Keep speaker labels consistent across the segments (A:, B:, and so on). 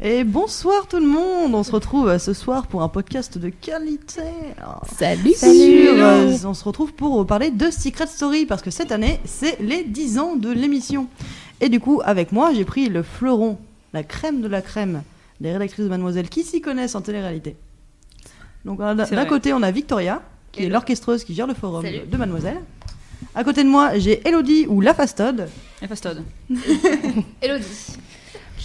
A: Et bonsoir tout le monde, on se retrouve euh, ce soir pour un podcast de qualité.
B: Salut,
A: Sur, euh, on se retrouve pour parler de Secret Story parce que cette année c'est les 10 ans de l'émission. Et du coup avec moi j'ai pris le fleuron, la crème de la crème des rédactrices de Mademoiselle qui s'y connaissent en télé-réalité. Donc on a-
C: C'est
A: d'un
C: vrai.
A: côté on a Victoria qui est
C: Hello.
A: l'orchestreuse qui gère le forum
B: Salut.
A: de Mademoiselle. À côté de moi j'ai Elodie ou La Fastode
C: Et Fastod.
B: Elodie.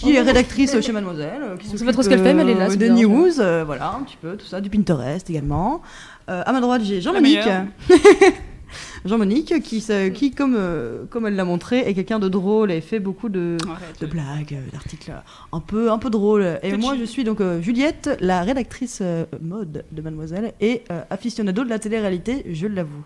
C: Oh,
A: qui est rédactrice chez Mademoiselle, euh, qui
C: On sait
A: s'occupe
C: pas trop ce qu'elle fait, mais elle est là,
A: euh,
C: c'est
A: Des
C: bien, je-
A: news, euh, voilà, un petit peu, tout ça, du Pinterest également. Euh, à ma droite, j'ai Jean-Monique.
C: meilleure.
A: Jean-Monique, qui, se- qui comme, euh, comme elle l'a montré, est quelqu'un de drôle et fait beaucoup de,
C: Arrête.
A: de blagues, euh, d'articles un peu, un peu drôles. Et
C: Tout
A: moi,
C: chill.
A: je suis donc euh, Juliette, la rédactrice euh, mode de Mademoiselle et euh, aficionado de la télé-réalité, je l'avoue.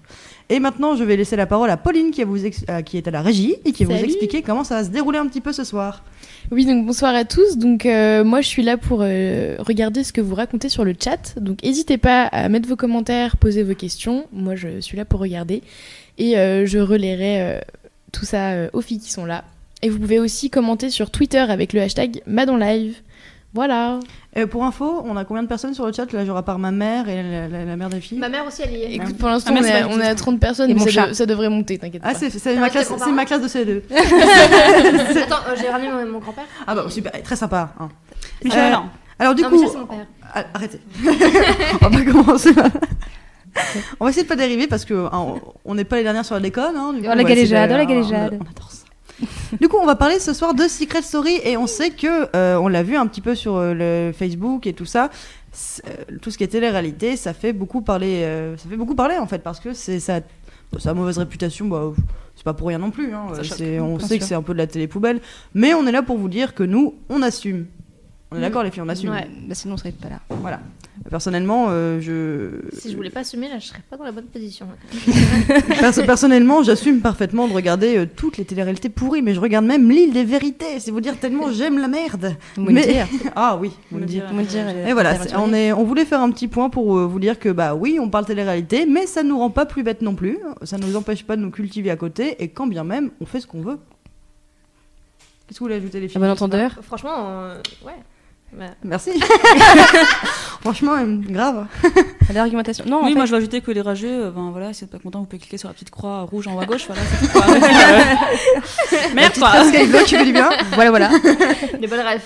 A: Et maintenant, je vais laisser la parole à Pauline qui, va vous ex- euh, qui est à la régie et qui va vous
B: Salut.
A: expliquer comment ça va se dérouler un petit peu ce soir.
B: Oui, donc bonsoir à tous. Donc euh, moi je suis là pour euh, regarder ce que vous racontez sur le chat. Donc n'hésitez pas à mettre vos commentaires, poser vos questions. Moi je suis là pour regarder et euh, je relayerai euh, tout ça euh, aux filles qui sont là. Et vous pouvez aussi commenter sur Twitter avec le hashtag MadonLive. Voilà.
A: Euh, pour info, on a combien de personnes sur le chat Là, genre à part ma mère et la, la- la mère des filles.
B: mère aussi elle y
A: est.
B: Écoute, pour l'instant
C: Ah, mais
B: on,
C: c'est
B: est à-
C: pas
B: on est à 30 personnes,
D: Et
B: mais
D: mon
B: ça,
D: chat.
B: de- ça devrait monter, t'inquiète
A: Ah,
B: pas.
A: c'est c'est
D: Ça
A: ma,
D: reste
A: classe-
D: comparable.
A: c'est ma classe de E CE2.
D: Attends, euh, j'ai ramené mon, mon grand-père.
A: Ah bah super, très sympa. hein.
C: Michel,
A: Euh,
C: hein.
A: Alors du
D: non,
A: coup,
D: Michel, c'est mon père.
A: Ah, arrêtez. on va pas commencer. là. on va essayer de pas dériver parce que hein, on- on n'est pas les dernières sur la déconne. Hein, du
D: Oh,
A: coup,
D: la
A: on va
D: galéjade,
A: essayer de- Ah,
D: oh, la galéjade.
A: On adore ça. Du coup, on va parler ce soir de Secret Story et on sait que euh, on l'a vu un petit peu sur euh, le Facebook et tout ça. c'est- euh, tout ce qui est télé-réalité, ça fait beaucoup parler. euh, ça fait beaucoup parler en fait parce que c'est ça, sa mauvaise réputation. Bah, c'est pas pour rien non plus. hein,
C: Ça
A: euh,
C: choque,
A: c'est- on
C: bien
A: sait
C: sûr.
A: que c'est un peu de la télé poubelle, mais on est là pour vous dire que nous, on assume. On est
B: Mm.
A: d'accord, les filles, on assume.
D: Ouais, bah sinon on serait pas là.
A: Voilà. Personnellement, euh, je.
D: Si je voulais pas assumer, là je serais pas dans la bonne position.
A: Perso- personnellement, j'assume parfaitement de regarder euh, toutes les téléréalités pourries, mais je regarde même l'île des vérités. C'est vous dire tellement j'aime la merde. Mais... ah oui, vous me dire.
C: Moundir.
E: euh,
A: Et voilà, c'est- on, est, on voulait faire un petit point pour euh, vous dire que bah oui, on parle télé-réalité, mais ça nous rend pas plus bêtes non plus. Ça nous empêche pas de nous cultiver à côté, et quand bien même, on fait ce qu'on veut. Qu'est-ce que vous voulez ajouter les filles
D: Euh, Franchement, euh, ouais. Bah,
A: Merci. Franchement, euh, grave.
E: À l'argumentation. Non,
C: oui,
E: en
C: moi
E: fait,
C: je vais ajouter que les rageux, euh, ben voilà, si vous êtes pas content, vous pouvez cliquer sur la petite croix rouge en haut à gauche, voilà, c'est tout quoi. Euh, Merde quoi
A: Parce qu'avec toi, tu fais du bien.
E: voilà, voilà.
D: les bonnes rêves.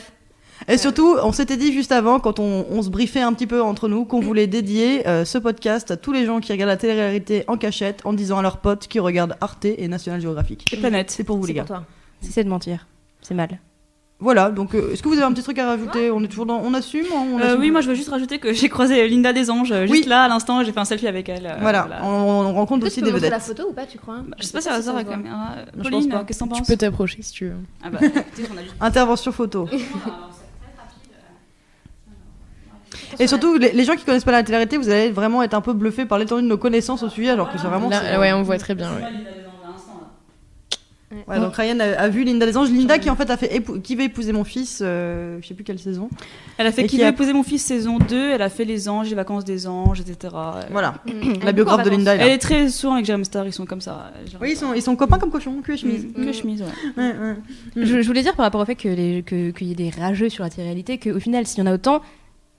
A: Et surtout, on s'était dit juste avant, quand on, on se briefait un petit peu entre nous, qu'on voulait dédier euh, ce podcast à tous les gens qui regardent la télé-réalité en cachette, en disant à leurs potes qui regardent Arte et National Geographic.
C: Les planètes.
A: C'est pour vous,
D: C'est
A: les gars.
D: pour toi.
E: Cessez de mentir. C'est mal.
A: Voilà, donc euh, est-ce que vous avez un petit truc à rajouter On est toujours dans. On assume hein, on
C: Euh,
A: assume
C: oui, moi je veux juste rajouter que j'ai croisé Linda des Anges euh, juste
A: Oui.
C: là à l'instant, j'ai fait un selfie avec elle. euh,
A: Voilà, on, on rencontre
D: Toi,
A: aussi
D: tu peux
A: des
D: montrer la
A: vedettes.
D: photo ou pas, tu crois hein
C: Bah, Je sais pas si elle
D: ça
C: ressort
D: se
C: la
D: voit.
C: caméra. Euh,
A: Non, je
C: Pauline,
A: pense pas.
C: qu'est-ce que t'en
B: Tu
C: penses
B: peux t'approcher si tu veux.
C: Ah bah, peut-être qu'on a euh, juste-
A: Intervention photo. Et surtout, les, les gens qui connaissent pas la télé-réalité, vous allez vraiment être un peu bluffés par l'étendue de nos connaissances au sujet, alors que c'est vraiment.
B: Là,
A: c'est-
B: ouais, on voit très bien. ouais.
C: hein,
A: Ouais, donc Ryan a, a vu Linda des Anges. Linda qui en fait a fait épou- qui va épouser mon fils, euh, je sais plus quelle saison.
C: Elle a fait
A: Et
C: Qui
A: qui
C: veut
A: a-
C: épouser mon fils saison 2, elle a fait Les Anges, Les Vacances des Anges, etc. Euh,
A: Voilà,
D: Mm.
A: la biographe de Linda. est là.
C: Elle est très souvent avec Jeremy Star, ils sont comme ça. euh,
A: Oui, ils sont, ils sont copains comme cochons, cul et chemise.
C: Mm, Que chemise, ouais.
A: Ouais, ouais.
E: Je, je voulais dire par rapport au fait que les- que- qu'il y ait des rageux sur la télé-réalité, qu'au final, s'il y en a autant,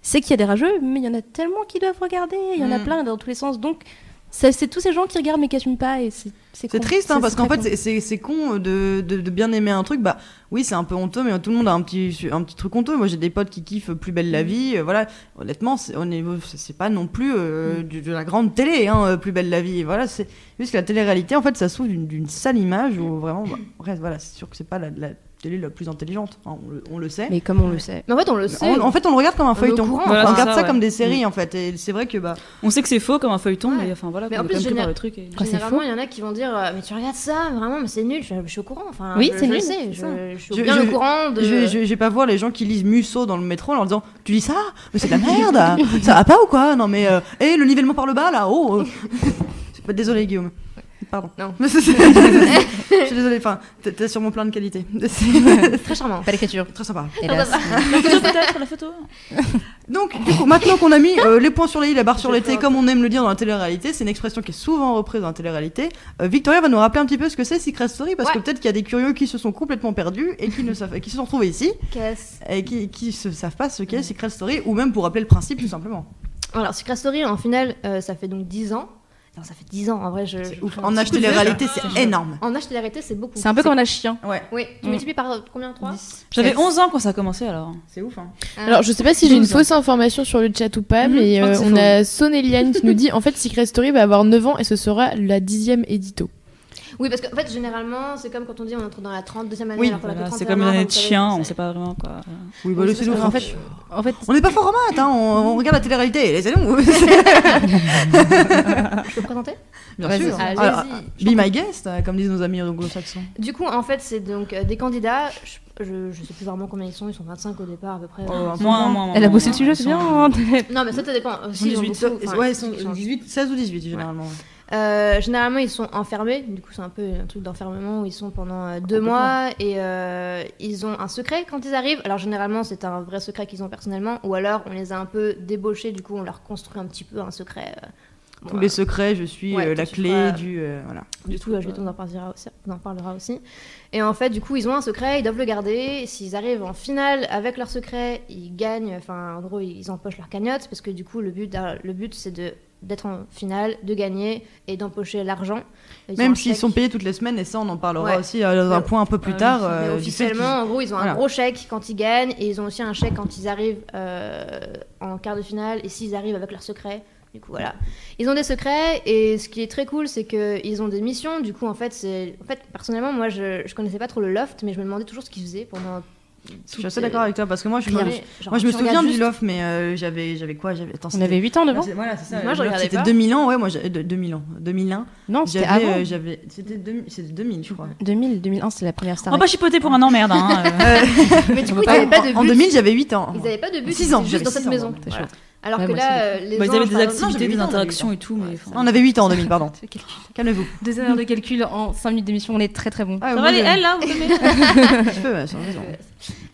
E: c'est qu'il y a des rageux, mais il y en a tellement qui doivent regarder. Il y en a
A: Mm.
E: plein dans tous les sens. Donc, ça, c'est tous ces gens qui regardent mais qui n'assument pas. et C'est
A: C'est triste, hein, parce qu'en fait, c'est- c'est c'est con de, de, de bien aimer un truc. Bah oui, c'est un peu honteux, mais tout le monde a un petit, un petit truc honteux. Moi, j'ai des potes qui kiffent Plus belle la vie. euh, voilà, honnêtement, c'est au niveau- c'est- c'est pas non plus euh, du- de la grande télé, hein, euh, Plus belle la vie. Voilà, c'est juste que la télé-réalité, en fait, ça souffre d'une- d'une sale image où vraiment, bah, bref, voilà, c'est sûr que c'est pas la, la télé la plus intelligente, hein, on, le, on le sait.
E: Mais comme on le sait.
D: Mais en fait, on le sait.
A: On- en fait, on le regarde comme un
D: est au
A: feuilleton.
D: courant,
A: on
C: Voilà,
A: regarde
C: c'est
A: ça,
C: ça,
A: comme
C: ouais.
A: des séries, en fait. Et c'est vrai que bah,
C: On sait que c'est faux comme un feuilleton,
D: Ouais.
C: mais enfin voilà.
D: Mais
C: qu'on
D: en
C: est
D: plus,
C: quand même pris
D: général-
C: par le truc. et-
E: Quand c'est
D: Généralement,
E: faux.
D: il y en a qui vont dire euh, Mais tu regardes ça, vraiment, mais c'est nul, je, je suis au courant. Enfin,
E: Oui,
D: je-
E: c'est
D: je
E: nul,
D: sais,
E: c'est ça.
D: je, je suis
A: Je-
D: bien
A: je-
D: au courant de.
A: Je- je- J'ai pas voir les gens qui lisent Musso dans le métro en leur disant Tu lis ça Mais c'est de la merde hein. Ça va pas ou quoi Non mais. Euh, hé, le nivellement par le bas là Oh euh. C'est pas- Désolé Guillaume. Pardon.
D: Non.
A: Je suis désolée, enfin, t'as- t'as sûrement plein de qualités. C'est
D: Très charmant.
E: Pas l'écriture.
A: très sympa.
E: Hélas.
C: la photo
A: Donc, du coup, maintenant qu'on a mis euh, les points sur les i, la barre sur les t, comme on aime le dire dans la télé-réalité, c'est une expression qui est souvent reprise dans la télé-réalité. Euh, Victoria va nous rappeler un petit peu ce que c'est Secret Story, parce que
D: Ouais.
A: peut-être qu'il y a des curieux qui se sont complètement perdus et qui, ne savent, et qui se sont retrouvés ici
D: Casse.
A: et qui, qui se savent pas ce qu'est Secret Story, ou même pour rappeler le principe tout simplement.
D: Alors, Secret Story, en final, euh, ça fait donc 10 ans. Non, ça fait 10 ans, en vrai. Je, je-
A: Ouf, en acheter les réalités, c'est énorme.
D: En acheter la vérité, c'est beaucoup.
E: C'est un peu comme on a chien.
A: Ouais,
D: Oui, tu
E: Mm.
D: multiplies par euh, combien 3
C: J'avais 11 ans quand ça a commencé alors.
A: c'est ouf. Hein.
B: Alors, je sais pas si j'ai une
C: 12 ans.
B: fausse information sur le chat ou pas,
C: Mhm,
B: mais
C: je crois que
B: euh,
C: c'est
B: on
C: faux.
B: a Soneliane qui nous dit en fait, Secret Story va avoir 9 ans et ce sera la dixième édito.
D: Oui, parce qu'en fait, généralement, c'est comme quand on dit on entre dans la 32e année.
A: Oui,
D: alors qu'on a
C: Voilà,
D: que
C: c'est
D: 31
C: comme une
D: ans,
C: année
D: donc euh,
C: de
D: ça va,
C: chien,
D: c'est-
C: on sait pas vraiment quoi.
A: Oui, bah, laissez-nous
E: En
A: tranquille.
E: fait, en fait,
A: On n'est pas fort en maths, hein, on, on regarde la télé-réalité, laissez-nous.
D: Je peux me présenter
A: Bien
E: Vas-y, Ah,
A: sûr.
E: allez-y.
A: Alors, be my guest, euh, comme disent nos amis anglo-saxons.
D: Du coup, en fait, c'est donc euh, des candidats. Je, je, je sais plus vraiment combien ils sont. Ils sont 25 au départ, à peu près.
A: Oh,
C: Moi, moi,
E: elle a bossé le sujet, c'est bien.
D: Non, mais ça, ça dépend. Euh, si, ils ont
A: 18,
D: beaucoup, enfin,
A: ouais, ils sont
D: ils changent.
A: 18, 16 ou 18 généralement. ouais.
D: Euh, généralement, ils sont enfermés. Du coup, c'est un peu un truc d'enfermement où ils sont pendant euh, deux
A: Complètement.
D: mois et euh, ils ont un secret quand ils arrivent. Alors, généralement, c'est un vrai secret qu'ils ont personnellement, ou alors on les a un peu débauchés. Du coup, on leur construit un petit peu un secret. euh, bon,
A: Tous
D: euh,
A: les secrets, je suis
D: Ouais,
A: euh,
D: toi,
A: la
D: tu
A: clé
D: feras-
A: du. euh, voilà.
D: Du coup, je vais t'en parlera aussi. On en parlera aussi. Et en fait, du coup, ils ont un secret, ils doivent le garder. S'ils arrivent en finale avec leur secret, ils gagnent. Enfin, en gros, ils empochent leur cagnotte parce que du coup, le but, euh, le but, c'est de d'être en finale, de gagner et d'empocher l'argent. Ils ont un
A: Même s'ils
D: chèque.
A: sont payés toutes les semaines, et ça, on en parlera
D: Ouais.
A: aussi euh, dans un
D: Mais-
A: point un peu plus
C: Ah oui,
A: tard.
C: mais
D: Mais
A: euh, du fait qu'ils-
D: officiellement, en gros, ils ont
A: voilà.
D: un gros chèque quand ils gagnent et ils ont aussi un chèque quand ils arrivent euh, en quart de finale et s'ils arrivent avec leur secret. Du coup, voilà. Ils ont des secrets et ce qui est très cool, c'est qu'ils ont des missions. Du coup, en fait, c'est. En fait, personnellement, moi, je, je connaissais pas trop le loft, mais je me demandais toujours ce qu'ils faisaient pendant.
A: Je suis assez d'accord avec toi parce que moi, je,
D: Rien.
A: me-
D: Genre,
A: moi, je me
D: tu
A: souviens
D: regardes
A: du
D: juste-
A: Loft, mais euh, j'avais, j'avais quoi j'avais... Attends,
E: On
A: c'était-
E: avait 8 ans
A: Ah,
E: devant
A: c'est- voilà, c'est ça.
D: Moi,
A: le
D: je
A: Loft,
D: regardais
A: C'était
D: pas.
A: 2000 ans, ouais, moi, j'ai- euh, de- 2000 ans, 2001.
E: Non, c'était
A: J'avais,
E: avant.
A: euh, j'avais, c'était 2000, c'était 2000, je crois.
E: 2000, 2001, c'était la première
C: On
E: star.
C: va pas chipoter pour un emmerde. Hein, euh.
D: Mais du coup, ils
A: Ouais,
D: avaient pas
A: Ah, en-
D: de but.
A: En 2000, j'avais 8 ans.
D: Ils avaient pas de but,
A: Six
D: ils
A: ans,
D: étaient
A: j'avais
D: juste dans
A: six
D: cette
A: ans,
D: maison.
E: t'es
D: Voilà.
E: chouette.
D: Alors
E: Ouais,
D: que
E: moi
D: là,
E: aussi.
D: euh, les
C: Bah, ils
D: anges,
C: avaient des
A: Non,
D: par exemple-
A: j'avais
C: activités, des
A: huit ans, j'avais
C: interactions
A: huit
C: et tout, mais.
A: On avait 8 ans en 2000, pardon. Calmez-vous.
E: Deux heures de calcul en 5 minutes d'émission, on est très très bon.
A: Ah,
C: Ça
A: oui,
C: va, les
A: euh,
C: elle là vous aimez
A: tu peux, ouais, sans raison.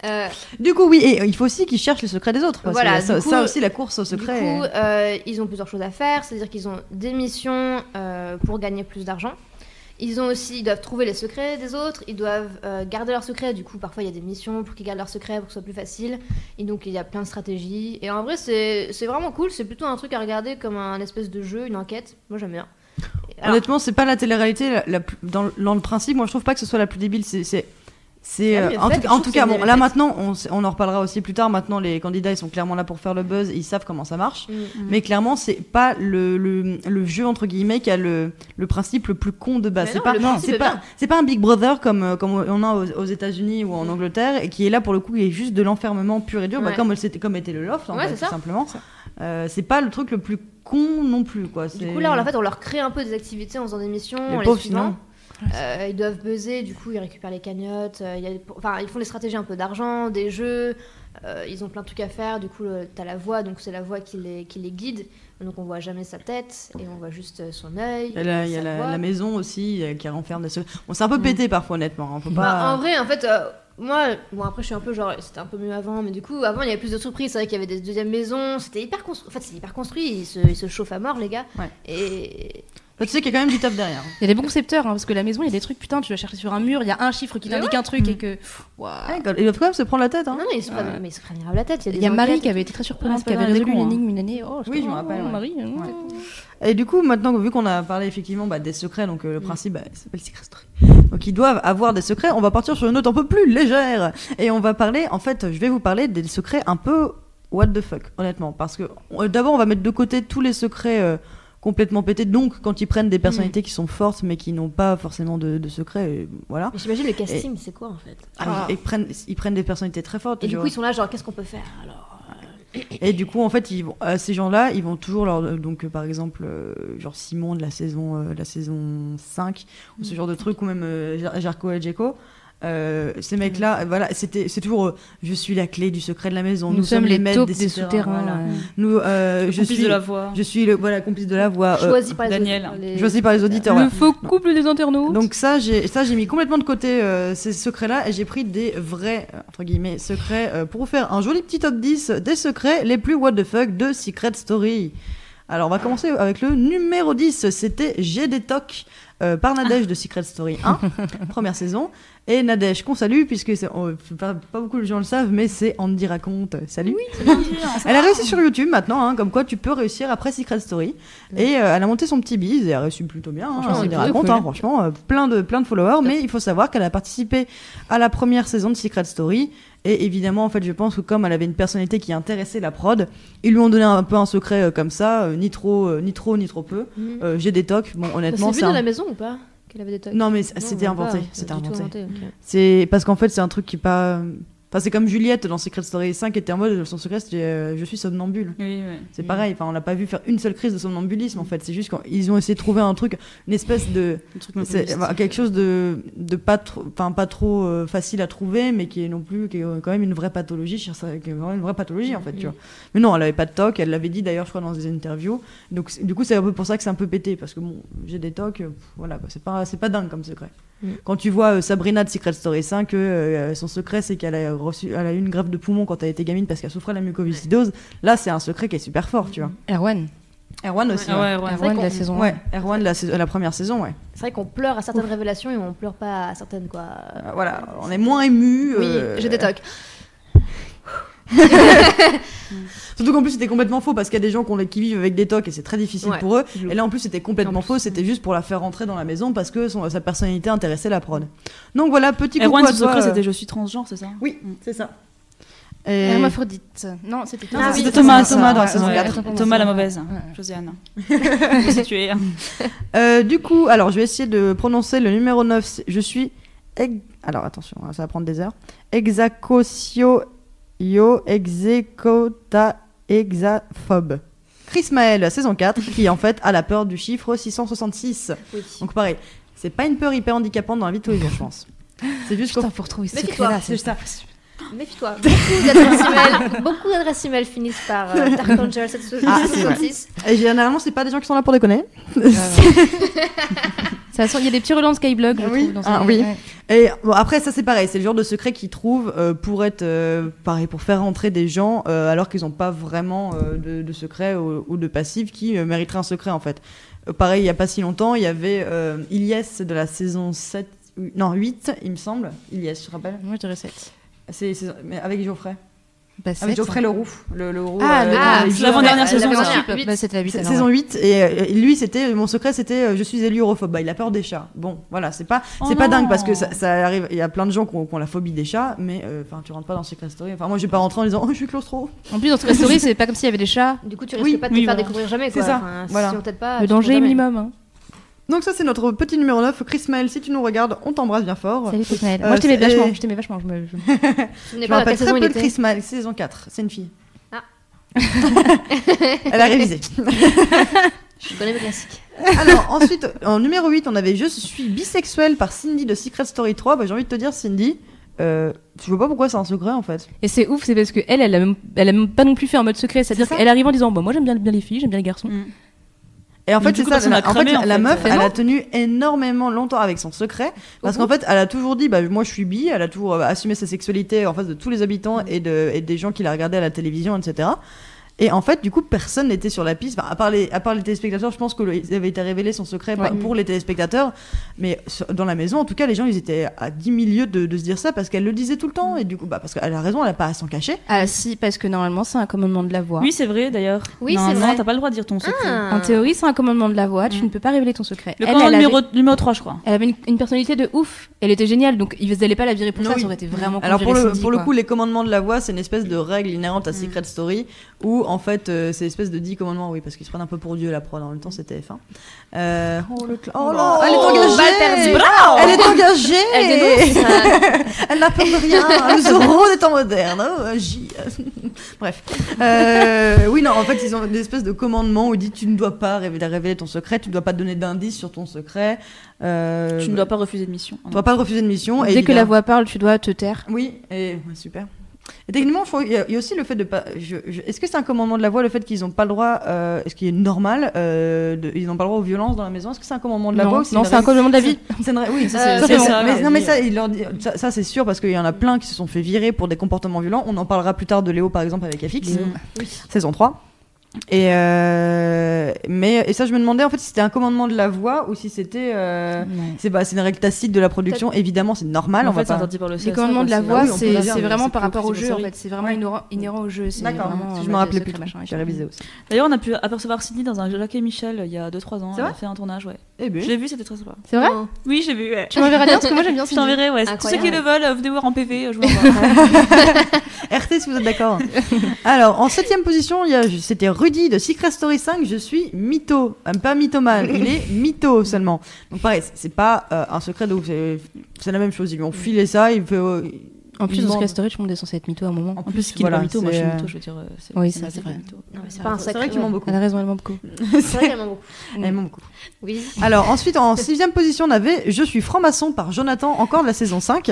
D: Euh,
A: Du coup, oui, et il faut aussi qu'ils cherchent les secrets des autres. Parce
D: Voilà,
A: que ça,
D: du coup,
A: ça aussi, la course au secret.
D: Du coup, euh, ils ont plusieurs choses à faire, c'est-à-dire qu'ils ont des missions euh, pour gagner plus d'argent. Ils ont aussi, ils doivent trouver les secrets des autres, ils doivent euh, garder leurs secrets. Du coup, parfois il y a des missions pour qu'ils gardent leurs secrets pour que ce soit plus facile. Et donc il y a plein de stratégies. Et en vrai, c'est c'est vraiment cool. C'est plutôt un truc à regarder comme un espèce de jeu, une enquête. Moi j'aime bien. Et alors-
A: Honnêtement, c'est pas la télé-réalité la, la plus- dans, le- dans le principe. Moi, je trouve pas que ce soit la plus débile. C'est c'est c'est
D: Ah,
A: euh,
D: mais
A: en,
D: faites,
A: tout,
D: je
A: en
D: trouve
A: tout
D: que c'est
A: cas
D: une
A: bon.
D: belle
A: Là
D: fête.
A: maintenant, on, s- on en reparlera aussi plus tard. Maintenant, les candidats, ils sont clairement là pour faire le buzz. et Ils savent comment ça marche.
D: Mm.
A: Mais clairement, c'est pas le, le, le jeu entre guillemets qui a le, le principe le plus con de base.
D: Mais
A: C'est
D: non,
A: pas
D: le principe
A: c'est
D: est
A: pas
D: bien.
A: c'est pas un Big Brother comme euh, comme on a aux, aux États-Unis ou en Angleterre et qui est là pour le coup qui est juste de l'enfermement pur et dur. Bah,
D: Ouais.
A: comme c'était comme était le loft en
D: Ouais,
A: fait,
D: c'est
A: tout
D: ça.
A: simplement. Euh, c'est pas le truc le plus con non plus quoi.
D: Du
A: C'est-
D: coup, là, en fait, on leur crée un peu des activités en faisant des missions,
A: Les
D: en les
A: pauvres,
D: suivant.
A: sinon.
D: Euh, ils doivent buzzer, du coup, ils récupèrent les cagnottes. euh, il y a- enfin, ils font des stratégies un peu d'argent, des jeux. euh, ils ont plein de trucs à faire. Du coup, le- t'as la voix, donc c'est la voix qui les, qui les guide. Donc, on voit jamais sa tête et on voit juste euh, son œil.
A: Il y a la, il y a
D: sa
A: la-
D: voix.
A: la maison aussi euh, qui renferme des secrets. On s'est un peu pété parfois, honnêtement. hein, faut
D: Mm. Bah,
A: pas...
D: en vrai, en fait, euh, moi, bon, après, je suis un peu genre, c'était un peu mieux avant, mais du coup, avant, il y avait plus de surprises. C'est vrai qu'il y avait des deuxièmes maisons. C'était hyper construit. En fait, c'est hyper construit. Ils se, ils se chauffent à mort, les gars.
A: Ouais.
D: Et.
A: Enfin, Bah, tu sais qu'il y a quand même du taf derrière.
E: Il y a des bons concepteurs, hein, parce que la maison, il y a des trucs, putain, tu vas chercher sur un mur, il y a un chiffre qui t'indique un truc
A: Mm.
E: et que.
D: Ah.
E: Waouh.
A: Ouais, quand- Ils doivent quand même se prendre la tête. Hein.
D: Non, non, ils se prennent, mais ils se prennent grave la tête. Il y a,
E: Il
D: des
E: y a Marie
D: enquêtes.
E: qui avait été très
C: Ah,
E: surprenante,
C: c'est
E: qui
C: pas
E: avait
C: dans les
E: résolu
C: cons,
E: une
C: hein.
E: énigme une année. Oh,
A: Oui, je me
E: comprends,
A: rappelle,
E: oh,
A: ouais.
E: Marie. euh,
A: Ouais. Et du coup, maintenant, vu qu'on a parlé effectivement bah, des secrets, donc
D: Mm.
A: euh, le principe bah, ça s'appelle Secret Story. Donc ils doivent avoir des secrets. On va partir sur une note un peu plus légère. Et on va parler, en fait, je vais vous parler des secrets un peu what the fuck, honnêtement. Parce que on- d'abord, on va mettre de côté tous les secrets. euh, complètement pété. Donc, quand ils prennent des
D: Mm.
A: personnalités qui sont fortes mais qui n'ont pas forcément de, de secret, et voilà.
D: Mais J'imagine le casting, c'est quoi en fait
A: Ah, Ils, prennent, ils prennent des personnalités très fortes.
D: Et du
A: tu
D: coup,
A: vois.
D: ils sont là, genre, qu'est-ce qu'on peut faire alors
A: Et du coup, en fait, ils vont, euh, ces gens-là, ils vont toujours leur. Donc, euh, par exemple, euh, genre Simon de la saison, euh, de la saison 5, ou
E: Mm.
A: ce genre de truc, ou même euh, Jar- Jarko et Djeko. Euh, ces mecs-là, euh, voilà, c'était, c'est toujours euh, je suis la clé du secret de la maison.
E: Nous, sommes les
A: maîtres
E: taupes
A: des,
E: des
A: souterrains.
E: souterrains.
A: voilà.
E: là.
A: Nous, euh, je
C: Je suis
A: suis,
C: de la voix.
A: je suis le voilà complice de la voix. euh,
D: Choisi par les
C: Daniel.
D: auditeurs, les-
A: choisi par les auditeurs.
E: Le
A: voilà.
E: faux couple des internautes.
A: Donc ça, j'ai ça j'ai mis complètement de côté euh, ces secrets-là et j'ai pris des vrais euh, entre guillemets secrets euh, pour vous faire un joli petit top 10 des secrets les plus what the fuck de Secret Story. Alors on va commencer avec le numéro 10, c'était J'ai des tocs euh, par Nadège de Secret Story 1, première saison. Et Nadège qu'on salue puisque c'est oh, pas, pas beaucoup de gens le savent mais c'est Andy raconte. Salut. Elle a réussi sur YouTube maintenant, hein, comme quoi tu peux réussir après Secret Story. Et euh, elle a monté son petit biz et elle a réussi plutôt bien. hein,
E: Franchement,
A: on
E: c'est
A: y
E: plutôt
A: raconte,
E: cool.
A: hein, franchement, euh, plein de, plein de followers. Mais il faut savoir qu'elle a participé à la première saison de Secret Story. Et évidemment, en fait, je pense que comme elle avait une personnalité qui intéressait la prod, ils lui ont donné un peu un secret euh, comme ça, euh, ni trop, euh, ni trop, ni trop peu.
D: Mhm.
A: Euh, J'ai des tocs. Bon,
D: Ça
A: honnêtement,
D: s'est
A: c'est
D: vu dans
A: un-
D: la maison ou pas Qu'elle avait des tocs
A: non mais c- c'était
D: même pas,
A: inventé,
D: pas
A: c'était
D: du tout
A: inventé.
D: inventé, ok.
A: C'est parce qu'en fait, c'est un truc qui est pas. Enfin, c'est comme Juliette dans Secret Story 5 était en mode son secret, c'était euh, je suis somnambule.
C: Oui, oui.
A: C'est pareil, enfin, on l'a pas vu faire une seule crise de somnambulisme en fait. C'est juste qu'ils ont essayé de trouver un truc, une espèce de.
C: Un truc un peu
A: c'est-
C: mystique.
A: enfin, quelque chose de, de pas, trop, enfin, pas trop euh, facile à trouver, mais qui est non plus. qui est euh, quand même une vraie pathologie. je cherche ça, qui est vraiment une vraie pathologie en fait, tu vois. Mais non, elle avait pas de toc, elle l'avait dit d'ailleurs, je crois, dans des interviews. Donc, c'est- du coup, c'est un peu pour ça que c'est un peu pété, parce que bon, j'ai des tocs, euh, pff, voilà, quoi, c'est pas, c'est pas dingue comme secret.
D: Mm.
A: Quand tu vois euh, Sabrina de Secret Story 5, euh, euh, son secret, c'est qu'elle a, reçu, elle a eu une grève de poumon quand elle était gamine parce qu'elle souffrait de la mucoviscidose. Là, c'est un secret qui est super fort, tu vois.
E: Erwan.
A: Erwan aussi.
C: Ah
A: ouais.
C: ouais, ouais.
E: Erwan de la
D: qu'on-
E: saison
A: Ouais, Erwan, la, saison- la première saison, ouais.
D: C'est vrai qu'on pleure à certaines révélations et on pleure pas à certaines quoi.
A: Euh, Voilà, on est moins ému.
D: Oui,
A: euh,
D: j'ai des tocs.
A: Surtout qu'en plus, c'était complètement faux parce qu'il y a des gens qu'on- qui vivent avec des tocs et c'est très difficile
D: Ouais.
A: pour eux.
D: Lourd.
A: Et là, en plus, c'était complètement
D: En plus.
A: faux. C'était juste pour la faire rentrer dans la maison parce que son- sa personnalité intéressait la prod. Donc voilà, petit coucou
C: Erwan,
A: à
C: son
A: toi.
C: secret,
A: euh,
C: c'était je suis transgenre, c'est ça
A: Oui, c'est ça. Et-
E: Hermaphrodite. Non, c'était
D: Ah oui,
C: C'était
D: c'est
C: Thomas,
A: ça,
C: Thomas dans la
A: ouais,
C: saison
A: ouais,
C: 4.
E: ouais.
C: Thomas la mauvaise.
E: Ouais.
C: Josiane. Vous situez.
A: Euh, du coup, alors je vais essayer de prononcer le numéro 9. c'est- Je suis. ex- Alors attention, hein, ça va prendre des heures. Exacocio yo execota exaphobe. Chris Maël, saison 4, qui en fait a la peur du chiffre 666.
D: Oui.
A: Donc pareil, c'est pas une peur hyper handicapante dans la vie de tous les jours, je pense. C'est juste qu'au-
E: Putain, faut retrouver ce
D: Mais
E: secret-là.
D: dis-toi,
E: c'est-
D: Méfie-toi. Beaucoup d'adresses email, beaucoup d'adresses email finissent par euh, Dark
A: Ah,
D: Angel
A: c'est vrai.
D: 766.
A: Et généralement, c'est pas des gens qui sont là pour déconner.
E: Ça sent, il y a des petits relents de Skyblock. je
A: Oui.
E: trouve, dans ces-
A: Ah, oui.
E: ouais.
A: Et bon, après, ça c'est pareil, c'est le genre de secret qu'ils trouvent euh, pour être euh, pareil, pour faire rentrer des gens euh, alors qu'ils n'ont pas vraiment euh, de, de secret ou, ou de passif qui euh, mériterait un secret en fait. Euh, pareil, il n'y a pas si longtemps, il y avait euh, Ilyes de la saison 7, ou- non 8, il me semble. Ilyes, je te rappelle
E: Moi, je dirais 7.
A: C'est saison- mais avec Geoffrey.
E: Bah,
A: Avec
E: 7.
A: Geoffrey Leroux. Le, le roux,
E: Ah,
A: euh,
E: le-
A: dans les
C: c'est
A: jeux.
C: l'avant-dernière
D: saison, ça.
E: Huit.
D: Huit.
E: Bah, c'était la 8.
A: C'est- Saison 8 et euh, lui c'était mon secret c'était euh, je suis élu europhobe Bah, il a peur des chats bon voilà c'est pas
C: Oh
A: c'est pas
C: non.
A: dingue parce que ça, ça arrive il y a plein de gens qui ont, qui ont la phobie des chats mais euh, enfin tu rentres pas dans Secret Story enfin moi je vais pas rentrer en disant oh je suis claustro
E: En plus, dans Secret Story, c'est pas comme s'il y avait des chats.
D: Du coup, tu
A: Oui,
D: risques pas de te
C: oui,
D: faire
C: voilà.
D: découvrir jamais.
A: C'est
D: quoi.
A: ça,
D: Enfin,
A: voilà.
D: Si on t'aide pas,
E: Le
D: tu te
E: danger
D: trouves
E: est
D: jamais.
E: minimum. hein.
A: donc ça c'est notre petit numéro 9 Chris Maël si tu nous regardes on t'embrasse bien fort
E: Salut, Cosmaël.
A: Euh,
E: Moi, je t'aimais
A: c'est-
E: vachement. Je t'aimais vachement. Je me... je-
D: Tu
A: je
D: n'es
A: me
D: pas dans
A: rappelle très
D: quelle saison
A: peu
D: il
A: de
D: était.
A: Chris Maël saison 4 c'est une fille
D: Ah.
A: elle a révisé
D: Je connais mes classiques.
A: Alors ensuite, en numéro 8, on avait Je suis bisexuel par Cindy de Secret Story 3. Bah, J'ai envie de te dire, Cindy, euh, je vois pas pourquoi c'est un secret en fait.
E: Et c'est ouf, c'est parce que elle, elle a, même, elle a même pas non plus fait en mode secret. C'est-à-dire
A: C'est ça.
E: qu'elle arrive en disant bah, Moi, j'aime bien, bien les filles, j'aime bien les garçons.
C: Mm.
A: Et en
C: Mais
A: fait,
C: du
A: c'est
C: coup,
A: ça.
C: personne
A: La,
C: n'a
A: en fait,
C: cramé, en
A: la
C: fait.
A: meuf,
E: Mais
A: elle
E: non.
A: a tenu énormément longtemps avec son secret. Parce qu'en fait, elle a toujours dit, bah, moi je suis bi, elle a toujours euh, assumé sa sexualité en face de tous les habitants et, de, et des gens qui la regardaient à la télévision, etc. Et en fait, du coup, personne n'était sur la piste. Enfin, à, part les, à part les téléspectateurs, je pense qu'il avait été révélé son secret par- pour les téléspectateurs. Mais sur- dans la maison, en tout cas, les gens, ils étaient à 10 000 lieues de, de se dire ça parce qu'elle le disait tout le temps. Et du coup, bah, parce qu'elle a raison, elle a pas à s'en cacher.
E: Ah, si, parce que normalement, c'est un commandement de la voix.
C: Oui, c'est vrai d'ailleurs.
D: Oui,
C: Non,
D: c'est
C: non,
D: vrai.
C: t'as pas le droit de dire ton secret.
E: En théorie, c'est un commandement de la voix. Tu
C: Mm.
E: ne peux pas révéler ton secret.
C: Le
E: Elle,
C: commandant
E: elle
C: numéro,
E: avait,
C: numéro 3, je crois.
E: elle avait une, une personnalité de ouf. Elle était géniale, donc ils n'allaient pas la virer pour
A: Non,
E: ça.
A: oui.
E: Ça aurait été vraiment con de
A: Alors pour
E: virer
A: le,
E: Cindy,
A: pour le
E: quoi. Mm.
A: coup, les commandements de la voix, c'est une espèce de règle inhérente à Secret Story où en fait, euh, c'est l'espèce de 10 commandements, oui, parce qu'ils se prennent un peu pour Dieu la prod. hein. En même temps, c'était F1. Euh, oh, le cla- oh là, elle est engagée
D: balle perdue.
A: Elle est engagée
D: Elle dénonce.
A: Elle n'a peur de rien. Le Zorro des temps modernes. Oh, euh, J. Bref. Euh, oui, non, en fait, ils ont une espèce de commandement où il dit tu ne dois pas révéler, révéler ton secret, tu ne dois pas donner d'indices sur ton secret.
E: Ah.
A: euh,
C: Tu ne dois pas refuser de mission.
A: tu dois pas refuser de mission. et
E: Dès que
A: évidemment-
E: la voix parle, tu dois te taire.
A: Oui, et ouais, super. Et techniquement, je trouve- il y, a- il y a aussi le fait de pas. je- je- Est-ce que c'est un commandement de la voix le fait qu'ils n'ont pas le droit, euh, ce qui est normal, euh, de- ils n'ont pas le droit aux violences dans la maison Est-ce que c'est un commandement de la voix bah
E: Non,
A: ou
E: non,
A: une
E: c'est un
A: règle
E: commandement de la vie. Euh,
A: C'est une ra- Oui,
C: Ça,
A: ça, c'est
C: c'est
A: bon.
C: ça,
A: mais,
C: oui.
A: non, mais ça, il leur dit- ça, ça, c'est sûr parce qu'il y en a plein qui se sont fait virer pour des comportements violents. On en parlera plus tard de Léo par exemple avec FX,
E: Mm.
A: saison 3. Et, euh, mais, et ça, je me demandais en fait si c'était un commandement de la voix ou si c'était. euh, c'est bah, c'est une règle tacite de la production. Évidemment, c'est normal.
C: Ah, en
A: on va
C: fait, c'est
A: pas-
C: interdit par le
E: Les
C: CSA,
E: commandements
C: quoi,
E: de la
C: c'est-
E: voix,
C: Ah oui, on peut
E: c'est
C: le dire,
E: c'est
C: mais
E: vraiment
C: c'est
E: par
C: plus
E: rapport au
C: accessoire.
E: jeu, en fait. C'est vraiment inhérent, inhérent au jeu. c'est
A: D'accord,
E: vraiment,
A: parce que je
E: euh, mode
A: me
E: de
A: rappelais
E: secret,
A: plus.
E: machin et
A: J'ai
E: tout.
A: révisé aussi.
C: D'ailleurs, on a pu apercevoir Sydney dans un Jacques et Michel il y a 2-3 ans.
A: C'est
C: Elle a
A: vrai
C: fait un tournage, ouais.
A: Eh ben.
C: Je l'ai vu, c'était très sympa.
E: C'est vrai
D: Non.
C: Oui, j'ai vu, ouais.
E: Tu m'enverras bien, parce que moi j'aime bien
C: Je
E: ce film.
C: t'enverrai, ouais. Tous ceux qui le
D: Incroyable.
C: veulent, euh, venez voir en PV, euh, je vous envoie.
A: RT si vous êtes d'accord. Alors, en septième position, il y a- c'était Rudy de Secret Story 5. Je suis mytho. Euh, Pas mythomane, il est mytho seulement. Donc, pareil, c'est- c'est pas euh, un secret de ouf. C'est c'est la même chose. Ils lui ont filé ça. Il fait. euh,
E: En plus, dans
A: Demande.
E: Secret Story, tout le monde est censé être mytho à un moment.
C: En plus, qu'il
A: voilà,
C: est pas mytho, moi je
A: c'est,
C: suis
A: euh,
C: mytho, je Ah, veux dire. euh, c'est-
E: Oui,
C: c'est
E: ça,
C: ma
E: c'est
C: vie de
E: vrai.
C: mytho.
D: Non, mais c'est
A: C'est
D: pas un
A: vrai
D: sacré.
A: qu'il m'en
D: ouais.
A: beaucoup.
E: Elle a raison, elle ment beaucoup.
D: C'est vrai qu'il m'en beaucoup.
A: Elle m'en beaucoup.
D: Oui.
A: Alors, ensuite, en sixième position, on avait Je suis franc-maçon par Jonathan, encore de la saison 5.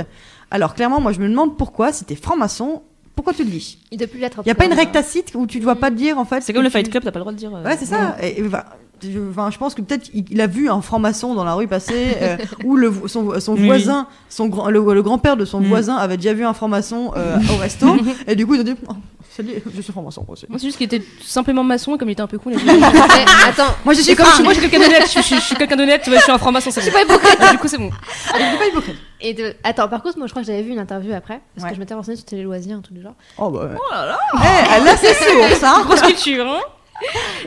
A: Alors, clairement, moi, je me demande pourquoi. Si t'es franc-maçon, pourquoi tu le dis
D: Il doit plus l'être.
A: Il n'y a pas une règle tacite où tu dois pas dire, en fait.
C: Hmm. C'est
A: que
C: comme le
A: tu-
C: Fight Club, t'as pas le droit de dire. euh,
A: Ouais, c'est ça. Et, et, bah, je, enfin, je pense que peut-être il il a vu un franc-maçon dans la rue passer, euh, ou le, vo- son, son
C: Oui.
A: voisin, son grand, le, le grand-père de son
C: Mm.
A: voisin avait déjà vu un franc-maçon euh, au resto, et du coup ils ont dit Oh, salut, je suis franc-maçon moi aussi.
E: Moi, c'est juste qu'il était tout simplement maçon, et comme il était un peu con, il a dit,
D: Attends,
A: Moi je
E: C'est
A: suis
E: comme si
A: franc
E: moi, je suis quelqu'un d'honnête, je suis- je suis quelqu'un d'honnête, tu vois, je suis un franc-maçon, c'est bon. Ah, Du coup, c'est bon.
D: Et de- Attends, par contre, moi je crois que j'avais vu une interview après, parce
A: Ouais.
D: que je m'étais renseignée sur Télé Loisirs, un truc du genre.
A: Oh bah ouais. Eh, elle a ses sources, hein
E: Grosse culture, hein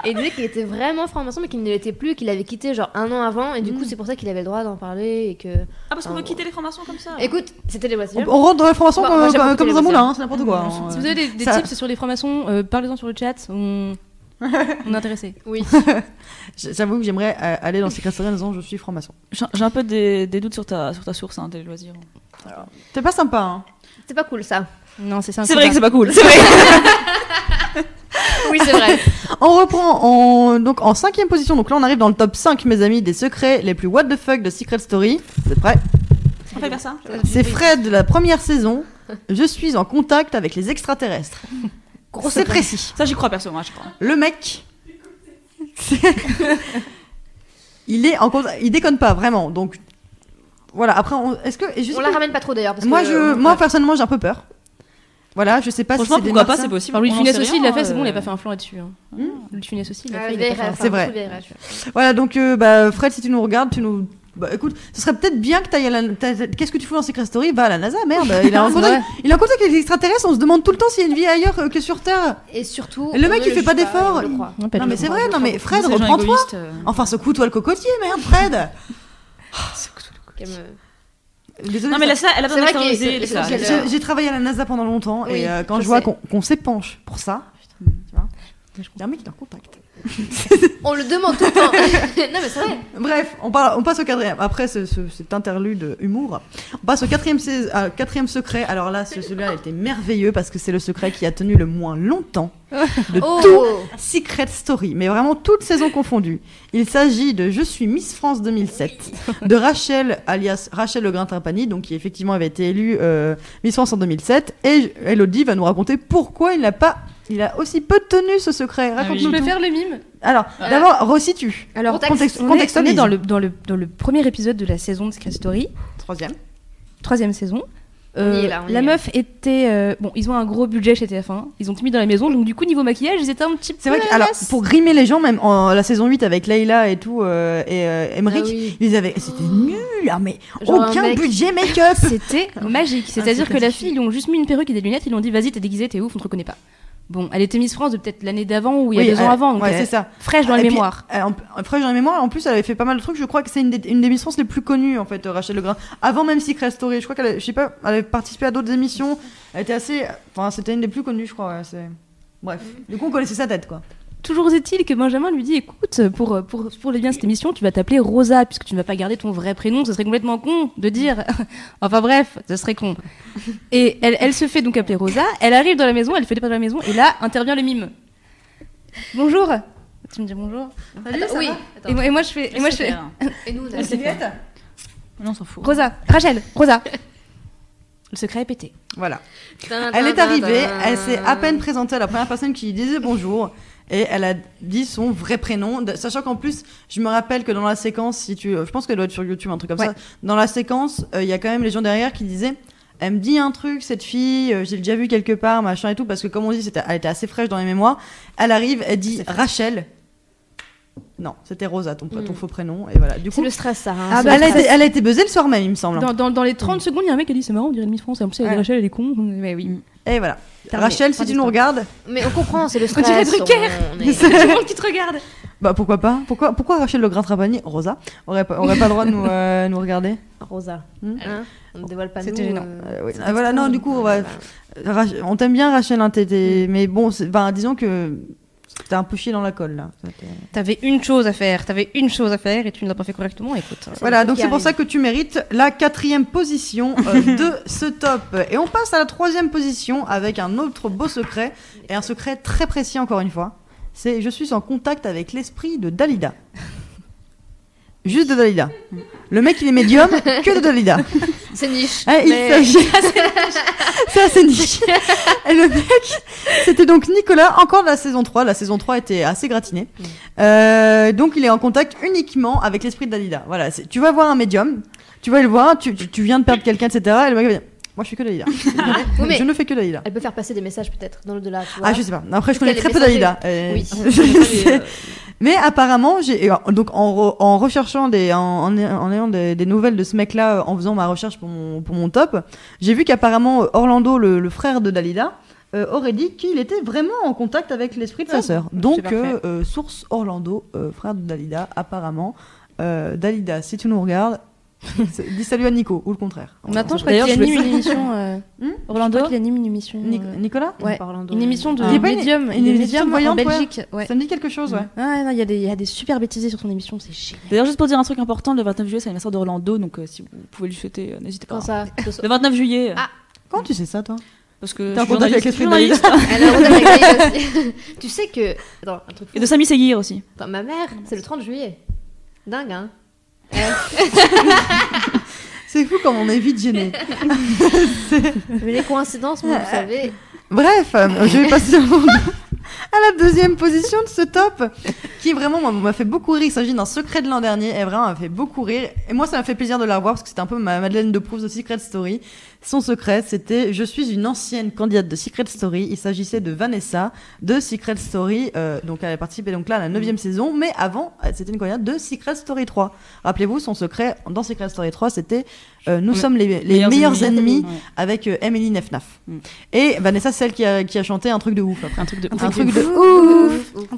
D: Et il disait qu'il était vraiment franc-maçon, mais qu'il ne l'était plus, qu'il avait quitté genre un an avant, et du
A: Mm.
D: coup c'est pour ça qu'il avait le droit d'en parler. Et que.
C: Ah, parce qu'on veut
D: Ah,
C: quitter les formations comme ça.
D: Écoute, c'était Télé
A: on,
D: Loisirs.
A: on rentre dans le franc-maçon
D: Bah,
A: comme-
D: moi, j'aime
A: comme,
D: beaucoup
A: comme dans un
D: les
A: moulin, hein, c'est n'importe quoi. hein.
E: Si vous avez des, des
A: Ça-
E: tips sur les francs-maçons, euh, parlez-en sur le chat, on, on est intéressé.
D: Oui.
A: J'avoue que j'aimerais euh, aller dans ces Story en disant je suis franc-maçon.
C: J'ai j'ai un peu des, des doutes sur ta, sur ta source, hein, des loisirs.
A: C'est pas sympa, hein
D: C'est pas cool ça.
E: Non, c'est ça.
C: C'est vrai que c'est pas cool. C'est vrai.
D: Oui, c'est vrai.
A: On reprend en, donc en cinquième position. Donc là, on arrive dans le top 5, mes amis, des secrets les plus what the fuck de Secret Story. Vous êtes prêts
C: On fait faire ça.
A: C'est Fred de la première saison. Je suis en contact avec les extraterrestres. C'est précis.
C: Ça, j'y crois perso, moi, je crois.
A: Le mec. il est en contact. Il déconne pas vraiment. Donc voilà. Après, on- est-ce que et juste-
D: On la ramène pas trop d'ailleurs. parce
A: moi
D: que- euh,
A: je moi personnellement j'ai un peu peur. Voilà, je sais pas
C: Franchement,
A: si Ah, c'est des
C: pourquoi pas,
A: narcins.
C: c'est possible.
E: Par Louis de
C: on en
E: Funès
C: sait
E: aussi,
C: rien,
E: il l'a fait, c'est
C: euh,
E: bon, il a pas fait un flan là-dessus. Hein. Louis de Funès aussi, il l'a
D: Ah,
E: fait. il a
D: vieille
E: pas fait un
D: rêve,
E: flan.
A: C'est vrai.
D: enfin, vieille rêve.
A: Voilà, donc euh, bah, Fred, si tu nous regardes, tu nous. Bah, écoute, ce serait peut-être bien que t'ailles à la. t'as- Qu'est-ce que tu fous dans Secret Story Va à la NASA, merde. Il est en
E: C'est
A: contact, il est en contact avec les extraterrestres. On se demande tout le temps s'il y a une vie ailleurs euh, que sur Terre.
D: Et surtout.
A: Et le mec,
D: on
A: il
D: ne
A: fait pas
D: juge
A: d'effords.
D: je le crois.
E: Non, pas
A: non,
E: du
A: mais
E: tout.
A: c'est vrai, non, mais Fred,
C: ces gens
A: reprends-toi.
C: égoïstes, euh,
A: Enfin, secoue-toi le cocotier, merde, Fred.
D: Qu'elle me-
A: Désolée,
C: Non, mais
A: ça-
C: laisse-la, elle a besoin
D: C'est vrai
C: d'extérioriser.
D: qu'il-
C: laisse-la.
D: c'est- c'est-
A: J'ai- J'ai travaillé à la NASA pendant longtemps
D: Oui,
A: et euh, quand
D: je
A: je, vois
D: sais.
A: qu'on qu'on s'épanche pour ça, tu vois, il y a un mec qui est en contact.
D: On le demande tout le temps. non, mais c'est vrai.
A: Bref, on, parle- on passe au quatrième. Après ce, ce- cet interlude humour, on passe au quatrième, sais- euh, quatrième secret. Alors là, ce- celui-là il était merveilleux parce que c'est le secret qui a tenu le moins longtemps de tout
D: Oh
A: Secret Story, mais vraiment toutes saisons confondues. Il s'agit de Je suis Miss France 2007 de Rachel alias Rachel Le Grain Trapani, donc qui effectivement avait été élue euh, Miss France en 2007. Et Elodie va nous raconter pourquoi il n'a pas, il a aussi peu tenu ce secret.
E: Je
A: Raconte-nous
E: peux
A: tout.
E: faire le mime
A: Alors d'abord resitue.
E: Alors,
D: Contexte.
A: Contexte-
E: on est, on
A: contextualise.
E: est dans, le, dans, le, dans le premier épisode de la saison de Secret Story,
A: Troisième.
E: troisième saison. Euh,
D: y est là, on y
E: la
D: est.
E: meuf était. euh, bon, ils ont un gros budget chez TF1, ils ont tout mis dans la maison, donc du coup, niveau maquillage, ils étaient un petit peu.
A: C'est vrai que,
E: à
A: alors,
E: l'as.
A: pour grimer les gens, même en la saison 8 avec Leila et tout, euh, et euh, Emmerich,
D: Ah oui.
A: ils avaient. C'était nul, hein, mais
D: Genre un
A: aucun
D: mec-
A: budget make-up
E: C'était magique. C'est-à-dire
A: c'est
E: que la
A: ridicule.
E: fille, ils lui ont juste mis une perruque et des lunettes, ils lui ont dit vas-y, t'es déguisée, t'es ouf, on te reconnaît pas. Bon, elle était Miss France de peut-être l'année d'avant ou il y a
A: Oui,
E: deux
A: elle-
E: ans avant, donc
A: ouais,
E: elle-
A: c'est ça. Ah,
E: fraîche dans
A: Et
E: la
A: puis,
E: mémoire.
A: elle- en- en- fraîche dans la mémoire, en plus, elle avait fait pas mal de trucs. Je crois que c'est une, des- une des émissions les plus connues, en fait, euh, Rachel Legrain. Avant même Secret Story, je crois qu'elle avait- je sais pas, elle avait participé à d'autres émissions. Elle était assez. Enfin, c'était une des plus connues, je crois. ouais, c'est- Bref, du coup, on connaissait sa tête, quoi.
E: Toujours est-il que Benjamin lui dit écoute, pour, pour, pour les biens de cette émission, tu vas t'appeler Rosa, puisque tu ne vas pas garder ton vrai prénom, ce serait complètement con de dire. enfin bref, ce serait con. Et elle, elle se fait donc appeler Rosa, elle arrive dans la maison, elle fait des pas dans la maison, et là intervient le mime. Bonjour Tu me dis bonjour
D: Attends, oui. Attends.
E: et moi, et moi, je fais. Et moi je fais
D: Et nous, on a-
C: Non, on s'en fout.
E: Rosa, Rachel, Rosa Le secret est pété.
A: Voilà.
D: Tin,
A: Elle est
D: tin,
A: arrivée,
D: tin,
A: elle s'est à peine
D: tin.
A: présentée à la première personne qui lui disait bonjour. Et elle a dit son vrai prénom, de- sachant qu'en plus, je me rappelle que dans la séquence, si tu, je pense qu'elle doit être sur YouTube, un truc comme
E: Ouais.
A: ça. Dans la séquence, euh, il y a quand même les gens derrière qui disaient, elle me dit un truc, cette fille, euh, j'ai déjà vu quelque part, machin et tout, parce que comme on dit, c'était- elle était assez fraîche dans les mémoires. Elle arrive, elle dit Rachel. Non, c'était Rosa, ton, ton
D: Mm.
A: faux prénom, et voilà. Du
D: C'est
A: coup,
D: le stress, ça. hein,
E: Ah
D: c'est
E: bah,
D: le
A: elle, a
D: stress.
A: été, elle a été buzzée le soir même, il me semble.
E: Dans, dans- dans les 30 secondes, il y a un mec qui a dit c'est marrant, on dirait le Miss France, et en plus, elle a dit,
A: Ouais.
E: Rachel, elle est con. Mais oui.
A: Et voilà.
E: Terminé.
A: Rachel, si
E: Fin
A: tu nous
E: d'histoire.
A: regardes,
D: Mais on comprend, c'est le
E: On
D: stress.
E: dirait Drucker.
D: on est-
E: Tout le monde qui te regarde
A: Bah pourquoi pas Pourquoi pourquoi Rachel Le Grain Trapani, Rosa, aurait pas, aurait pas le droit de nous, euh, nous regarder
D: Rosa.
A: Hmm.
D: Hein on ne dévoile pas
E: C'était
D: nous,
E: gênant.
D: euh,
A: Euh, oui.
D: c'est
A: Ah, voilà, non,
D: externe.
A: du coup, on va-
D: Voilà. Mm.
A: Rach- On t'aime bien Rachel, hein, t'es- t'es- mais bon, c'est- enfin, disons que t'es un peu chier dans la colle là.
E: T'avais une chose à faire, t'avais une chose à faire et tu ne l'as pas fait correctement, écoute. euh,
A: Voilà,
D: le
A: donc
D: qui
A: c'est pour
D: arrive.
A: ça que tu mérites la quatrième position euh, de ce top. Et on passe à la troisième position avec un autre beau secret, et un secret très précis encore une fois. C'est je suis en contact avec l'esprit de Dalida. Juste de Dalida. Le mec il est médium que de Dalida.
D: C'est niche.
A: Ah, il
D: mais-
A: s'agit. C'est assez niche. Et le mec, c'était donc Nicolas, encore de la saison 3. La saison 3 était assez gratinée.
D: Mm.
A: Euh, donc il est en contact uniquement avec l'esprit de Dalida. Voilà, c'est- tu vas voir un médium, tu vas le voir, tu, tu- tu viens de perdre quelqu'un, etc. Et le mec va dire Moi je suis que Dalida.
D: Oui, mais
A: Je ne fais que Dalida.
D: Elle peut faire passer des messages peut-être dans le delà. Tu vois.
A: Ah, je sais pas. Après, je connais
D: Parce
A: très
D: qu'elle
A: peu
D: est
A: Dalida. Euh,
D: Oui.
A: c'est- Mais apparemment, j'ai et, euh, donc en, re- en recherchant des, en, en- en ayant des, des nouvelles de ce mec-là, euh, en faisant ma recherche pour mon, pour mon top, j'ai vu qu'apparemment euh, Orlando, le, le frère de Dalida, euh, aurait dit qu'il était vraiment en contact avec l'esprit
E: Ah,
A: de sa sœur. Donc,
C: parfait.
A: euh, euh, source Orlando, euh, frère de Dalida, apparemment. Euh, Dalida, si tu nous regardes, c'est- dis salut à Nico ou le contraire.
E: Maintenant, je crois
A: D'ailleurs,
E: qu'il
A: je
E: anime
A: vais-
E: une émission. euh,
A: Hmm
E: Orlando Il anime une émission.
A: Nic-
E: euh,
A: Nicolas,
E: Ouais.
D: Parlant de-
E: Une émission de
A: Il y a pas une-
E: médium.
A: une
E: il est
A: émission
E: médium en
A: voyante, ouais.
E: Belgique. Ouais.
A: ça me dit quelque chose, ouais.
E: Ah, non, il y, a des- il y a des super bêtises sur son émission, c'est génial.
C: D'ailleurs, juste pour dire un truc important, le 29 juillet, c'est l'anniversaire d'Orlando, donc euh, si vous pouvez lui souhaiter, euh, n'hésitez pas.
D: Quand ça
C: Le 29 juillet.
D: Ah.
A: Quand tu sais ça, toi
C: Parce que
A: T'es en
C: je suis
A: contact avec
C: journaliste-
A: l'esprit de Dalida.
C: journaliste.
D: Elle Ah, a un rendez-vous avec Dalida aussi. Tu sais que. Attends, un truc. fou.
C: Et de Samy Seguir aussi.
D: Attends, ma mère, c'est le 30 juillet. Dingue, hein Elle-
A: C'est fou comme on est vite gêné.
D: Mais les coïncidences, moi, vous savez.
A: Bref, euh, je vais passer au- à la deuxième position de ce top, qui vraiment moi, m'a fait beaucoup rire. Il s'agit d'un secret de l'an dernier, et vraiment m'a fait beaucoup rire. Et moi, ça m'a fait plaisir de la revoir, parce que c'était un peu ma Madeleine de Proust de Secret Story. Son secret, c'était « Je suis une ancienne candidate de Secret Story ». Il s'agissait de Vanessa, de Secret Story. euh, donc, elle a participé donc, là à la neuvième saison, mais avant, elle- c'était une candidate de Secret Story 3. Rappelez-vous, son secret dans Secret Story 3, c'était euh, Nous
C: Le-
A: sommes les, les meilleurs ennemis » avec euh, Emily Nefnaf.
C: Mm.
A: Et Vanessa, c'est celle qui a, qui a chanté un truc de ouf. après.
C: Un truc de
A: Un
C: ouf.
A: truc de ouf
C: On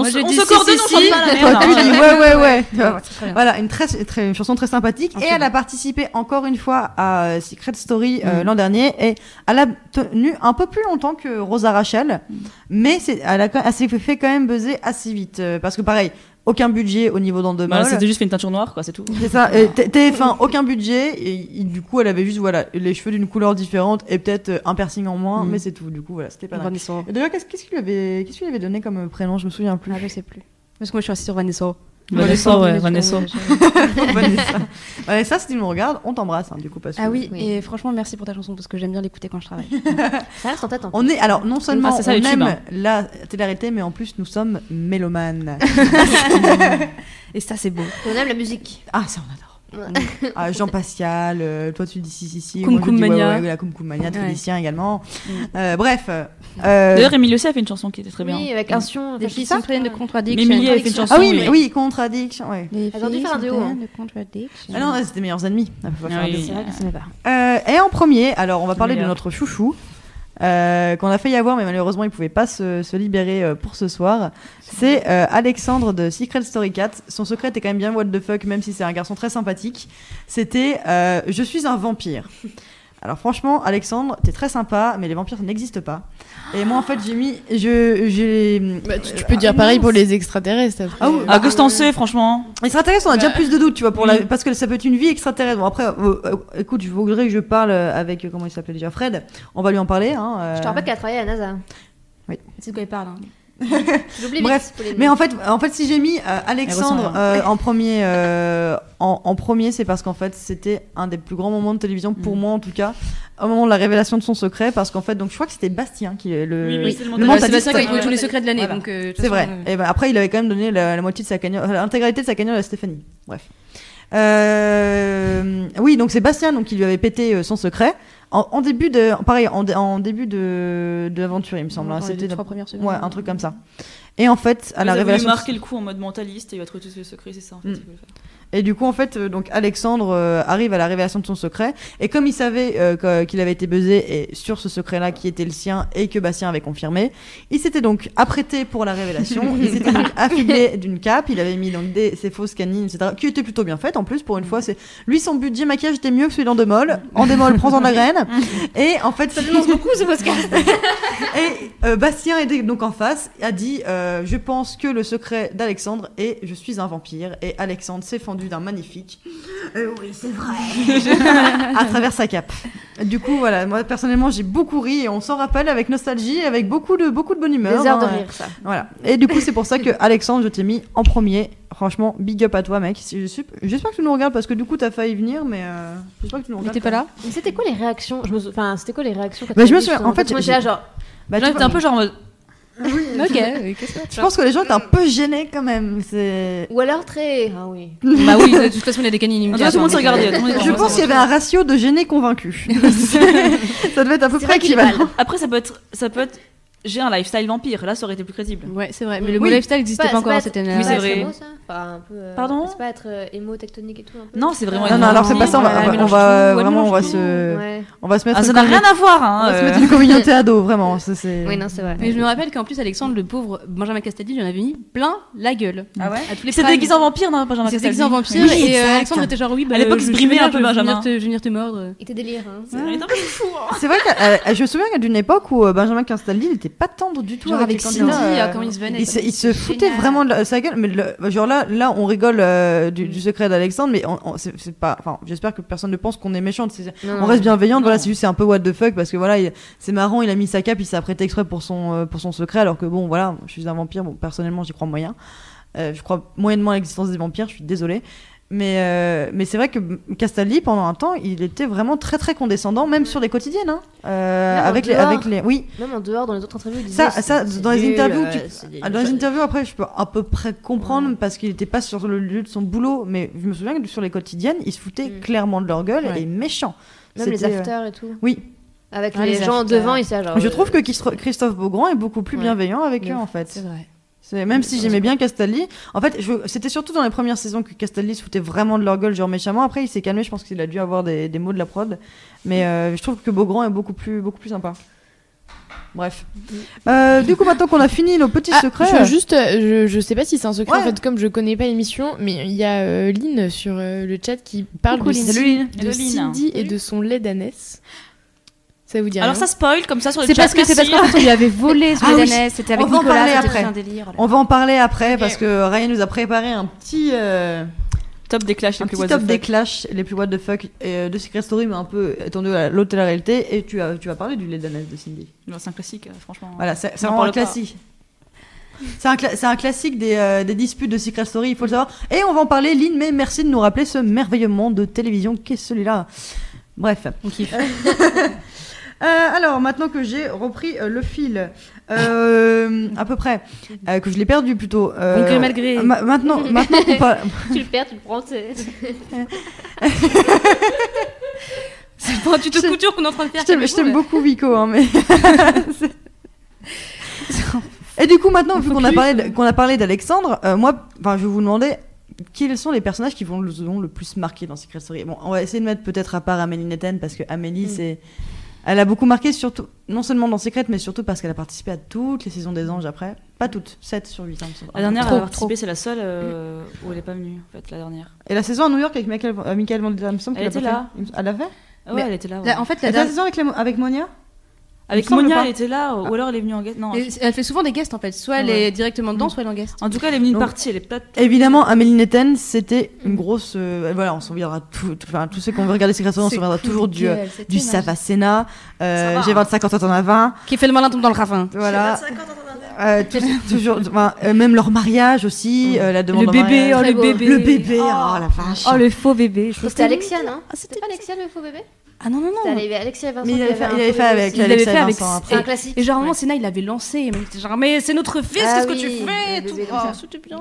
E: Moi,
C: se
E: je
C: on
E: dis
C: se
E: si,
C: coordonne,
E: si,
C: on
E: si.
C: chante pas la
A: Toi,
C: merde.
A: tu
C: hein.
A: dis, ouais, ouais, ouais.
E: bien.
A: Voilà, une, très, très- une chanson très sympathique. et elle a participé encore une fois à euh, Secret Story euh,
C: Mm.
A: l'an dernier. Et elle a tenu un peu plus longtemps que Rosa Rachel.
C: Mm.
A: Mais c'est- elle, a quand- elle s'est fait quand même buzzer assez vite. euh, parce que pareil, aucun budget au niveau
C: Bah,
A: d'Andemol.
C: C'était juste fait une teinture noire, quoi, c'est tout.
A: C'est ça, et T- TF1, aucun budget, et, et du coup elle avait juste voilà, les cheveux d'une couleur différente et peut-être euh, un piercing en moins,
C: Mhm.
A: mais c'est tout, du coup voilà, c'était pas dingue.
E: Vanessa.
A: Et D'ailleurs, qu'est-ce qu'est-ce qu'il lui avait, qu'est-ce qu'il lui avait donné comme euh, prénom Je me souviens plus.
E: Ah, je sais plus. Parce que moi, je suis assise sur Vanessa.
C: Vanessa, ouais, Vanessa.
A: Vanessa. Vanessa, si tu nous regardes, on t'embrasse, hein, du coup, parce que-
E: Ah oui,
D: Oui.
E: et franchement, merci pour ta chanson parce que j'aime bien l'écouter quand je travaille.
D: Ça reste en tête en
A: On est alors non seulement
C: Ah, c'est ça,
A: on
C: les tubes,
A: aime
C: hein.
A: la télé-réalité, mais en plus nous sommes mélomanes.
E: Et ça, c'est beau.
D: On aime la musique.
A: ah ça on adore. Ah, Jean Pascal, euh, toi tu dis si si si,
C: Koum
A: moi, je
C: Koum
A: dis ouais,
C: Mania. Mm.
A: ouais, ouais, la Koum Koum Mania,
E: Ouais.
A: Félicien également. Euh, bref, euh,
C: D'ailleurs, Emile aussi a fait une chanson qui était très bien.
D: Oui, avec un sion. enfin,
E: Les
D: je sais
E: filles
D: pas.
E: sont pleines de contradictions.
C: Mais Millie avait fait une chanson.
A: ah oui,
C: oui.
A: mais- oui, contradiction, ouais.
E: Les
D: Elles ont dû
E: filles
D: faire un
E: sont
D: duo, hein.
E: pleines de contradictions.
A: Ah non, ouais, c'était meilleurs ennemis. On peut pas faire
C: Ah
A: un
C: oui.
A: dessin.
D: C'est vrai que ça me va.
A: Euh, et en premier, alors on va parler de
C: Meilleur.
A: notre chouchou. euh, qu'on a failli avoir, mais malheureusement il pouvait pas se, se libérer euh, pour ce soir. C'est euh, Alexandre de Secret Story 4. Son secret est quand même bien what the fuck, même si c'est un garçon très sympathique. C'était euh, Je suis un vampire. Alors franchement, Alexandre, t'es très sympa, mais les vampires ça n'existe pas. Et moi en fait j'ai mis, je, j'ai.
B: Bah, tu, tu peux dire pareil pour les extraterrestres. après.
A: Ah oui,
C: Ah, que t'en sais, franchement
A: Extraterrestre, on a déjà plus de doutes, tu vois, pour la... parce que ça peut être une vie extraterrestre. Bon, après, euh, euh, écoute, je voudrais que je parle avec, euh, comment il s'appelait déjà, Fred. On va lui en parler. Hein, euh.
D: Je te rappelle qu'elle a travaillé à la NASA.
E: C'est de quoi il parle. hein.
D: J'oublie
A: Bref,
D: vite, Pauline.
A: mais en fait, en fait, si j'ai mis euh, Alexandre
C: ressemble
A: euh, en premier, euh, en, en premier, c'est parce qu'en fait, c'était un des plus grands moments de télévision pour moi, en tout cas, au moment de la révélation de son secret, parce qu'en fait, donc, je crois que c'était Bastien qui est le,
C: Oui, oui, c'est le
A: le
C: mentaliste.
E: Bah,
C: t'as
E: Sébastien
A: mentaliste.
E: qui a eu tous les secrets de l'année.
A: Voilà.
E: donc, euh, de toute
A: C'est vrai.
E: façon, euh,
A: Et ben, après, il avait quand même donné la, la moitié de sa cagno- euh, l'intégralité de sa cagnotte à Stéphanie. Bref. Euh, oui, donc c'est Bastien donc, qui lui avait pété euh, son secret. En, en début de, pareil, en, dé- en début de, de l'aventure, il me semble. hein.
E: dans les
A: C'était
E: deux, trois premières secondes.
A: ouais, un truc comme ça. Et en fait, à la
C: Il a voulu
A: révélation.
C: marquer le coup en mode mentaliste et il va trouver tous ses secrets, c'est ça en fait.
A: Mm.
C: il veut le faire.
A: Et du coup, en fait, euh, donc Alexandre euh, arrive à la révélation de son secret. Et comme il savait euh, que- qu'il avait été buzzé et sur ce secret-là qui était le sien et que Bastien avait confirmé, il s'était donc apprêté pour la révélation. il s'était donc affublé d'une cape. Il avait mis donc des, ses fausses canines, etc. Qui était plutôt bien faites. En plus, pour une fois, c'est lui son budget maquillage était mieux que celui d'Endemol. Endemol, prends-en de la graine. Et en fait, ça dénonce beaucoup ce podcast. et euh, Bastien était donc en face a dit euh, je pense que le secret d'Alexandre est je suis un vampire et Alexandre s'est fendu d'un magnifique. Euh, oui c'est vrai. à travers sa cape. Du coup voilà moi personnellement j'ai beaucoup ri et on s'en rappelle avec nostalgie et avec beaucoup de beaucoup de bonne humeur.
D: Des heures de
A: hein.
D: rire, ça.
A: Voilà. Et du coup, c'est pour ça que Alexandre, je t'ai mis en premier. Franchement, big up à toi, mec. Si je suis- J'espère que tu nous regardes parce que du coup, t'as failli venir, mais euh, j'espère que tu nous
E: Mais
A: regardes.
E: t'es pas là
D: Mais c'était quoi les réactions je me sou- Enfin, c'était quoi les réactions quand
A: Bah,
D: t'as
A: je me
D: vu,
A: souviens-
D: justement
A: en fait,
D: Moi,
A: j'ai-
D: j'étais là, genre.
A: Bah,
C: Là,
A: tu
C: t'es un peu genre en mode.
E: Ok, euh, qu'est-ce que
A: Je pense que les gens étaient un peu gênés quand même. C'est.
D: Ou alors très. Ah oui.
E: Bah oui, de toute façon, il y a des canines
C: En tout cas,
E: immédiates. hein,
C: tout le monde se regardait. tout le monde était
A: Je
C: en
A: pense qu'il y
C: mode-
A: avait un ratio de gênés convaincus. ça devait être à peu
D: C'est
A: près
D: vrai qu'il est
A: équivalent.
D: pâle.
C: Après, ça peut être. ça peut être, J'ai un lifestyle vampire, là, ça aurait été plus crédible.
E: Ouais, c'est vrai, mais le
D: Oui.
E: mot lifestyle n'existait
D: C'est
E: pas encore à
D: être-
E: cette
C: Oui, c'est
D: pas
E: année-là.
D: être
C: vrai.
D: émo, ça Enfin, un peu, euh,
C: Pardon
D: C'est pas être euh, émo tectonique et tout un peu
C: Non, c'est vraiment.
A: Non, non, alors c'est pas ça. On va,
E: Ouais, elle
A: on va- on
E: mélange
A: va-
E: tout, elle
A: vraiment, on va
E: mélange
A: se,
D: Ouais.
A: on va se mettre.
C: Ah, ça
A: une
C: n'a
A: commu-
C: rien à voir,
A: on
C: hein.
A: va se
C: euh.
A: mettre une communauté ado, vraiment. ça, c'est-
D: Oui, non, c'est vrai.
E: Mais je me rappelle qu'en plus, Alexandre, le pauvre Benjamin Castaldi, il en avait mis plein la gueule.
C: Ah ouais
E: À tous les
C: Il s'est
E: primes.
C: déguisé en vampire, non, Benjamin
E: Il s'est
C: Castaldi
E: déguisé en vampire
A: Oui,
E: et
A: exact.
E: euh, Alexandre était genre oui bah
C: À l'époque,
E: je-
C: il
E: je
C: se
E: suis
C: brimait
E: là,
C: un peu,
E: je vais
C: Benjamin.
E: venir te- Je vais venir te mordre.
D: Il était délire. Hein.
C: Il est un peu fou, hein.
A: C'est vrai que euh, je me souviens d'une époque où euh, Benjamin Castaldi n'était pas tendre du tout
E: Genre avec
A: avec, les candidats,
E: Cindy,
A: euh,
E: euh, comment ils se venaient,
A: Il
E: quoi.
A: se, il se foutait
E: Génial.
A: vraiment de la- sa gueule, mais le- genre là, là, on rigole euh, du, du secret d'Alexandre, mais on, on- c'est c'est pas. Enfin, j'espère que personne ne pense qu'on est méchante. c'est-
D: Non,
A: On
D: non.
A: reste bienveillante. Voilà,
D: Mm.
C: Non.
A: c'est juste c'est un peu what the fuck parce que voilà, il- c'est marrant. Il a mis sa cape, il s'est apprêté exprès pour son euh, pour son secret, alors que bon, voilà, je suis un vampire. Bon, personnellement, j'y crois moyen. Euh, je crois moyennement à l'existence des vampires. Je suis désolée. Mais, euh, mais c'est vrai que Castaldi, pendant un temps, il était vraiment très très condescendant, même sur les quotidiennes. Hein, Euh,
D: Mm. Même en
A: avec, les,
D: dehors.
A: avec les. Oui,
D: Même en dehors, dans les autres interviews, il disait.
A: ça,
D: c'est-
A: ça
D: c'est
A: dans les
D: nul,
A: interviews,
D: euh,
A: tu-
D: c'est
A: ah,
D: nul,
A: dans les
D: ça-
A: interviews, après, je peux à peu près comprendre
D: Mm.
A: parce qu'il n'était pas sur le lieu de son boulot, mais je me souviens que sur les quotidiennes, ils se foutaient
D: Mm.
A: clairement de leur gueule
C: Ouais.
A: et méchants.
D: Même les
A: C'était, euh,
D: afters et tout.
A: Oui,
D: Avec
E: Ah,
D: les
E: les
D: gens
E: afters.
D: devant, il s'est genre.
A: je
D: euh,
A: trouve que Christo- Christophe Beaugrand est beaucoup plus
D: Ouais.
A: bienveillant avec
E: De
A: eux
E: ouf.
A: en fait.
E: vrai.
A: C'est- Même si j'aimais bien Castaldi, en fait, je- c'était surtout dans les premières saisons que Castaldi se foutait vraiment de leur gueule, genre méchamment. Après, il s'est calmé, je pense qu'il a dû avoir des, des mots de la prod. Mais euh, je trouve que Beaugrand est beaucoup plus, beaucoup plus sympa. Bref. Euh, du coup, maintenant qu'on a fini nos petits
B: Ah,
A: secrets.
B: Je, veux juste, euh, je, je sais pas si c'est un secret
A: Ouais.
B: en fait, comme je connais pas l'émission, mais il y a euh, Lynn sur euh, le chat qui parle
C: Coucou,
B: de,
C: Lynn.
B: Cin-
C: Salut, Lynn.
B: de
C: Hello, Lynn.
B: Cindy et de son lait d'ânesse. Ça vous dit
C: Alors ça
B: rien
C: spoil comme ça sur le
E: C'est parce que c'est parce qu'en fait, on lui avait volé ce
A: Ah oui.
E: Médanès, c'était avec
A: On va en
E: Nicolas,
A: parler
E: c'était
A: après.
E: tout un délire.
A: On va en parler après parce que Ryan nous a préparé un petit, euh,
C: top des clashs
A: un
C: les plus
A: petit
C: what the
A: top des
C: fuck.
A: clashs les plus what the fuck euh, de Secret Story, mais un peu étendu à l'autre de la réalité. Et tu, as, tu vas parler du lait d'ananas de Cindy.
C: Non, C'est un classique, euh, franchement.
A: Voilà, c'est c'est
C: On en
A: vraiment un
C: parle pas.
A: classique. C'est un, cla- c'est un classique des, euh, des disputes de Secret Story, il faut le savoir. Et on va en parler, Lynn, mais merci de nous rappeler ce merveilleux monde de télévision qu'est celui-là. Bref.
E: On kiffe.
A: Euh, alors, maintenant que j'ai repris euh, le fil, euh, à peu près, euh, que je l'ai perdu plutôt. euh,
E: Donc, malgré-
A: ma- maintenant, maintenant qu'on parle.
D: Tu le perds, tu le prends. c'est-
E: C'est pas un tuto
A: Je-
E: couture qu'on est en train de faire.
A: Je t'aime- je t'aime beaucoup, Vico, hein, mais. C'est- Et du coup, maintenant, vu qu'on a parlé, de- qu'on a parlé d'Alexandre, euh, moi, enfin, je vais vous demander quels sont les personnages qui vont vous ont le plus marqué dans Secret Story. Bon, on va essayer de mettre peut-être à part Amélie Netten parce que
C: Mm.
A: Amélie, c'est, elle a beaucoup marqué, surtout non seulement dans Secret, mais surtout parce qu'elle a participé à toutes les saisons des Anges après. Pas toutes, 7 sur hein, 8.
C: La dernière à
E: Trop,
C: avoir participé, c'est la seule euh, où elle est pas venue, en fait, la dernière.
A: Et la saison à New York avec Michael, euh, Michael Van Dyne, il me semble
C: Elle
A: qu'elle a
C: était
A: pas
C: là.
A: fait. Il me- Elle l'a fait
C: Ah ouais,
E: Mais-
C: elle était là. ouais.
E: Là, en fait, la
A: La dernière
E: dame,
A: saison avec, la- avec Monia
C: Avec
A: il me semble
C: Monia,
A: pas.
C: elle était là, ou alors elle est venue en guest. Non.
E: elle, elle fait souvent des guests en fait. Soit elle
C: Ouais.
E: est directement dedans, soit elle est en guest.
C: En tout cas, elle est venue une
A: Donc-
C: partie, elle est peut-être.
A: Évidemment, Amélie Netten, c'était une grosse. euh, voilà, on s'en souviendra tout. tout- Enfin, tous ceux qui ont regardé Secret Story, on se souviendra toujours du, euh, du Savasena. euh,
E: hein.
A: J'ai 25 ans, toi t'en as 20.
E: Qui fait le malin tombe dans le ravin.
A: Voilà. Euh, tous- toujours, enfin, euh, même leur mariage aussi, euh, la demande
E: Le
A: en
E: bébé, oh,
A: mariage.
E: le
D: Très beau.
E: bébé.
A: le bébé, oh la vache.
E: Oh le faux bébé. Je trouve
D: C'était
E: que-
D: Alexia, non
E: Ah,
D: C'était
E: c'était
D: pas Alexia le faux bébé
E: Ah non non non.
D: C'était Alexia et Vincent.
A: Mais il
D: qui
A: avait fait,
D: avaient un
A: il avait
D: faux
A: fait
D: bébé
A: avec
D: aussi.
E: Il
A: Alexia
E: avait fait
A: et
E: avec-
A: Vincent, hein.
D: C'est
A: après.
D: un classique.
E: Et genre, vraiment, Senna, il l'avait lancé. Mais il était genre, mais c'est notre fils,
D: Ah
E: qu'est-ce que
D: oui,
E: tu fais
D: le
E: Tout-
D: bébé
E: oh,
D: comme ça.
E: c'était bien.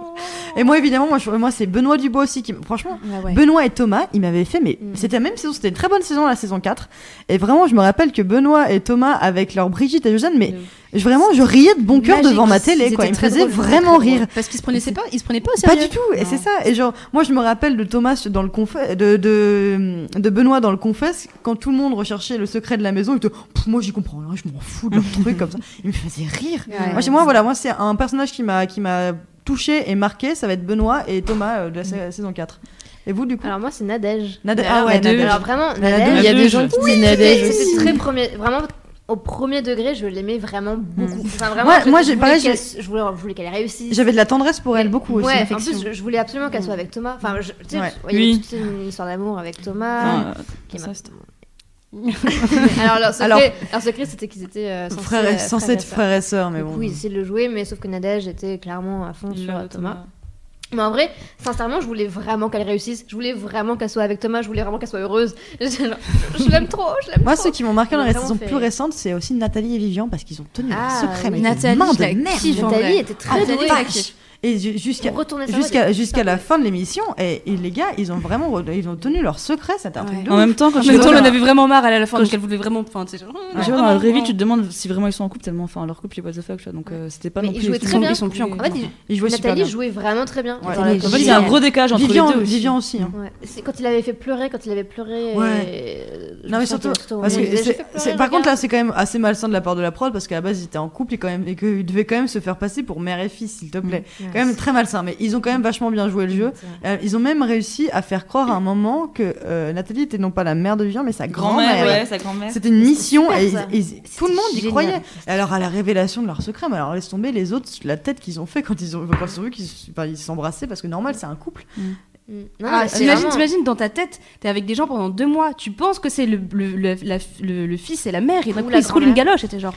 A: Et moi, évidemment, moi, je- moi c'est Benoît Dubois aussi qui. Franchement,
E: Ah ouais.
A: Benoît et Thomas, ils m'avaient fait, mais
D: Mm.
A: c'était la même saison, c'était une très bonne saison, la saison 4. Et vraiment, je me rappelle que Benoît et Thomas, avec leur Brigitte et Josiane, mais
E: De ouf.
A: je- vraiment, je riais de bon cœur
E: Magique.
A: devant ma
E: Ils
A: télé, quoi.
E: étaient
A: Ils me
E: très
A: faisaient
E: drôles,
A: vraiment
E: très drôles.
A: rire.
E: Parce qu'ils se prenaient pas, ils se prenaient pas au
A: Pas
E: sérieux.
A: du tout, et
E: Non.
A: c'est ça. Et genre, moi je me rappelle de Thomas dans le confesse, de, de, de Benoît dans le confesse, quand tout le monde recherchait le secret de la maison, il était, Pff, moi j'y comprends rien, je m'en fous de leur truc comme ça. Il me faisait rire. Moi, chez moi, voilà, moi c'est un personnage qui m'a qui m'a touché et marqué, ça va être Benoît et Thomas euh, de la
E: Mm.
A: sa- saison 4. Et vous du coup
D: Alors moi c'est Nadège.
A: Nadè-
D: Mais
A: ah
D: alors,
A: ouais,
D: Nadège.
A: Nadège.
D: Alors vraiment
A: Nadège.
D: Nadège.
B: Il y a
C: Nadège.
B: des gens qui disent
D: C'était
B: Nadège
D: c'était
B: aussi.
D: très premier, vraiment au premier degré, je l'aimais vraiment beaucoup. Enfin, vraiment,
A: Mm. Ouais,
D: je,
A: moi,
D: je
A: j'ai-
D: voulais
A: pareil,
D: qu'elle- je voulais, je voulais qu'elle réussisse.
A: J'avais de la tendresse pour elle beaucoup aussi.
D: Ouais, en
A: Affection.
D: plus, je, je voulais absolument qu'elle soit avec Thomas. Enfin, je, tu sais,
A: Ouais. Ah.
D: il y a
C: Oui.
D: toute une histoire d'amour avec Thomas.
C: Enfin, euh,
D: qui est
C: ça,
D: ma-
C: c'était-
D: Alors, leur secret,
A: Alors-
D: leur secret, c'était qu'ils étaient euh, censés,
A: frère
D: euh,
A: et, censé être
D: sœur.
A: frère et sœur, mais
D: Du
A: bon.
D: coup, ils essayaient de le jouer, mais sauf que Nadège était clairement à fond
C: il
D: sur
C: l'a,
D: Thomas. Mais en vrai, sincèrement, je voulais vraiment qu'elle réussisse. Je voulais vraiment qu'elle soit avec Thomas. Je voulais vraiment qu'elle soit heureuse. Je, je l'aime trop, je l'aime trop.
A: Moi, ceux qui m'ont marqué dans
D: Ils
A: les
D: l'ont
A: saisons
D: vraiment
A: plus
D: fait.
A: récentes, c'est aussi Nathalie et Vivian parce qu'ils ont tenu leur
D: Ah,
A: secret.
D: oui.
A: mais
E: Nathalie,
A: main
E: je la
A: de merde.
E: kiffe, en
D: Nathalie
E: vrai.
D: était très
E: Ah,
D: douée.
E: Nathalie, je la kiffe.
A: Et ju- jusqu'à
D: Pour retourner sa voix,
A: jusqu'à
D: elle était
A: jusqu'à la
D: parfaite.
A: fin de l'émission et, et les gars ils ont vraiment re- ils ont tenu leur secret c'était un truc
E: Ouais.
A: de
C: En
A: ouf.
C: même temps, quand
E: En
C: je
E: même temps,
C: vois
E: on
C: dans-
E: en avait vraiment marre à la fin,
C: Quand
E: donc
C: je-
E: elle voulait vraiment. Enfin, tu sais, genre,
C: quand je vois dans le Revit, tu te demandes si vraiment ils sont en couple tellement, enfin, leur couple, il est what the fuck, tu vois, donc euh, c'était pas
D: Mais
C: non
D: ils
C: plus.
D: jouaient
C: ils
D: très
C: sont-
D: bien.
C: Ils sont plus en
D: En
C: couple.
D: fait,
E: Ah,
C: non.
D: il-
A: ils jouaient super
D: Nathalie
A: bien
D: jouait vraiment très bien.
A: Ouais.
D: Dans
A: Nathalie
D: la
C: En fait, il y a un
D: comédie.
C: gros décalage entre
A: Vivian
C: les deux. aussi.
A: Vivian aussi hein.
D: Ouais. C'est quand il avait fait pleurer, quand il avait pleuré.
A: Ouais.
D: euh, je
A: Non mais
D: me souviens
A: surtout,
D: de Restaurant.
A: parce que
D: Il disait,
A: c'est-
D: J'ai fait pleurer,
A: c'est- par contre là
D: regarde.
A: c'est quand même assez malsain de la part de la prod parce qu'à la base ils étaient en couple et quand même et qu'ils devaient quand même se faire passer pour mère et fils s'il te plaît.
D: Ouais.
A: Quand même très malsain mais ils ont quand même vachement bien joué le jeu.
D: C'est vrai.
A: Euh, ils ont même réussi à faire croire à un moment que euh, Nathalie était non pas la mère de Vivian mais sa grand-mère.
C: Grand-mère, ouais, sa grand-mère.
A: C'était une mission
D: super,
A: et
D: ça.
A: ils- ils- tout le monde y
D: C'était
A: croyait.
D: génial.
A: Et alors à la révélation de leur secret, mais alors laisse tomber les autres, la tête qu'ils ont fait quand ils ont, quand ils ont vu qu'ils se- enfin, ils s'embrassaient parce que normal c'est un couple.
D: Mm. Non,
E: Ah,
D: mais c'est
E: t'imagines,
D: vraiment-
E: t'imagines dans ta tête, t'es avec des gens pendant deux mois, tu penses que c'est le, le, le- la- le- le fils et la mère, et d'un
D: Ou
E: coup
D: la
E: ils se roulent une
D: grand-mère.
E: galoche, et t'es genre.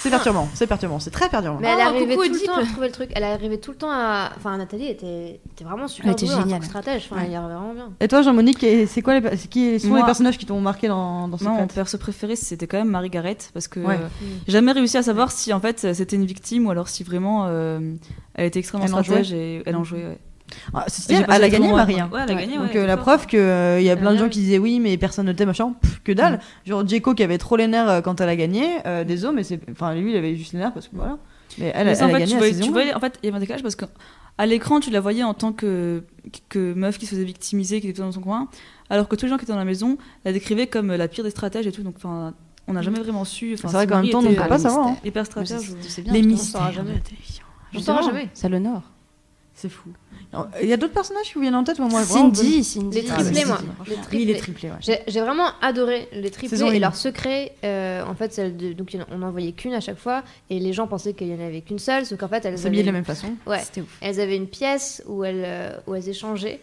A: C'est perturbant, c'est perturbant, c'est très perturbant.
D: Mais elle
E: Ah,
D: arrivait
E: coucou,
D: tout le
E: Oedipe.
D: temps à trouver le truc. Elle arrivait tout le temps à. Enfin, Nathalie était, était vraiment
E: Elle
D: super
E: était
D: douée en tant
E: géniale.
D: que stratège. Enfin,
E: Ouais.
D: elle y arrivait vraiment bien.
A: Et toi Jean-Monique, et c'est quoi les, per- qui sont les
C: Moi-
A: personnages qui t'ont marqué dans, dans
C: Moi,
A: Secret
C: mon perso préféré, c'était quand même Marie Garrett, parce que
A: Ouais.
C: euh, j'ai jamais réussi à savoir si en fait c'était une victime ou alors si vraiment euh, elle était extrêmement
A: Elle en
C: stratège et elle en jouait. Ouais.
A: Ah, c'est-
C: Et j'ai passé
A: elle a
C: tout
A: gagné
C: mon-
A: Marie. hein.
C: Ouais, elle a gagné.
A: Donc
C: ouais, Ah bah
A: euh, la
C: fort.
A: preuve que euh, il y a plein de
D: bien,
A: gens
D: oui.
A: qui disaient oui mais personne ne t'aime machin, pff, que dalle.
C: Mm.
A: Genre Jeko qui avait trop les nerfs euh, quand elle a gagné, euh, des hommes, mais c'est enfin lui il avait juste les nerfs parce que voilà. Mais elle,
C: Mais
A: elle
C: ça, en
A: a
C: fait,
A: gagné
C: tu
A: la
C: voyais,
A: saison
C: tu
A: un.
C: voyais- en fait, il y avait un décalage parce que à l'écran, tu la voyais en tant que, que meuf qui se faisait victimiser, qui était dans son coin, alors que tous les gens qui étaient dans la maison la décrivaient comme la pire des stratèges et tout. Donc, enfin, on n'a jamais vraiment su. enfin,
A: C'est vrai
C: si
A: qu'en même
C: Marie
A: temps, on ne
C: était,
A: peut pas
C: euh,
A: savoir. hein.
C: Hyper stratège.
A: Les
D: on saura
A: mystères
D: jamais.
A: de la télévision.
D: On saura jamais.
E: Ça l'honore.
A: C'est fou. Il y a d'autres personnages qui vous viennent en tête moi, moi, vraiment,
E: Cindy, Cindy.
D: Les
A: Ah,
D: triplés,
A: bah,
D: moi.
A: c'est-
D: Les
A: bonne- Oui,
D: triplés.
A: les triplés, ouais.
D: J'ai j'ai vraiment adoré les
A: Saison
D: triplés et
A: une.
D: leurs secrets. euh, en fait, celle de- donc, il y en- on n'en voyait qu'une à chaque fois et les gens pensaient qu'il y en avait qu'une seule, sauf qu'en fait, elles
A: S'habiller
D: avaient,
A: de la même façon.
D: ouais,
E: C'était ouf.
D: elles avaient une pièce où elles, euh, où elles échangeaient.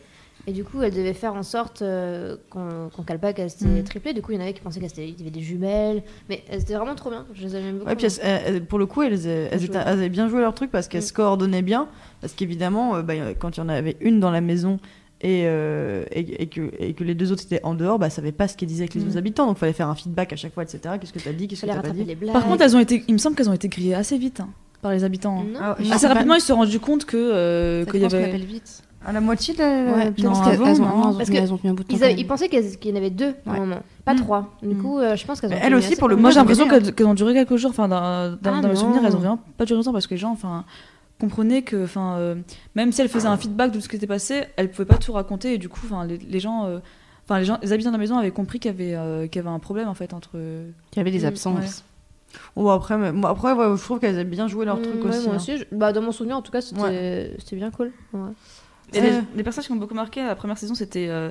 D: Et du coup, elles devaient faire en sorte euh, qu'on qu'on cale pas qu'elles étaient
A: Mhm.
D: triplées. Du coup, il y en avait qui pensaient qu'elles étaient- qu'il y avait des jumelles. Mais elles étaient vraiment trop bien. Je les aimais beaucoup.
A: Ouais, puis elles- elles- elles- pour le coup, elles, elles
D: Bien
A: étaient-
D: joué.
A: elles avaient bien joué leur truc parce qu'elles
D: Mm.
A: se coordonnaient bien. Parce qu'évidemment, euh, bah, euh, quand il y en avait une dans la maison et, euh, et, et que, et que les deux autres étaient en dehors, bah, ça savait pas ce qu'elles disaient avec les autres habitants. Donc, il fallait faire un feedback à chaque fois, etc. Qu'est-ce que t'as dit Qu'est-ce
D: Il
A: que t'as
D: fallait
A: pas
D: rattraper
A: dit
D: les blagues.
C: Par contre, elles ont été, il me semble qu'elles ont été grillées assez vite hein, par les habitants. hein.
D: Non.
A: Ah, je sais
C: Assez
A: pas.
C: rapidement, ils se sont rendus compte que euh, qu'il y avait.
E: vite.
A: À la moitié de la. la-
E: Ouais, peut-être
C: non,
E: parce qu'elles-
C: avant,
E: elles ont-
C: non.
E: elles ont-
D: Parce
E: elles ont tenu un bout de temps.
D: Ils,
E: quand
D: avaient-
E: même.
D: ils pensaient qu'elles- qu'il y en avait deux à un
E: Ouais.
D: moment, pas trois. Du coup, euh, je pense qu'elles ont.
A: Mm. Mais
D: tenu
A: elle aussi,
D: assez
A: pour le
D: longtemps.
C: Moi, j'ai l'impression
A: Moi, j'avais
C: que- qu'elles ont duré quelques jours. Enfin, dans, dans,
D: Ah
C: dans mes souvenirs,
D: non.
C: elles ont vraiment pas duré longtemps parce que les gens, enfin, comprenaient que, enfin, euh, même si elles faisaient un feedback de tout ce qui était passé, elles pouvaient pas tout raconter et du coup, enfin, les, les gens. euh, Enfin, les, gens, les habitants de la maison avaient compris qu'il y, avait, euh, qu'il y avait un problème en fait entre.
E: Il y avait des
C: ouais.
E: absences.
A: Oh, après, mais- moi, après ouais, je trouve qu'elles avaient bien joué leur
D: Mm,
A: truc
D: ouais,
A: aussi.
D: moi
A: hein.
D: aussi, je- bah, dans mon souvenir, en tout cas, c'était c'était bien cool. Ouais.
C: Et
A: Ouais.
C: les, les personnages qui m'ont beaucoup marqué à la première saison, c'était euh,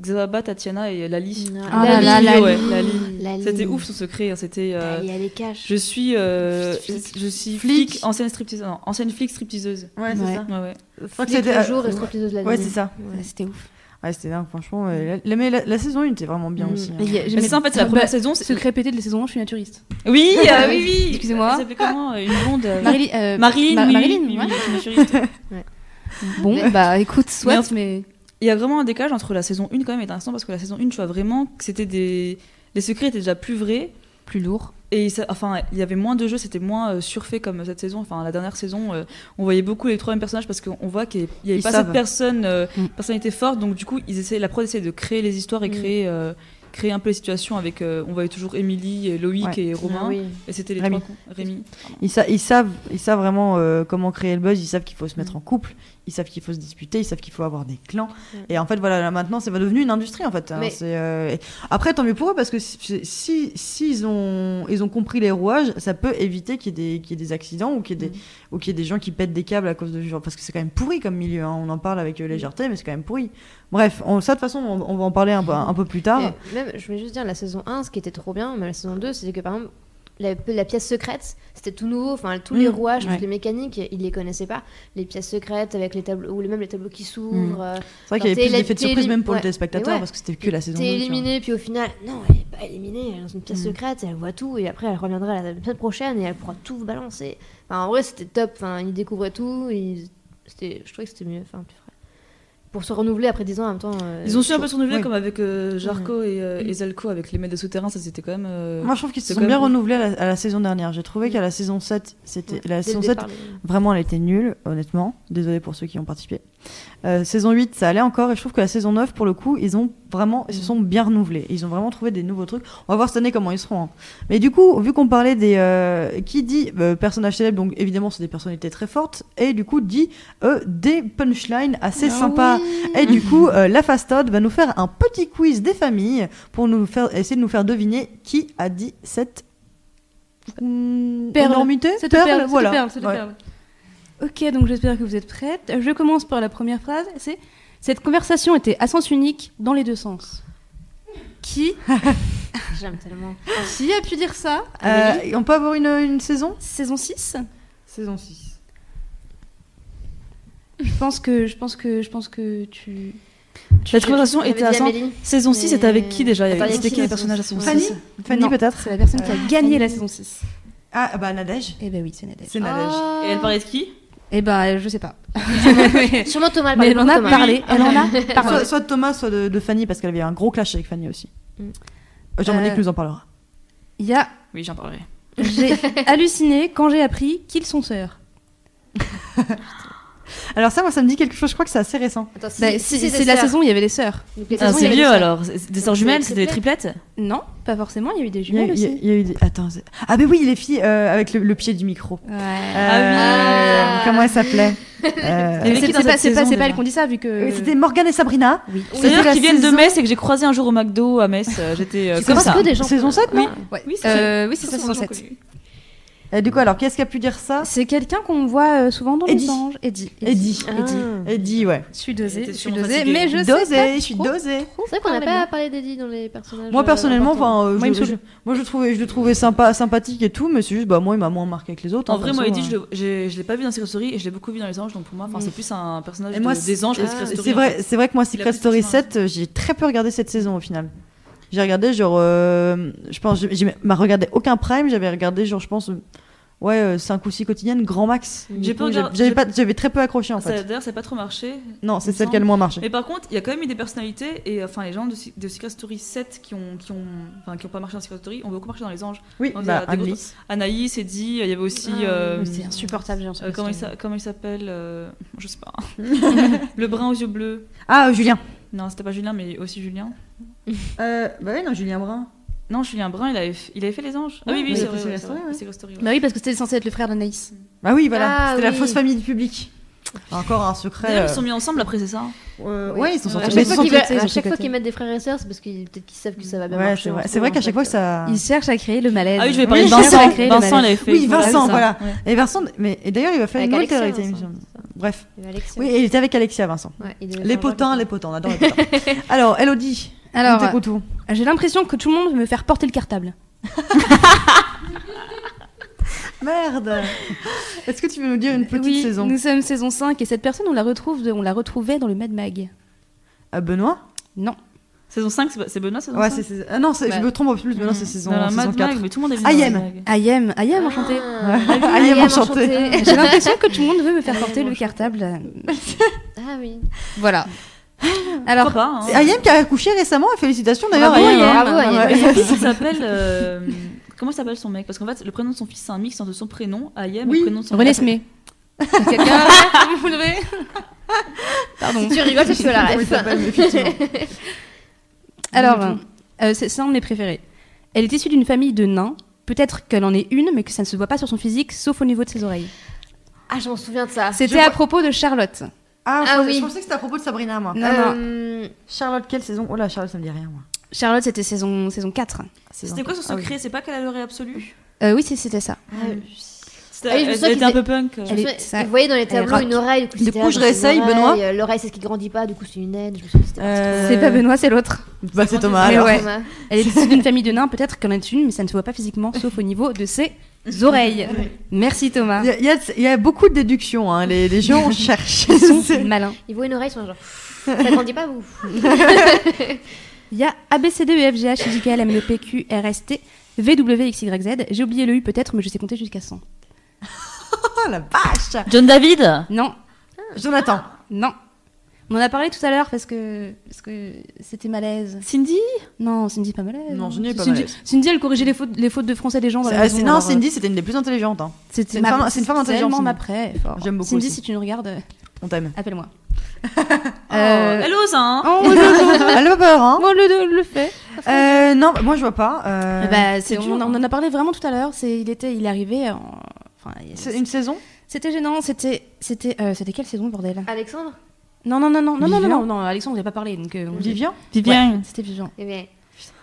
C: Xaba, Tatiana et euh, Lali.
E: Ah là là, Lali,
C: ouais,
D: Lali.
C: Lali.
D: Lali.
C: C'était ouf son secret. hein, C'était. euh,
D: Ah, Il y a les caches.
C: Je suis, euh, je je suis flic, Ah.
A: Flic.
C: ancienne stripteaseuse, non, ancienne flic stripteaseuse.
A: Ouais, c'est
E: Ouais.
A: ça.
C: Ouais, ouais.
A: Je crois que
D: Flic
A: c'était-
D: le jour
A: euh,
D: et stripteaseuse la nuit.
A: Ouais, c'est ça.
D: Ouais.
E: C'était ouf.
A: Ouais, c'était dingue, franchement. euh, la- Mais la, la saison 1 était vraiment bien
D: Mm.
A: aussi. hein.
C: Mais c'est ça en fait, c'est la première saison. Bah, c'est-
E: Secret pété de la saison 1, je suis naturiste.
C: Oui,
E: Ah
C: euh,
E: oui.
C: oui, oui.
E: Excusez-moi.
C: Elle s'appelait comment euh, Une blonde. euh,
E: Marilyn. euh,
C: Marilyn.
E: Ma-
C: oui,
E: Marilyn,
C: oui, oui,
E: ouais.
C: oui, je suis naturiste.
E: Bon, bah écoute, soit,
C: Merde.
E: mais.
C: Il y a vraiment un décalage entre la saison 1 quand même et l'instant parce que la saison 1, tu vois vraiment que c'était des. Les secrets étaient déjà plus vrais.
E: Plus lourd.
C: Et ça- enfin, il y avait moins de jeux, c'était moins euh, surfait comme cette saison. Enfin, la dernière saison, euh, on voyait beaucoup les trois mêmes personnages parce qu'on voit qu'il n'y avait
A: Ils
C: pas
A: savent.
C: cette personne, euh,
E: Mm.
C: personnalité forte. Donc, du coup, ils essaient, la prod essaie de créer les histoires et
D: Mm.
C: créer, euh, créer un peu les situations avec. euh, on voyait toujours Émilie, et Loïc
A: Ouais.
C: et Romain.
D: Ah oui.
C: Et c'était les
A: Rémi.
C: trois. cons- Rémi.
A: Ils, sa- ils savent, ils savent vraiment euh, comment créer le buzz, ils savent qu'il faut se mettre
D: Mm.
A: en couple, ils savent qu'il faut se disputer, ils savent qu'il faut avoir des clans.
D: Ouais.
A: Et en fait, voilà, là, maintenant, c'est devenu une industrie, en fait. hein.
D: Mm. Mais-
A: C'est, euh, et- Après, tant mieux pour eux, parce que si, si, s'ils ont, ils ont compris les rouages, ça peut éviter qu'il y, ait des- qu'il y ait des accidents ou qu'il y, ait
D: Mm.
A: des- ou qu'il y ait des gens qui pètent des câbles à cause de... genre, Parce que c'est quand même pourri comme milieu, hein. on en parle avec
D: Mm.
A: euh, légèreté, mais c'est quand même pourri. Bref, on- ça, de toute façon, on, on va en parler un, peu- un peu plus tard.
D: Et même, je voulais juste dire, la saison 1, ce qui était trop bien, même la saison 2, c'était que par exemple, la, la pièce secrète, c'était tout nouveau. Enfin, tous les
A: Mm,
D: rouages,
E: ouais.
D: toutes les mécaniques, ils les connaissaient pas. Les pièces secrètes avec les tableaux, ou même les tableaux qui s'ouvrent. euh,
A: C'est vrai qu'il y
D: Alors,
A: avait plus
D: t'es-
A: d'effets de surprise
D: t'es-
A: même pour
D: ouais.
A: le téléspectateur,
D: Mais ouais.
A: parce que c'était Mm. que la saison 2.
D: T'es
A: tu vois.
D: éliminée, puis au final, non, elle n'est pas éliminée, elle est dans une pièce
A: Mm.
D: secrète, elle voit tout, et après elle reviendra la semaine prochaine et elle pourra tout vous balancer. Enfin, en vrai, c'était top, enfin, ils découvraient tout, ils- c'était... je trouvais que c'était mieux, enfin, plus frais. Pour se renouveler après 10 ans en même temps. euh,
C: Ils ont su un peu se renouveler
A: oui.
C: comme avec euh, Jarko et, euh, et Zalco, avec les maîtres des souterrains. Ça, c'était quand même. euh,
A: Moi, je trouve qu'ils se
C: C'est
A: sont
C: quand
A: bien
C: même-
A: renouvelés à la, à la saison dernière. J'ai trouvé qu'à la saison 7, c'était
D: ouais, dès
A: la
D: le
A: saison 7,
D: départ, les-
A: vraiment, elle était nulle, honnêtement. Désolée pour ceux qui ont participé. Euh, saison 8, ça allait encore, et je trouve que la saison 9, pour le coup, ils ont vraiment, ils se sont bien renouvelés. Ils ont vraiment trouvé des nouveaux trucs. On va voir cette année comment ils seront. hein. Mais du coup, vu qu'on parlait des, euh, qui dit euh, personnages célèbres, donc évidemment, c'est des personnalités très fortes, et du coup, dit euh, des punchlines
E: Ah
A: assez sympas. Et du coup, euh, la Fastod va nous faire un petit quiz des familles pour nous faire, essayer de nous faire deviner qui a dit cette mm,
E: Perle.
A: énormité.
E: Cette perle, cette
A: voilà.
E: perle, cette
A: Ouais.
E: perle. Ok, donc j'espère que vous êtes prêtes. Je commence par la première phrase. C'est cette conversation était à sens unique dans les deux sens. Qui,
D: J'aime tellement.
E: qui a pu dire ça
A: Euh,
E: Amélie
A: on peut avoir une, une saison
E: Saison 6
A: Saison 6.
E: Je pense que je pense que je pense que tu.
C: Cette conversation
D: J'avais
C: était
D: dit
C: à cent-
D: Amélie.
C: Saison 6, c'était avec qui déjà Il y
D: Attends,
C: avait-
D: il y a
C: C'était
D: qui
C: qui les
D: dans
C: personnages à
D: saison
C: saison
D: six
C: 6
A: Fanny Fanny
E: Non.
A: peut-être
E: C'est la personne qui a gagné la
D: Fanny.
E: saison 6.
A: Ah bah Nadège.
E: Eh ben oui, c'est Nadège.
A: C'est Nadège.
D: Ah.
C: Et elle parlait de qui
E: Eh ben euh, je sais pas.
D: Ah. Sûrement Thomas elle parlait
E: Mais elle en
D: beaucoup,
E: a
D: Thomas.
E: parlé. Elle en a
A: Soit,
E: parlé.
A: soit de Thomas, soit de, de Fanny, parce qu'elle avait un gros clash avec Fanny aussi.
D: Mm.
A: Jean-Monique
E: Euh,
A: nous en parlera.
E: Il y a.
C: Oui, j'en parlerai.
E: J'ai halluciné quand j'ai appris qu'ils sont sœurs.
A: Alors ça, moi, ça me dit quelque chose. Je crois que c'est assez récent.
D: Attends, si-
E: Bah,
D: si des
E: c'est c'est la
D: sœurs.
E: saison où il y avait les sœurs.
D: Donc, les
C: Ah,
D: saisons, il y
C: c'est
D: avait
C: vieux
D: des sœurs.
C: alors. C'est- Des sœurs jumelles,
D: c'est
C: c'était des
D: les
C: triplettes
E: Non, pas forcément. Il y a eu des
A: Il y a,
E: jumelles
A: il y a-
E: aussi.
A: il y a eu des- Attends. c'est- Ah bah oui, les filles euh, avec le- le pied du micro.
E: Ouais.
A: Euh,
D: oui.
A: Comment elle s'appelait Euh,
C: Mais
E: Mais
C: qui dans cette
E: C'est c'est pas, c'est pas,
C: saison,
E: c'est pas
C: déjà
E: elle qu'on dit ça, vu que.
A: oui, C'était Morgane et Sabrina.
E: Oui.
A: C'était la
C: C'est-à-dire qu'ils viennent de
A: saison-
C: Metz et que j'ai croisé un jour au McDo à Metz. euh, J'étais euh,
D: Tu
C: comme
D: penses
C: ça.
D: que des gens
A: Saison 7, non
E: Ouais.
C: Oui, c'est
E: Euh, oui, c'est ça, saison 7.
A: Et Du coup, alors, qu'est-ce qui a pu dire ça
E: C'est quelqu'un qu'on voit euh, souvent dans
A: Eddie.
E: les anges. Eddie.
A: Eddie.
D: Ah.
A: Eddie, ouais.
E: Je suis
C: Elle
E: dosée,
C: était
E: je suis
C: sûrement
E: dosée,
C: fatiguée.
E: mais je sais pas
A: Dosé, je suis
E: trop.
A: dosé.
D: C'est vrai qu'on n'a
E: Ah,
D: pas
E: bien.
D: parlé d'Eddie dans les personnages.
A: Moi,
D: euh,
A: personnellement,
D: importants.
A: enfin, euh,
C: Moi, il
A: je-
C: me
A: je-
C: saoule.
A: moi, je le trouvais, je le trouvais sympa, sympathique et tout, mais c'est juste, bah, moi, il m'a moins marqué que les autres.
C: En
A: hein,
C: vrai,
A: perso,
C: moi, Eddie,
A: hein.
C: je l'ai- j'ai- je l'ai pas vu dans Secret Story et je l'ai beaucoup vu dans Les Anges, donc pour moi, enfin, c'est plus un personnage
A: Et moi,
C: de-
A: c'est-
C: des anges que
D: ah,
C: Secret
D: c'est
C: Story.
A: C'est
C: en
A: vrai,
C: fait.
A: c'est vrai que moi, Secret
C: plus de
A: Story
C: personnage.
A: 7, euh, j'ai très peu regardé cette saison au final. J'ai regardé, genre, euh, je pense, j'ai- j'ai m'a regardé aucun Prime, j'avais regardé, genre, je pense, euh, ouais, euh, 5 ou 6 quotidiennes, grand max.
C: J'ai
A: Du
C: pas
A: coup,
C: regardé-
A: J'avais
C: j'ai-
A: pas- j'avais très peu accroché en
C: Ça-
A: fait.
C: D'ailleurs, ça n'a pas trop marché.
A: Non,
C: il
A: c'est
C: me
A: celle qui a le moins marché.
C: Mais par contre, il y a quand même eu des personnalités et enfin les gens de, Se- de Secret Story 7 qui ont qui ont enfin qui ont pas marché dans Secret Story ont beaucoup marché dans les anges.
A: Oui,
C: On
A: bah,
C: dirait des
A: Annelise.
C: Anaïs, Eddie, il y avait aussi
D: Ah,
C: euh,
E: C'est insupportable, j'ai
C: euh,
E: l'impression.
C: comment, il s'a- comment il s'appelle euh, Je sais pas. le brun aux yeux bleus.
A: Ah, euh, Julien.
C: Non, c'était pas Julien, mais aussi Julien.
A: Euh, bah ouais, non, Julien Brun.
C: Non, Julien Brun, il avait, f- il avait fait les anges. Ah
A: Ouais,
C: oui, oui,
A: il
C: c'est
A: a fait
C: vrai. ouais,
A: Secret
C: c'est vrai,
A: Story, ouais.
C: Secret Story, ouais.
E: Bah oui, parce que c'était censé être le frère d'Anaïs.
A: Bah oui, voilà,
D: Ah,
A: c'était la
D: oui.
A: fausse famille du public. Encore un secret.
C: D'ailleurs,
A: euh,
C: ils se sont mis ensemble après, c'est ça
A: euh,
D: Oui.
A: ouais, ils sont
C: Ouais.
A: sortis.
D: À
A: mais
D: chaque
A: ils
D: fois
A: sont
D: qu'ils
E: tous
D: veulent-
E: cotés,
D: à
E: ils sont
D: chaque fois
E: cotés.
D: qu'ils mettent des frères et sœurs, c'est parce qu'ils peut-être qu'ils savent que ça va bien
A: Ouais,
D: marcher.
A: c'est
D: hein. en
A: vrai,
D: ce
A: c'est vrai
D: moment,
A: qu'à
D: en
A: chaque fois que ça.
E: Il cherche à créer le malaise.
C: Ah oui, je vais
E: Oui,
C: parler
E: il
C: de
E: cherche à
C: Vincent.
E: créer le
C: Vincent, il
E: malaise.
C: avait fait.
A: Oui, Vincent,
C: ça.
A: voilà.
C: Ouais.
A: Et Vincent, mais et d'ailleurs, il va faire
D: Avec
A: une nouvelle théorie.
D: Alexia, Vincent,
A: il me semble.
D: c'est ça.
A: Bref.
D: Il y avait Alexia.
A: Oui, et il était avec Alexia, Vincent.
D: Ouais, il devait
A: Les
D: faire un
A: potins,
D: rôle.
A: les potins, on adore les potins. Alors, Elodie,
E: Alors,
A: on t'écoute tout.
E: euh, j'ai l'impression que tout le monde veut me faire porter le cartable.
A: Merde Est-ce que tu veux nous dire une petite
E: oui,
A: saison
E: nous sommes saison 5 et cette personne, on la retrouve, de- on la retrouvait dans le Mad Mag.
A: Ah, Benoît
E: Non.
C: Saison 5, c'est- c'est Benoît, saison
A: Ouais,
C: 5
A: c'est saison. Ah non, c'est-
C: Bah.
A: je me trompe en plus, Benoît, c'est saison,
C: Dans la
A: saison
C: Mad
A: 4.
C: Mag, mais tout le monde est venu.
A: I
C: dans la
A: am.
C: Mad Mag.
E: Ayem, Ayem, enchantée.
D: Ah,
A: I am
D: I am
A: enchantée.
D: enchantée.
E: J'ai l'impression que tout le monde veut me faire porter le cartable.
D: Ah oui.
E: Voilà.
C: Pourquoi
E: Alors,
C: pas, hein.
A: C'est Ah, Ayem qui a accouché récemment, et félicitations d'ailleurs.
E: Bravo,
A: Ayem.
E: Ayem.
A: hein.
D: Bravo, Ayem.
A: Ouais.
C: Et son fils, il s'appelle. euh, Comment s'appelle son mec Parce qu'en fait, le prénom de son fils, c'est un mix entre son prénom, Ayem, et
A: Oui.
C: le prénom de son
E: René
C: mec.
E: Smé. Quelqu'un vous voudrez Pardon.
D: Si tu rigoles, c'est que tu as la
A: Comment il
D: ref.
A: s'appelle, mais effectivement.
E: Alors, euh, c'est c'est un de mes préférés. Elle est issue d'une famille de nains. Peut-être qu'elle en est une, mais que ça ne se voit pas sur son physique, sauf au niveau de ses oreilles.
D: Ah, je m'en souviens de ça.
E: C'était à propos de Charlotte.
A: Ah, je
D: Ah
A: pensais-
D: oui.
A: je pensais que c'était à propos de Sabrina, moi.
E: Non, non.
D: Euh,
A: Charlotte, quelle saison Oh là, Charlotte, ça me dit rien, moi.
E: Charlotte, c'était saison, saison 4.
C: C'était quoi son
A: Ah oui.
C: secret C'est pas qu'elle a l'oreille absolue
E: Euh, oui, c'est- c'était ça.
D: ah,
C: C'était-
D: Ah oui, je me
C: Elle
D: souviens
C: elle
D: qu'ils
C: était un peu punk.
D: je
E: Elle
D: me
E: est-
D: souviens-
E: ça-
D: Vous voyez dans les
E: elle
D: tableaux
E: rock.
D: une oreille.
A: Du
D: c'était
A: coup,
D: là,
A: je
D: dans ses
A: réessaye,
D: oreilles,
A: Benoît.
D: euh, L'oreille, c'est ce qui grandit pas, du coup, c'est une naine. Je me souviens que c'était parti.
A: Euh,
E: C'est pas Benoît, c'est l'autre.
A: Bah, c'est Thomas.
E: Mais
A: alors.
E: ouais.
D: Thomas.
E: Elle est issue d'une famille de nains, peut-être qu'elle en est une, mais ça ne se voit pas physiquement, sauf au niveau de ses oreilles. Merci Thomas.
A: Il y a- il y, a- il y a beaucoup de déductions, hein. les, les gens cherchent.
E: Ils sont
A: C'est-
E: malins.
D: Ils voient une oreille, ils sont genre. Ça grandit pas, vous
E: Il y a ABCD, EFGH, IJKL, MNE, PQ, RST, VWXYZ. J'ai oublié le U peut-être, mais je sais compter jusqu'à 100.
A: Oh la vache
C: John
A: Ah.
C: David
E: Non,
A: Jonathan,
E: non. On en a parlé tout à l'heure parce que parce que c'était malaise.
A: Euh,
C: Cindy
E: Non, Cindy pas malaise.
A: Non, Cindy est pas malaise.
E: Cindy, elle corrigeait les fautes, les fautes de français des gens. dans la
A: C'est-
E: maison,
A: c'est- non,
E: alors,
A: Cindy, c'était une des plus intelligentes. hein.
E: euh, C'était
A: c'est une
E: ma-
A: femme- c'est une femme
E: c'est tellement
A: intelligente,
E: ma
A: Cindy.
E: prêt. fort.
A: J'aime beaucoup
E: Cindy,
A: aussi.
E: si tu nous regardes, euh,
A: On t'aime.
E: appelle-moi.
C: Oh,
E: Euh,
C: Elle ose, hein
E: Oh, le,
A: Elle a pas peur, hein
E: oh, le, le fait.
A: Euh, Non, bah, moi je vois pas. euh,
E: Eh ben, c'est-
C: dur,
E: on, en-
C: hein.
E: on en a parlé vraiment tout à l'heure. C'est, il était, il est arrivé. en- enfin, il-
A: c'est une saison
E: C'était gênant. C'était, c'était, euh, c'était quelle saison bordel
D: Alexandre
E: Non, non, non, non, non, non, non,
A: Vivian
E: non, non, Alexandre, on n'a pas parlé. Donc, euh, on-
A: Vivien
E: Ouais, c'était Vivian.
D: Eh bien,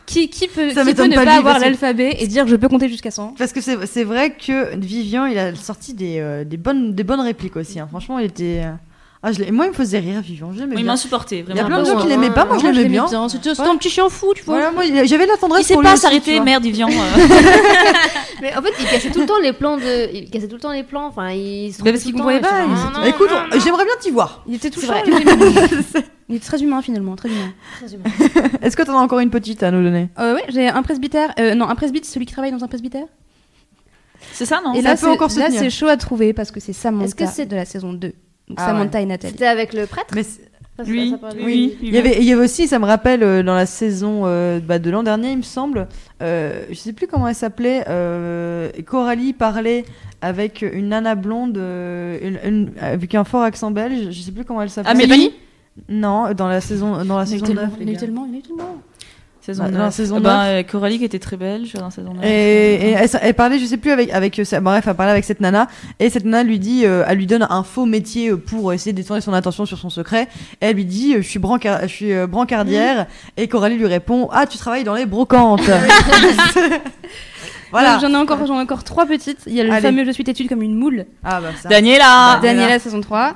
E: Qui, qui peut,
A: Ça
E: qui
A: m'étonne
E: peut
A: pas lui,
E: ne pas avoir
A: parce que-
E: l'alphabet et dire je peux compter jusqu'à 100
A: Parce que c'est c'est vrai que Vivien, il a sorti des, euh, des, bonnes, des bonnes répliques aussi. hein. Franchement, il était. euh, Ah, je l'ai- moi, il me faisait rire, Vivien. J'aimais
C: Oui, Il
A: bien.
C: m'a supporté,
A: Il
C: vraiment.
A: y a plein de
D: bon,
A: gens qui
D: hein.
A: l'aimaient pas, moi je
E: Moi, je
A: l'aimais bien.
E: l'aimais bien. C'était c'était un petit chien fou, tu vois.
A: Voilà, moi, il- j'avais de la
C: Il
A: tendresse
C: sait
A: pour lui.
C: pas
A: aussi, tu
C: s'arrêter,
A: vois.
C: merde, Vivian. euh.
D: Mais en fait, il cassait tout le temps les plans de. Il cassait tout le temps les plans. Enfin, il se.
E: Mais parce qu'il comprenait pas, il
A: Bah, Écoute, on- j'aimerais bien t'y voir.
E: Il était tout
D: vrai.
E: Il est très humain finalement, très humain.
A: Est-ce que t'en as encore une petite hein, à nous donner
E: Euh, ouais, j'ai un presbytère. euh, non, un presbyte, celui qui travaille dans un presbytère.
C: C'est ça, non
E: Et
A: Ça
E: là,
A: peut
E: c'est-
A: encore se
E: là,
A: tenir.
E: c'est chaud à trouver parce que c'est Samantha.
D: Est-ce que c'est-
E: de la saison 2 Donc
A: Ah
E: Samantha et Nathalie.
D: C'était avec le prêtre
A: Mais c'est-
D: Ça, ça-
C: Lui,
D: ça parle de-
C: oui.
A: il y, avait, il y avait aussi, ça me rappelle, euh, dans la saison euh, bah, de l'an dernier, il me semble, euh, je sais plus comment elle s'appelait, euh, Coralie parlait avec une nana blonde, euh, une- une- avec un fort accent belge, je sais plus comment elle s'appelait.
C: Amélie
A: Non, dans la saison, dans la
E: Il y en a eu
A: saison
E: tellement,
A: 9.
E: il y en a eu tellement, il y en a eu tellement.
C: Saison
A: Bah, dans
C: 9.
A: saison
C: Ah ben,
A: neuf.
C: euh, Coralie qui était très belle, je suis dans saison 9.
A: Et, et elle, s- elle parlait, je sais plus avec avec euh, sa- bref, elle parlait avec cette nana et cette nana lui dit, euh, elle lui donne un faux métier euh, pour essayer de détourner son attention sur son secret. Et elle lui dit, euh, je suis brancar- je suis euh, brancardière
E: Mm.
A: et Coralie lui répond, ah tu travailles dans les brocantes. voilà.
E: Donc, J'en ai encore, j'en ai encore trois petites. Il y a le
A: Allez.
E: fameux Je suis têtue comme une moule.
A: Ah bah ça.
C: Daniela
A: Daniela.
E: Daniela saison 3.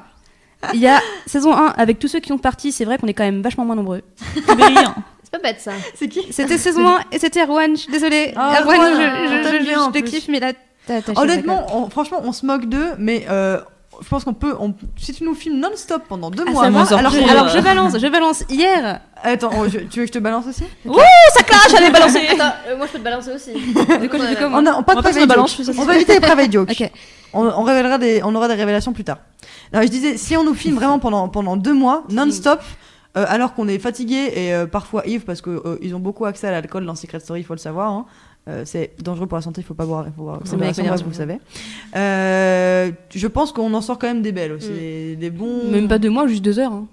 E: Il y a saison 1 avec tous ceux qui sont partis, c'est vrai qu'on est quand même vachement moins nombreux.
C: Brillant.
D: C'est pas bête ça.
A: C'est qui
E: C'était saison 1 et c'était Erwan, je suis désolée.
A: Oh,
E: Erwan,
A: Erwan, on
E: je, je,
A: t'aime
E: je,
A: bien, en
E: je te
A: plus.
E: kiffe, mais là, t'as t'as
A: Honnêtement, on- franchement, on se moque d'eux, mais euh, je pense qu'on peut, on- si tu nous filmes non-stop pendant deux
E: Ah,
A: mois,
E: ça Euh.
C: m'a
A: alors, euh,
C: surpris.
A: qu'on-
E: Alors je balance, je balance. Hier,
A: attends, oh, je- tu veux que je te balance aussi
C: Ça clash, elle est balancée
D: Attends, euh, moi je peux te balancer aussi.
E: de quoi,
D: Ouais,
E: de
D: ouais.
E: comment
A: On a on- pas de
C: va pas se
A: private
C: balance,
A: joke.
C: je fais ça.
A: On va éviter les private jokes.
E: Ok.
A: On, on révélera des, on aura des révélations plus tard. Non, je disais, si on nous filme vraiment pendant pendant deux mois non-stop. euh, alors qu'on est fatigué et euh, parfois ivre parce que euh, ils ont beaucoup accès à l'alcool dans Secret Story, il faut le savoir. hein. Euh, c'est dangereux pour la santé, il faut pas boire. Faut boire avec
E: Oui,
A: modération,
E: avec
A: bref, vous le savez. Euh, je pense qu'on en sort quand même des belles aussi,
D: Mm.
A: des, des bons.
E: Même pas deux mois, juste deux heures. hein.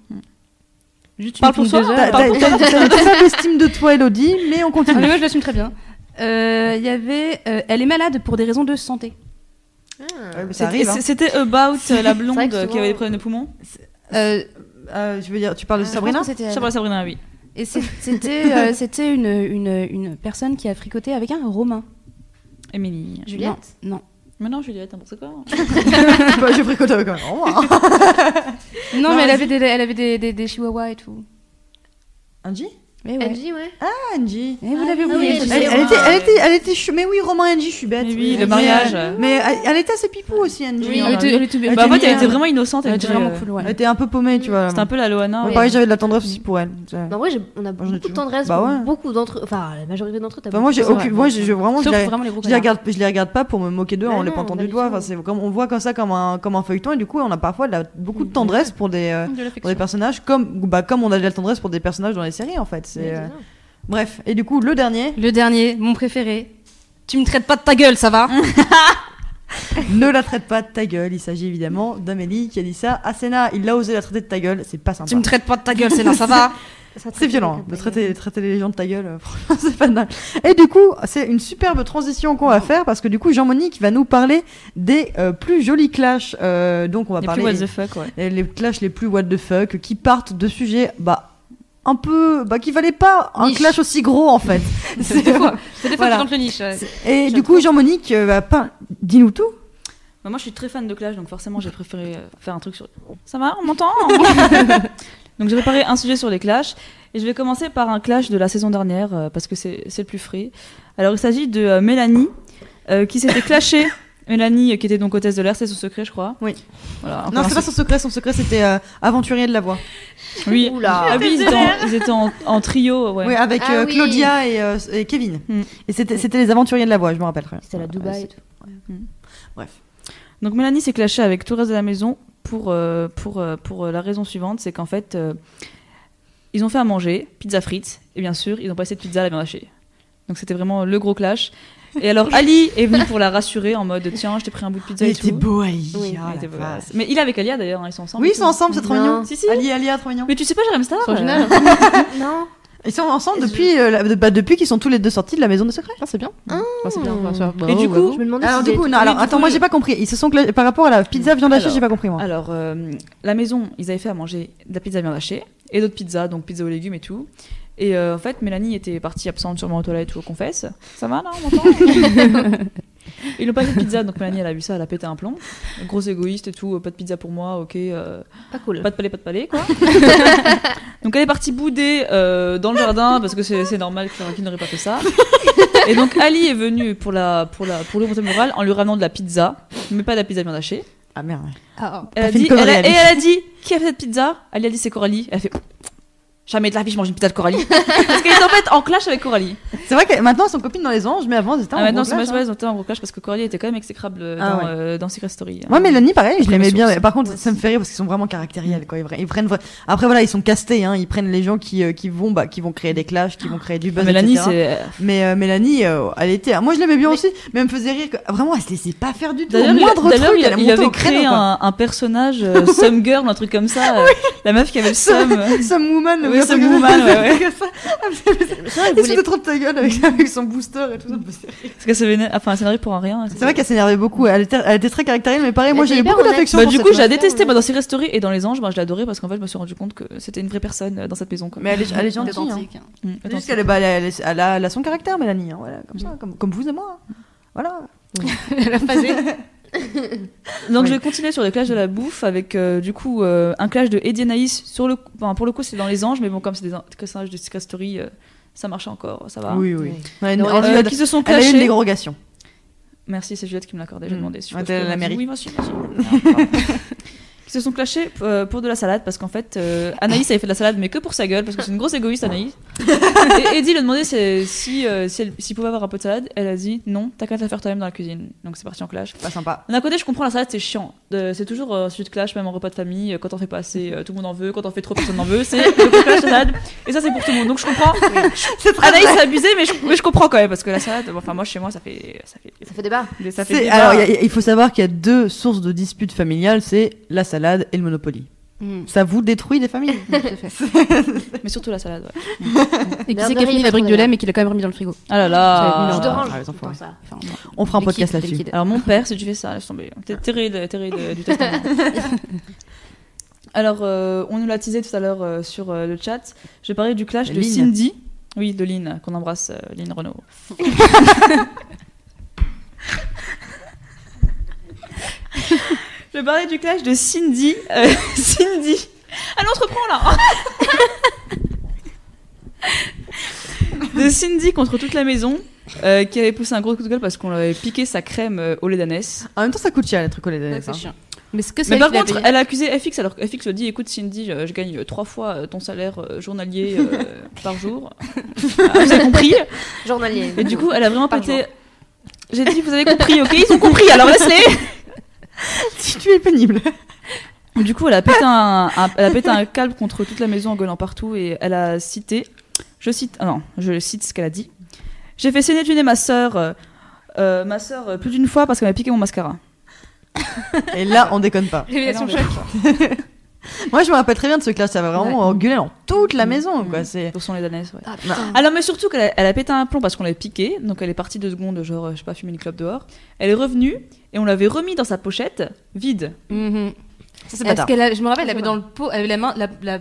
E: Juste
C: Parle pour
E: filme
C: soi,
E: deux
A: T'as
E: heures.
A: t'as- t'as- t'as une très faible estime de toi, Elodie, mais on
E: Ah, mais
A: continue.
E: moi, je l'assume très bien. Euh, Il y avait. euh, elle est malade pour des raisons de santé.
A: Ouais, mais
C: C'était-
A: Ça arrive. hein.
C: c- C'était About, euh, la blonde
D: vrai que
C: euh, qui
D: souvent-
C: avait des problèmes de poumons.
E: Euh,
A: Euh, je veux dire, tu parles de
D: Ah, je
A: Sabrina
E: je pense que c'était
C: Je
E: elle.
C: sais pas, Sabrina, oui.
E: Et c'est- c'était euh, c'était une, une, une personne qui a fricoté avec un Romain.
C: Émilie.
D: Juliette
E: Non. non.
C: Mais non, Juliette, n'importe quoi.
A: bah, je fricote avec un grand, moi. hein.
E: Non,
C: Non,
E: mais elle
C: vas-y.
E: avait, des, elle avait des, des, des chihuahuas et tout.
A: Angie
E: Mais ouais.
D: Angie, ouais.
A: Ah, Angie.
E: Eh, vous l'avez
D: Ah,
E: oublié.
D: oui,
A: Elle,
E: je
D: je
E: sais.
D: l'ai
A: elle était, elle était, elle était chou- Mais oui, Romain et Angie, je suis bête.
C: Mais oui, le mariage.
A: Mais elle, elle était assez pipou aussi, Angie. hein.
E: Oui,
C: Oui,
E: elle
C: on
E: était-
C: l'a
E: elle était-
C: Bah, en fait, elle
E: mignonne.
C: était vraiment innocente.
E: Elle était vraiment
C: euh,
E: cool, ouais.
A: Elle était un peu paumée, tu vois.
C: C'était un peu la Loana.
A: Ouais,
C: ouais.
A: pareil, j'avais de la tendresse aussi pour elle. Enfin,
D: Bah, moi, j'ai- on a
A: j'en ai
D: beaucoup de
A: toujours.
D: tendresse
A: Bah
D: pour
A: ouais. Bah,
D: beaucoup d'entre eux. Enfin, la majorité d'entre eux, t'as
A: moi,
D: beaucoup
A: j'ai
D: de-
A: aucune- moi, je, je- vraiment, je
E: Sauf
A: les,
E: vraiment les gros
A: je les
E: connards.
A: regarde, je les regarde pas pour me moquer d'eux
D: Bah
A: en les
D: non,
A: pointant
D: pas
A: du
D: du
A: doigt.
D: tout.
A: Enfin, c'est comme on voit comme ça comme un comme un feuilleton et du coup, on a parfois de la- beaucoup de tendresse pour des euh,
E: De
A: pour des personnages comme bah comme on a de la tendresse pour des personnages dans les séries en fait.
D: Mais
A: C'est euh,
D: non.
A: bref. Et du coup, le dernier,
E: Le dernier, mon préféré. Tu me traites pas de ta gueule, ça va
A: ne la traite pas de ta gueule. Il s'agit évidemment d'Amélie qui a dit ça à Senna. Il a osé la traiter de ta gueule. C'est pas sympa.
E: Tu me traites pas de ta gueule, c'est là, ça va
D: Ça traite hein,
A: C'est
D: les
A: violent hein,
D: mecs
A: de
D: après.
A: traiter, traiter les gens de ta gueule, euh, franchement, c'est pas dingue. Et du coup, c'est une superbe transition qu'on va
E: Oh.
A: faire parce que du coup, Jean-Monique va nous parler des euh, plus jolis clashs. euh, donc, on va
C: Et
A: parler
C: puis, what the fuck, ouais.
A: les, les clashs les plus what the fuck qui partent de sujets bah, un peu. Bah, qui valaient pas un
E: Niche.
A: clash aussi gros en fait.
E: C'est des fois, c'est des fois
A: Voilà.
E: que je tente le niche. ouais.
A: Et du coup, Jean-Monique euh, va pas. Dis-nous tout.
C: Bah, moi, je suis très fan de Clash, donc forcément, j'ai préféré euh, faire un truc sur. Ça va, on m'entend Donc, j'ai préparé un sujet sur les Clash. Et je vais commencer par un Clash de la saison dernière, euh, parce que c'est c'est le plus frais. Alors, il s'agit de euh, Mélanie, euh, qui s'était clashée. Mélanie, euh, qui était donc hôtesse de l'air, c'est son secret, je crois.
A: Oui.
C: Voilà, encore
A: Non,
C: un
A: c'est pas son secret, son secret c'était euh, aventurier de la voix.
C: Oui.
D: Oula.
C: Ah oui, ils étaient en, ils étaient en- en trio, ouais.
A: Oui, avec
D: Ah
A: euh,
D: oui.
A: Claudia et, euh, et Kevin.
C: Hmm.
A: Et c'était c'était les aventuriers de la voix, je me rappelle. très bien.
D: C'était à la
A: Euh,
D: Dubaï et tout.
C: Donc Mélanie s'est clashée avec tout le reste de la maison pour, euh, pour, euh, pour euh, la raison suivante, c'est qu'en fait, euh, ils ont fait à manger, pizza frites, et bien sûr, ils n'ont pas assez de pizza à la viande hachée. Donc c'était vraiment le gros clash. Et alors Ali est venu pour la rassurer en mode tiens, je t'ai pris un bout de pizza
A: Il
C: et tout.
A: était beau, Ali.
D: Oui, il
A: Ah,
C: Il
A: la
C: était beau,
A: vache.
C: ouais. Mais il est avec Alia d'ailleurs, hein, ils sont ensemble.
A: Oui,
C: et
A: ils
C: tout.
A: sont ensemble, c'est trop
D: Non.
A: mignon.
C: Si, si.
A: Ali et Alia, trop mignon.
C: Mais tu sais pas, euh. Jérém Star
B: C'est original.
D: Non.
A: Ils sont ensemble depuis, euh, la- bah, depuis qu'ils sont tous les deux sortis de la maison des secrets.
B: Ah, c'est bien. Enfin, c'est bien. enfin, ça- bah,
A: Oh,
C: Et du
B: bravo.
C: coup,
D: Je me demandais
A: Alors
D: si
A: du
D: j'ai-
A: coup, non, alors
C: du
A: attends,
C: coup,
A: moi
C: je-
A: j'ai pas compris. Ils se sont cla- par rapport à la pizza viande hachée,
C: Alors-
A: j'ai pas compris moi.
C: Alors, euh, la maison, ils avaient fait à manger de la pizza bien hachée et d'autres pizzas, donc pizza aux légumes et tout. Et euh, en fait, Mélanie était partie absente sûrement aux toilettes ou aux confesses. Ça va là, on m'entend Ils n'ont pas fait de pizza, donc Mélanie, elle a vu ça, elle a pété un plomb. Gros égoïste et tout, euh, pas de pizza pour moi, ok. euh,
D: Pas cool.
C: pas de palais, pas de palais, quoi. donc elle est partie bouder euh, dans le jardin parce que c'est c'est normal qu'il n'aurait pas fait ça. Et donc Ali est venu pour la pour la pour le monter moral en lui ramenant de la pizza, mais pas de la pizza bien hachée.
A: Ah merde.
C: Elle
A: T'as
C: a
A: fait une
C: dit, elle
A: connerie,
C: a-
A: Ali.
C: et elle a dit qui a fait cette pizza Ali a dit c'est Coralie. Elle a fait jamais de la vie je mange une pizza de Coralie parce qu'elle est en fait en clash avec Coralie.
A: C'est vrai que maintenant elles sont copines dans les anges, mais avant elles étaient
C: Ah,
A: en
C: maintenant
A: gros
C: c'est
A: clash, hein.
C: ouais, ils ont été en gros clash parce que Coralie était quand même exécrable euh,
A: Ah,
C: dans,
A: ouais.
C: euh, dans Secret Story.
A: Moi, Mélanie, pareil, je
C: Après,
A: l'aimais
C: les
A: bien.
C: sources.
A: mais Par contre, ça me fait rire parce qu'ils sont vraiment caractériels. Quoi. Ils vra- Ils prennent... vra- Après, voilà, ils sont castés. Hein. Ils prennent les gens qui, euh, qui, vont, bah, qui vont créer des clashs, qui vont créer du buzz.
C: Mélanie
A: etc.
C: c'est
A: Mais euh, Mélanie, euh, elle était. Moi, je l'aimais bien aussi, mais elle me faisait rire. Que... Vraiment, elle se laissait pas faire du tout. Au
C: D'ailleurs, il,
A: moindre
C: d'ailleurs,
A: truc,
C: il-
A: elle
C: il
A: montait
C: avait
A: au créneau,
C: créé
A: quoi.
C: un, un personnage, euh, Some Girl, un truc comme ça, euh, la meuf qui avait le seum.
A: Some Woman, le
C: Oui,
A: gars,
C: Some
A: comme-
C: Woman, ouais,
A: comme ça. Il se foutait trop de ta gueule avec, avec son booster et tout ça.
C: Parce que ça venait, enfin, un scénario pour un rien. hein,
A: C'est vrai qu'elle s'énervait beaucoup. Elle était, elle était très caractérielle, mais pareil,
D: Elle
A: moi
D: était
A: j'ai eu
D: hyper
A: beaucoup
D: honnête.
A: d'affection.
C: Bah,
A: pour
C: du
A: cette
C: coup, je la
A: meuf.
C: détestais bah, dans Secret Story et dans Les Anges, bah, je l'adorais parce qu'en fait, je me suis rendu compte que c'était une vraie personne euh, dans cette maison. Quoi.
A: Mais elle est, elle est gentille. hein.
E: Authentique, hein.
C: Mm,
A: C'est
C: attends, Mm.
A: Juste qu'elle est- bah, elle, a- elle a- elle a, elle a son caractère, Mélanie. hein, voilà, comme, ça, comme, comme vous et moi. hein. Voilà.
E: Elle a phasé.
C: Donc
A: Ouais.
C: je vais continuer sur le clash de la bouffe avec euh, du coup euh, un clash de Eddie et Anaïs sur le enfin, pour le coup c'est dans les anges mais bon comme c'est des an- que c'est un clash de Secret Story euh, ça marche encore ça va.
A: Oui, oui. Ouais,
C: Euh,
A: non, elle,
C: qui se sont
A: elle a eu une
C: clashés.
A: dérogation.
C: Merci c'est Juliette qui me l'accordait j'ai
A: Mm.
C: demandé. si
A: Ouais,
C: je-
A: t'es à la
C: elle m'a dit,
A: mairie.
C: Oui moi aussi. moi aussi. Ah, pardon. qui se sont clashés euh, pour de la salade parce qu'en fait euh, Anaïs avait fait de la salade mais que pour sa gueule parce que c'est une grosse égoïste Anaïs. et Eddie lui a demandé si si, euh, si elle s'il pouvait avoir un peu de salade elle a dit non t'as qu'à te la faire toi-même dans la cuisine donc c'est parti en clash.
A: Pas sympa.
C: D'un côté, je comprends la salade, c'est chiant. De- c'est toujours euh, un sujet de clash, même en repas de famille. euh, Quand on fait pas assez, euh, tout le monde en veut. Quand on fait trop, personne n'en veut. C'est le clash de salade. Et ça, c'est pour tout le monde. Donc je comprends. Anaïs s'est abusée, mais je, mais je comprends quand même. Parce que la salade, bon, enfin, moi, chez moi, ça fait. Ça fait,
D: Ça fait débat.
C: ça fait
A: C'est-
C: débat.
A: Alors, il y a- il faut savoir qu'il y a deux sources de disputes familiales c'est la salade et le Monopoly.
E: Mm.
A: Ça vous détruit des familles.
C: Mais surtout la salade, ouais.
E: Et qui
D: Merde
E: c'est
D: de
E: qui a fait
D: rire,
E: la fabrique
D: trop
E: de lait
D: d'ailleurs.
E: mais qui l'a quand même remis dans le frigo
C: Ah là
E: Ah,
D: Je
C: là.
D: te
A: ah,
D: range.
A: les
D: tout le temps,
A: enfoirés.
D: ça.
E: Enfin, moi.
A: On fera un
E: Des
A: podcast
E: kids, des
A: là-dessus.
E: kids.
C: Alors, mon père, si tu fais ça, laisse tomber. T'es terrible, du testament. Alors, euh, on nous l'a teasé tout à l'heure euh, sur euh, le chat. Je vais parler du clash de
A: Lynn.
C: Cindy. Oui, de Lynn, qu'on embrasse, euh, Lynn Renault. Je parlais du clash de Cindy. Euh, Cindy. Allez, on se reprend là. de Cindy contre toute la maison, euh, qui avait poussé un gros coup de gueule parce qu'on lui avait piqué sa crème euh, au lait d'ânesse.
A: En même temps, ça coûte cher les trucs au lait d'aneth,
E: c'est
A: hein.
E: chiant. Mais ce que
C: Mais
E: c'est
C: par contre, elle a accusé FX alors que FX lui a dit écoute Cindy, euh, je gagne euh, trois fois euh, ton salaire euh, journalier euh, par jour. Ah, vous avez compris
D: Journalier.
C: Et du coup, elle a vraiment
D: Par
C: pété. J'ai dit vous avez compris, ok Ils ont compris, alors laisse-les
A: Si tu es pénible.
C: Du coup, elle a pété un, un- elle a pété un câble contre toute la maison en gueulant partout et elle a cité, je cite, ah non, je cite ce qu'elle a dit. J'ai fait saigner du nez ma sœur, euh, euh, ma sœur euh, plus d'une fois parce qu'elle m'a piqué mon mascara.
A: Et là, on déconne pas.
E: Révélation
C: Elle
E: choc.
A: Moi, je me rappelle très bien de ce clash. Ça va vraiment engueuler dans toute la maison, quoi. C'est.
C: Pour son les Danaises, ouais.
E: Ah, putain.
C: Alors, mais surtout qu'elle a, elle a pété un plomb parce qu'on l'avait piqué, donc elle est partie deux secondes, genre, euh, je sais pas, fumer une clope dehors. Elle est revenue et on l'avait remis dans sa pochette, vide.
E: Mhm.
A: Ça, c'est
E: Parce
A: bâtard.
E: qu'elle a- je me rappelle, elle avait dans le pot, elle avait la main, la- la-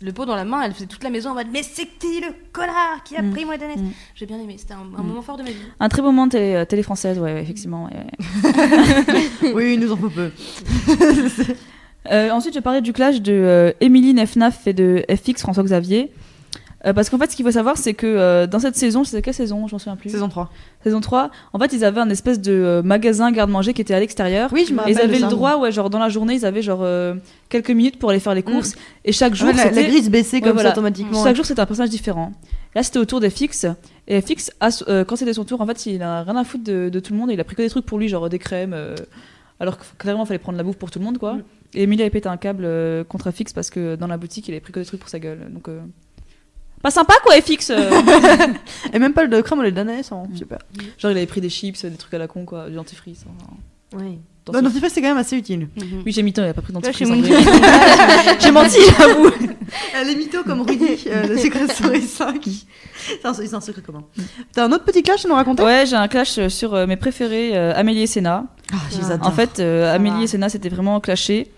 E: le pot dans la main, elle faisait toute la maison en mode Mais c'est qui le connard qui a pris moi Danette
C: Mm.
E: J'ai bien aimé, c'était un, un moment fort de ma vie.
C: Un très beau moment de télé, euh, télé française, ouais, ouais, effectivement. ouais, ouais.
A: Oui, il nous en faut peu.
C: Euh, ensuite, je parlais du clash de euh, Émilie Nefnaf et de FX François Xavier. Euh, parce qu'en fait, ce qu'il faut savoir, c'est que euh, dans cette saison, c'était quelle saison Je m'en souviens plus.
A: Saison 3.
C: Saison 3. En fait, ils avaient un espèce de euh, magasin garde-manger qui était à l'extérieur.
A: Oui, je me
C: Et ils
A: rappelle.
C: avaient
A: de
C: le
A: ça.
C: droit, ouais, genre dans la journée, ils avaient genre euh, quelques minutes pour aller faire les courses. Et chaque jour,
A: Mm. Ouais, la, la
C: c'était
A: grille se baissait comme
C: Ouais,
A: ça
C: voilà.
A: automatiquement.
C: chaque jour, c'était un personnage différent. Là, c'était au tour d'FX. Et FX, à so- euh, quand c'était son tour, en fait, il a rien à foutre de, de tout le monde. et Il a pris que des trucs pour lui, genre des crèmes. euh, alors que clairement, il fallait prendre la bouffe pour tout le monde, quoi. Et Emily avait pété un câble euh, contre FX parce que dans la boutique, il avait pris que des trucs pour sa gueule. Donc. euh, Pas sympa quoi, FX! euh.
A: Et même pas le crème au lait d'aneth, hein, super.
C: Genre, il avait pris des chips, des trucs à la con quoi, du dentifrice. hein.
D: Oui.
C: Dans
A: Non,
C: ce-
A: non, c'est vrai, c'est quand même assez utile.
C: Oui, j'ai mis temps, il a pas pris de
E: Là,
C: dentifrice.
E: chez Moon-
C: en vrai. J'ai menti, j'avoue!
A: Elle est mytho comme Rudy, euh, le secret story 5. C'est un, c'est un secret commun. T'as un autre petit clash à nous raconter
C: Ouais, j'ai un clash euh, sur euh, mes préférés, euh, Amélie et Sénat.
A: Ah, je les adore.
C: En fait, euh, Amélie
D: va.
C: et Sénat, c'était vraiment clashé.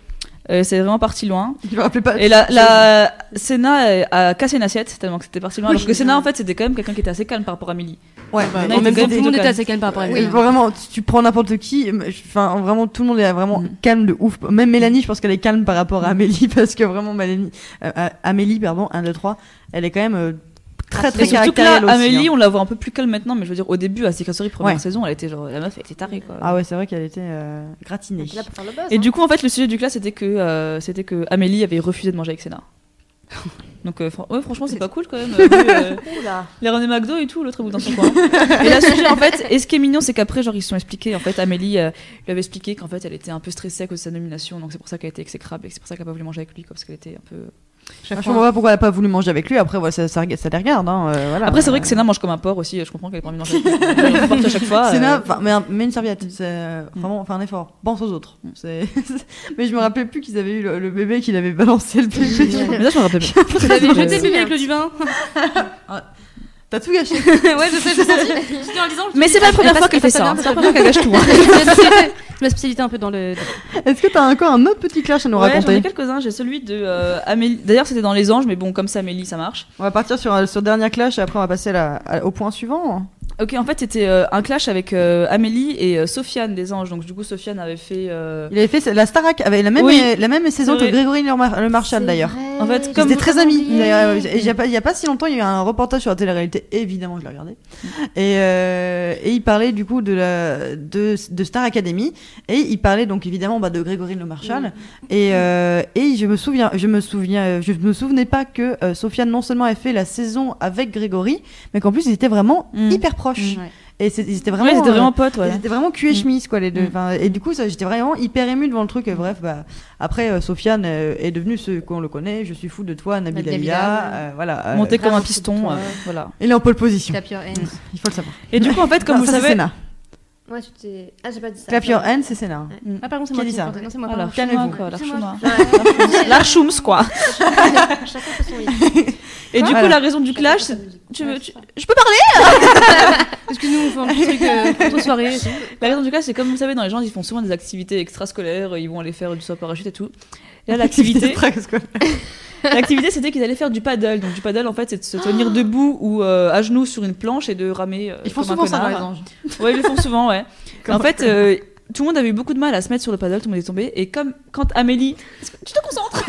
C: Euh, c'est vraiment parti loin.
A: je me rappelais pas.
C: Et la, la Senna euh, a cassé une assiette tellement que c'était parti loin.
A: Oui.
C: Alors que Senna, en fait, c'était quand même quelqu'un qui était assez calme par rapport à Amélie.
A: Ouais,
C: bah,
A: mais
C: en
E: En même
C: était
E: temps, tout
C: plutôt
E: le monde était
C: calme.
E: assez calme par rapport à
A: Oui,
E: elle.
A: vraiment, tu, tu prends n'importe qui, mais je- enfin vraiment tout le monde est vraiment
C: Mm.
A: calme de ouf. Même Mélanie, je pense qu'elle est calme par rapport à Amélie parce que vraiment Mélanie, euh, euh, Amélie pardon, 1 2 3, elle est quand même euh, très
C: Mais
A: très
C: Ah, surtout que
A: caractérielle
C: là,
A: aussi.
C: Amélie,
A: hein.
C: on la voit un peu plus calme maintenant, mais je veux dire, au début, à Secret Story, première
A: Ouais.
C: saison, elle était genre, la meuf, elle était tarée, quoi.
A: Ah ouais, c'est vrai qu'elle était euh, gratinée.
D: Là pour faire le buzz.
E: Ah,
D: hein.
C: Et du coup, en fait, le sujet du clash, c'était que, euh, c'était que Amélie avait refusé de manger avec Senna. Donc, euh, fran- ouais, franchement, c'est pas cool quand même. Euh, lui, euh,
D: coup là.
C: les René McDo et tout, l'autre bout dans son coin. Et là, sujet, en fait, et ce qui est mignon, c'est qu'après, genre, ils se sont expliqués. En fait, Amélie euh, lui avait expliqué qu'en fait, elle était un peu stressée à cause de sa nomination, donc c'est pour ça qu'elle était exécrable et que c'est pour ça qu'elle a pas voulu manger avec lui, quoi, parce qu'elle était un peu.
A: Moi, je comprends pas pourquoi elle a pas voulu manger avec lui. Après, ouais, ça, ça, ça les regarde. Hein, euh, voilà.
C: Après, c'est vrai que Sénat mange comme un porc aussi, euh, je comprends qu'elle ait pas envie de manger avec lui. Elle en fait partie à chaque fois.
A: C'est
C: euh, Mm.
A: là, enfin, mais, un- mais une serviette, c'est euh, vraiment, enfin un effort. Pense aux autres. C'est- mais je me rappelais plus qu'ils avaient eu le, le bébé, qu'il avait balancé le bébé.
C: Mais là, je me rappelle plus.
E: Tu l'avais jeté
D: bébé
E: le bébé
D: avec
E: avec
D: le
E: le du vin
A: T'as tout gâché.
E: Ouais, je sais, j'ai senti. J'étais en lisant. je me
C: Mais c'est
E: suis dit,
C: pas la première
E: elle
C: fois
E: passe-
C: qu'elle fait ça.
E: elle
C: C'est
E: passe
C: la
E: pas
C: première fois qu'elle gâche tout. hein.
E: bien. Je me spécialité un peu dans le.
A: Est-ce que t'as encore un autre petit clash à nous
C: Ouais, j'en ai
A: raconter
C: quelques-uns. J'ai celui de euh, Amélie. D'ailleurs, c'était dans Les Anges, mais bon, comme ça, Amélie, ça marche.
A: On va partir sur, un- sur dernier clash et après on va passer à la- à- au point suivant. hein.
C: Ok, en fait, c'était euh, un clash avec euh, Amélie et euh, Sofiane des Anges. Donc, du coup, Sofiane avait fait. euh,
A: Il avait fait la Starac avec la même, euh,
C: Oui.
A: la même saison
C: C'est
A: que
C: vrai.
A: Grégory Le Mar- le Marchal d'ailleurs.
D: vrai,
C: En fait,
D: j'ai
C: comme-
A: Ils étaient très amis.
D: oublié.
A: D'ailleurs, et Il n'y a, pas- il y a pas si longtemps, il y a eu un reportage sur la télé-réalité, évidemment, je l'ai regardé. Et, euh, et il parlait du coup de, la, de, de Star Academy. Et il parlait donc évidemment bah, de Grégory Le Marchal. Et, euh, et je me souviens, je me souviens, je me souvenais pas que euh, Sofiane non seulement avait fait la saison avec Grégory, mais qu'en plus ils étaient vraiment
C: Mm.
A: hyper proches.
E: Mm, ouais.
A: Et c'est- ils étaient vraiment.
C: Ouais, c'était
A: euh,
C: vraiment pote, ouais.
A: ils étaient vraiment cul et
C: Mm.
A: chemise, quoi, les deux.
C: Mm.
A: Enfin, et du coup, ça, j'étais vraiment hyper émue devant le truc. Et bref, bah, après, euh, Sofiane euh, est devenue ce qu'on le connaît. Je suis fou de toi, Nabil
E: Nabil
A: Alia.
E: Alia,
A: euh, voilà. euh,
C: Monté comme un
E: grave, c'est
C: piston,
E: pour
C: euh,
E: toi.
C: voilà.
A: Il est en pole position. Mm.
E: Clap your hands.
A: Il faut le savoir.
C: Et du coup, en fait, comme
A: Non,
C: vous
A: ça, c'est
C: savez,
A: Senna.
D: Ouais, tu t'es. Ah, j'ai pas dit ça.
A: Clap your hands, c'est Sénat.
E: Ah, pardon,
A: Qui
E: c'est moi
A: a
E: qui
A: dit
E: ai
A: ça
E: porté. Non, c'est moi.
C: voilà,
E: pardon.
C: calmez-vous,
A: calmez-vous.
C: quoi, l'archouma.
D: Ouais.
C: L'archoums, quoi.
D: Chacun fait son lit.
C: Et du
A: Voilà.
C: coup, la raison du clash, c'est- tu veux, tu- je peux parler
E: Excuse-nous, on fait un petit truc euh, pour ton soirée.
C: La raison du clash, c'est comme vous savez, dans les gens, ils font souvent des activités extrascolaires, ils vont aller faire du saut à parachute et tout. Et là, l'activité,
A: presque.
C: l'activité, c'était qu'ils allaient faire du paddle. Donc, du paddle, en fait, c'est de se tenir debout ou euh, à genoux sur une planche et de ramer. euh,
A: Ah. Ils font
C: comme un
A: souvent ça,
C: connard.
A: par exemple.
C: Ouais, ils le font souvent, ouais.
A: Comme
C: en
A: un
C: fait,
A: connard.
C: euh, tout le monde avait eu beaucoup de mal à se mettre sur le paddle, tout le monde est tombé. Et comme quand Amélie. Tu te concentres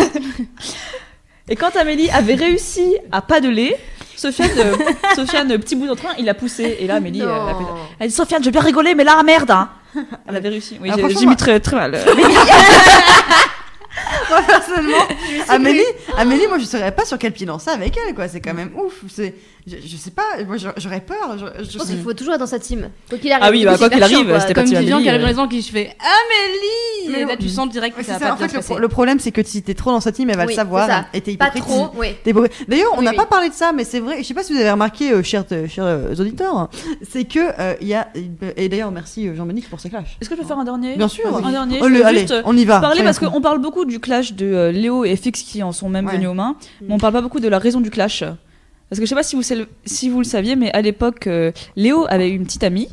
C: Et quand Amélie avait réussi à paddler, Sofiane, euh, Sofiane, petit bout d'entrain, il l'a poussé. Et là, Amélie, euh, elle, a pété. Elle dit Sofiane, je vais bien rigoler, mais là, merde hein. Elle avait réussi. Oui,
A: Ah,
C: j'ai-
A: franchement,
C: j'ai mis très, très mal.
A: Moi, personnellement, Amélie, Amélie, moi, je saurais pas sur quel pied lancer avec elle, quoi. C'est quand même ouf. C'est, je, je sais pas, moi, j'a- j'aurais peur. Je, je
D: Je pense
A: sais-
D: qu'il faut toujours être dans sa team. Quoi qu'il arrive.
C: Ah oui, bah,
D: C'est
C: quoi qu'il
D: hyper chiant,
C: arrive,
D: quoi.
C: c'était pas
E: Comme
C: Team
E: Vivian
C: Amélie,
E: qui a la
C: euh.
E: raison qui je fais Amélie
A: Mais
E: Et là,
A: non.
E: tu sens direct que
A: Ouais,
E: ça
A: c'est
E: va
A: ça.
E: pas
A: En fait,
E: bien se
A: le,
E: passer.
A: pro- le problème, c'est que si t'es trop dans sa team, elle va
D: Oui,
A: le savoir.
D: c'est ça.
A: Et t'es
D: Pas
A: hypocrite.
D: trop, oui.
A: T'es hypocrite. D'ailleurs, on
D: Oui,
A: n'a
D: oui.
A: pas parlé de ça, mais c'est vrai. Je sais pas si vous avez remarqué, euh, chers, euh, chers, euh, auditeurs, c'est que euh, il y a. Et d'ailleurs, merci euh, Jean-Monique pour ce clash.
C: Est-ce que je peux faire un dernier
A: Bien sûr.
C: Un dernier.
A: Oh,
C: je
A: le-
C: veux
A: allez,
C: juste, euh,
A: on y va.
C: parler
A: Soyons
C: parce
A: fous.
C: qu'on parle beaucoup du clash de euh, Léo et Fix qui en sont même
A: Ouais.
C: venus aux mains, mais on parle pas beaucoup de la raison du clash. Parce que je sais pas si vous, sa- si vous le saviez, mais à l'époque, euh, Léo avait une petite amie.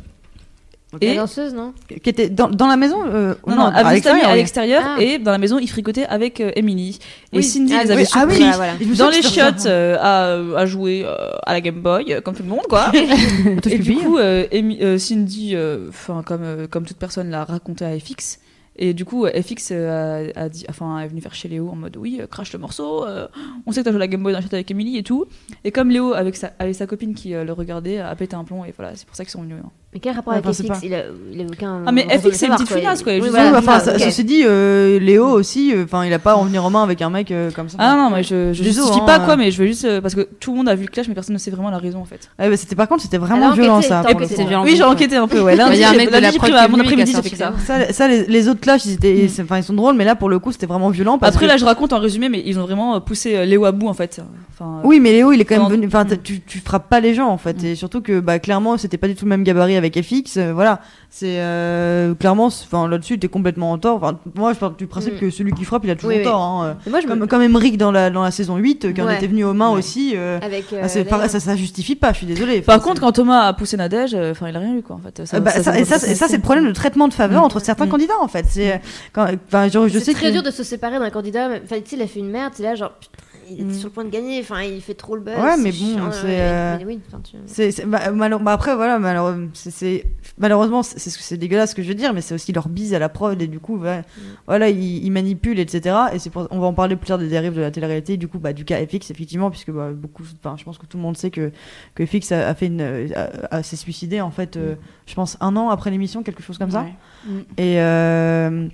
D: La
C: Et
D: danseuse, non
A: Qui était dans, dans la maison euh,
C: non, non,
A: à
C: avait une petite amie
A: l'extérieur.
C: à
A: oui.
C: l'extérieur
D: Ah.
C: et dans la maison, il fricotait avec euh, Emily. Et
D: Oui.
C: Cindy
D: Ah
C: les
D: oui.
C: avait
A: Ah oui,
C: surpris
D: voilà.
A: Et je me
C: dans
A: souviens
C: les
A: que c'était
C: chiottes euh, à, à jouer euh, à la Game Boy, euh, comme tout le monde, quoi.
A: un truc
C: Et du
A: public.
C: coup, euh, Amy- euh, Cindy, euh, 'fin, comme, euh, comme toute personne, l'a raconté à FX. Et du coup, euh, FX euh, a, a dit, enfin, est venu faire chez Léo en mode oui, euh, crache le morceau. euh, on sait que t'as joué à la Game Boy dans le chat avec Emily et tout. Et comme Léo, avec sa, avec sa copine qui euh, le regardait, a pété un plon. Et voilà, c'est pour ça qu'ils sont venus. hein.
D: Mais quel rapport
A: Ouais,
D: avec
A: enfin, c'est
D: FX
A: pas-
D: il a, il a aucun.
C: Ah, mais
D: raison de
C: FX,
D: le
C: c'est une
D: savoir,
C: petite funasse, quoi, juste-
D: Il- oui,
A: Oui,
D: voilà,
A: mais enfin,
D: voilà,
A: ça-
D: ok.
A: ceci dit, euh, Léo aussi, euh, enfin, il a pas à en venir en main avec un mec euh, comme ça.
C: Ah non, mais je, je
A: Désolé,
C: justifie
A: hein,
C: pas
A: euh.
C: quoi, mais je veux juste euh, parce que tout le monde a vu le clash, mais personne ne sait vraiment la raison en fait.
A: Eh ben, c'était par contre, c'était
D: Elle a
A: vraiment
D: enquêté,
A: violent ça.
D: t'as
C: Et
A: pour le
D: enquêté.
A: coup.
E: C'est violent.
C: oui, j'ai enquêté un peu. Ouais,
E: Il
C: lundi,
E: y a un
C: j'ai-
E: mec de
C: lundi,
E: la
C: j'ai
E: prod
C: pris ma-
E: qui
C: mon
E: est venu, il a
C: après-midi, j'ai
E: sorti
C: fait ça.
A: Ça, ça, les, les autres clashs, ils étaient,
C: Mm.
A: c'est- enfin, ils sont drôles, mais là, pour le coup, c'était vraiment violent. Parce
C: Après,
A: que-
C: là, je raconte en résumé, mais ils ont vraiment euh, poussé euh, Léo à bout en fait. Enfin, euh,
A: oui, mais Léo, il est quand
C: Dans-
A: même venu. Enfin, t'as-
C: Mm.
A: tu, tu frappes pas les gens, en fait. Et surtout que, bah, clairement, c'était pas du tout le même gabarit avec FX. euh, voilà. C'est euh, clairement, c'est- enfin, là-dessus, t'es complètement en tort. Enfin, moi, je pars du principe
D: Mm.
A: que celui qui frappe, il a toujours
D: Oui, oui.
A: tort. hein, euh.
D: Mais Moi, je me.
A: Comme, comme Emmerich dans la, dans la saison 8, euh, qui en
D: Ouais.
A: était venu aux mains aussi. euh,
D: Avec.
A: ah, c'est
D: euh,
A: pas-
D: Léo.
A: ça, ça justifie pas, je suis désolée.
C: Par
A: Enfin,
C: contre,
A: c'est-
C: quand Thomas a poussé Nadège, euh, enfin, il a rien eu, quoi, en fait.
A: Ah bah, ça- et ça, c'est- ça, c'est le problème de traitement de faveur
C: Mm.
A: entre certains
C: Mm.
A: candidats en fait. C'est euh, quand- enfin, je, je
D: C'est
A: sais
D: très
A: que-
D: dur de se séparer d'un candidat. mais- Enfin, tu sais, il a fait une merde, c'est là, genre, putain, il
A: Mm.
D: était sur le point de gagner, enfin, il fait trop le buzz.
A: Ouais, mais bon,
D: chiant,
A: c'est,
D: ouais,
A: euh,
D: mais oui, enfin, tu-
A: C'est, c'est- bah, malheure- bah, après, voilà, malheure- c'est- c'est- malheureusement, c'est, c'est, c'est dégueulasse ce que je veux dire, mais c'est aussi leur bise à la prod, et du coup, voilà, voilà, ils, ils manipulent, etc. Et c'est pour- on va en parler plus tard des dérives de la télé-réalité, du coup, bah, du cas FX, effectivement, puisque bah, beaucoup, enfin, je pense que tout le monde sait que, que FX a, a fait une, a- a- s'est suicidé, en fait, euh, je pense, un an après l'émission, quelque chose comme ça.
E: Ouais.
A: Et, euh,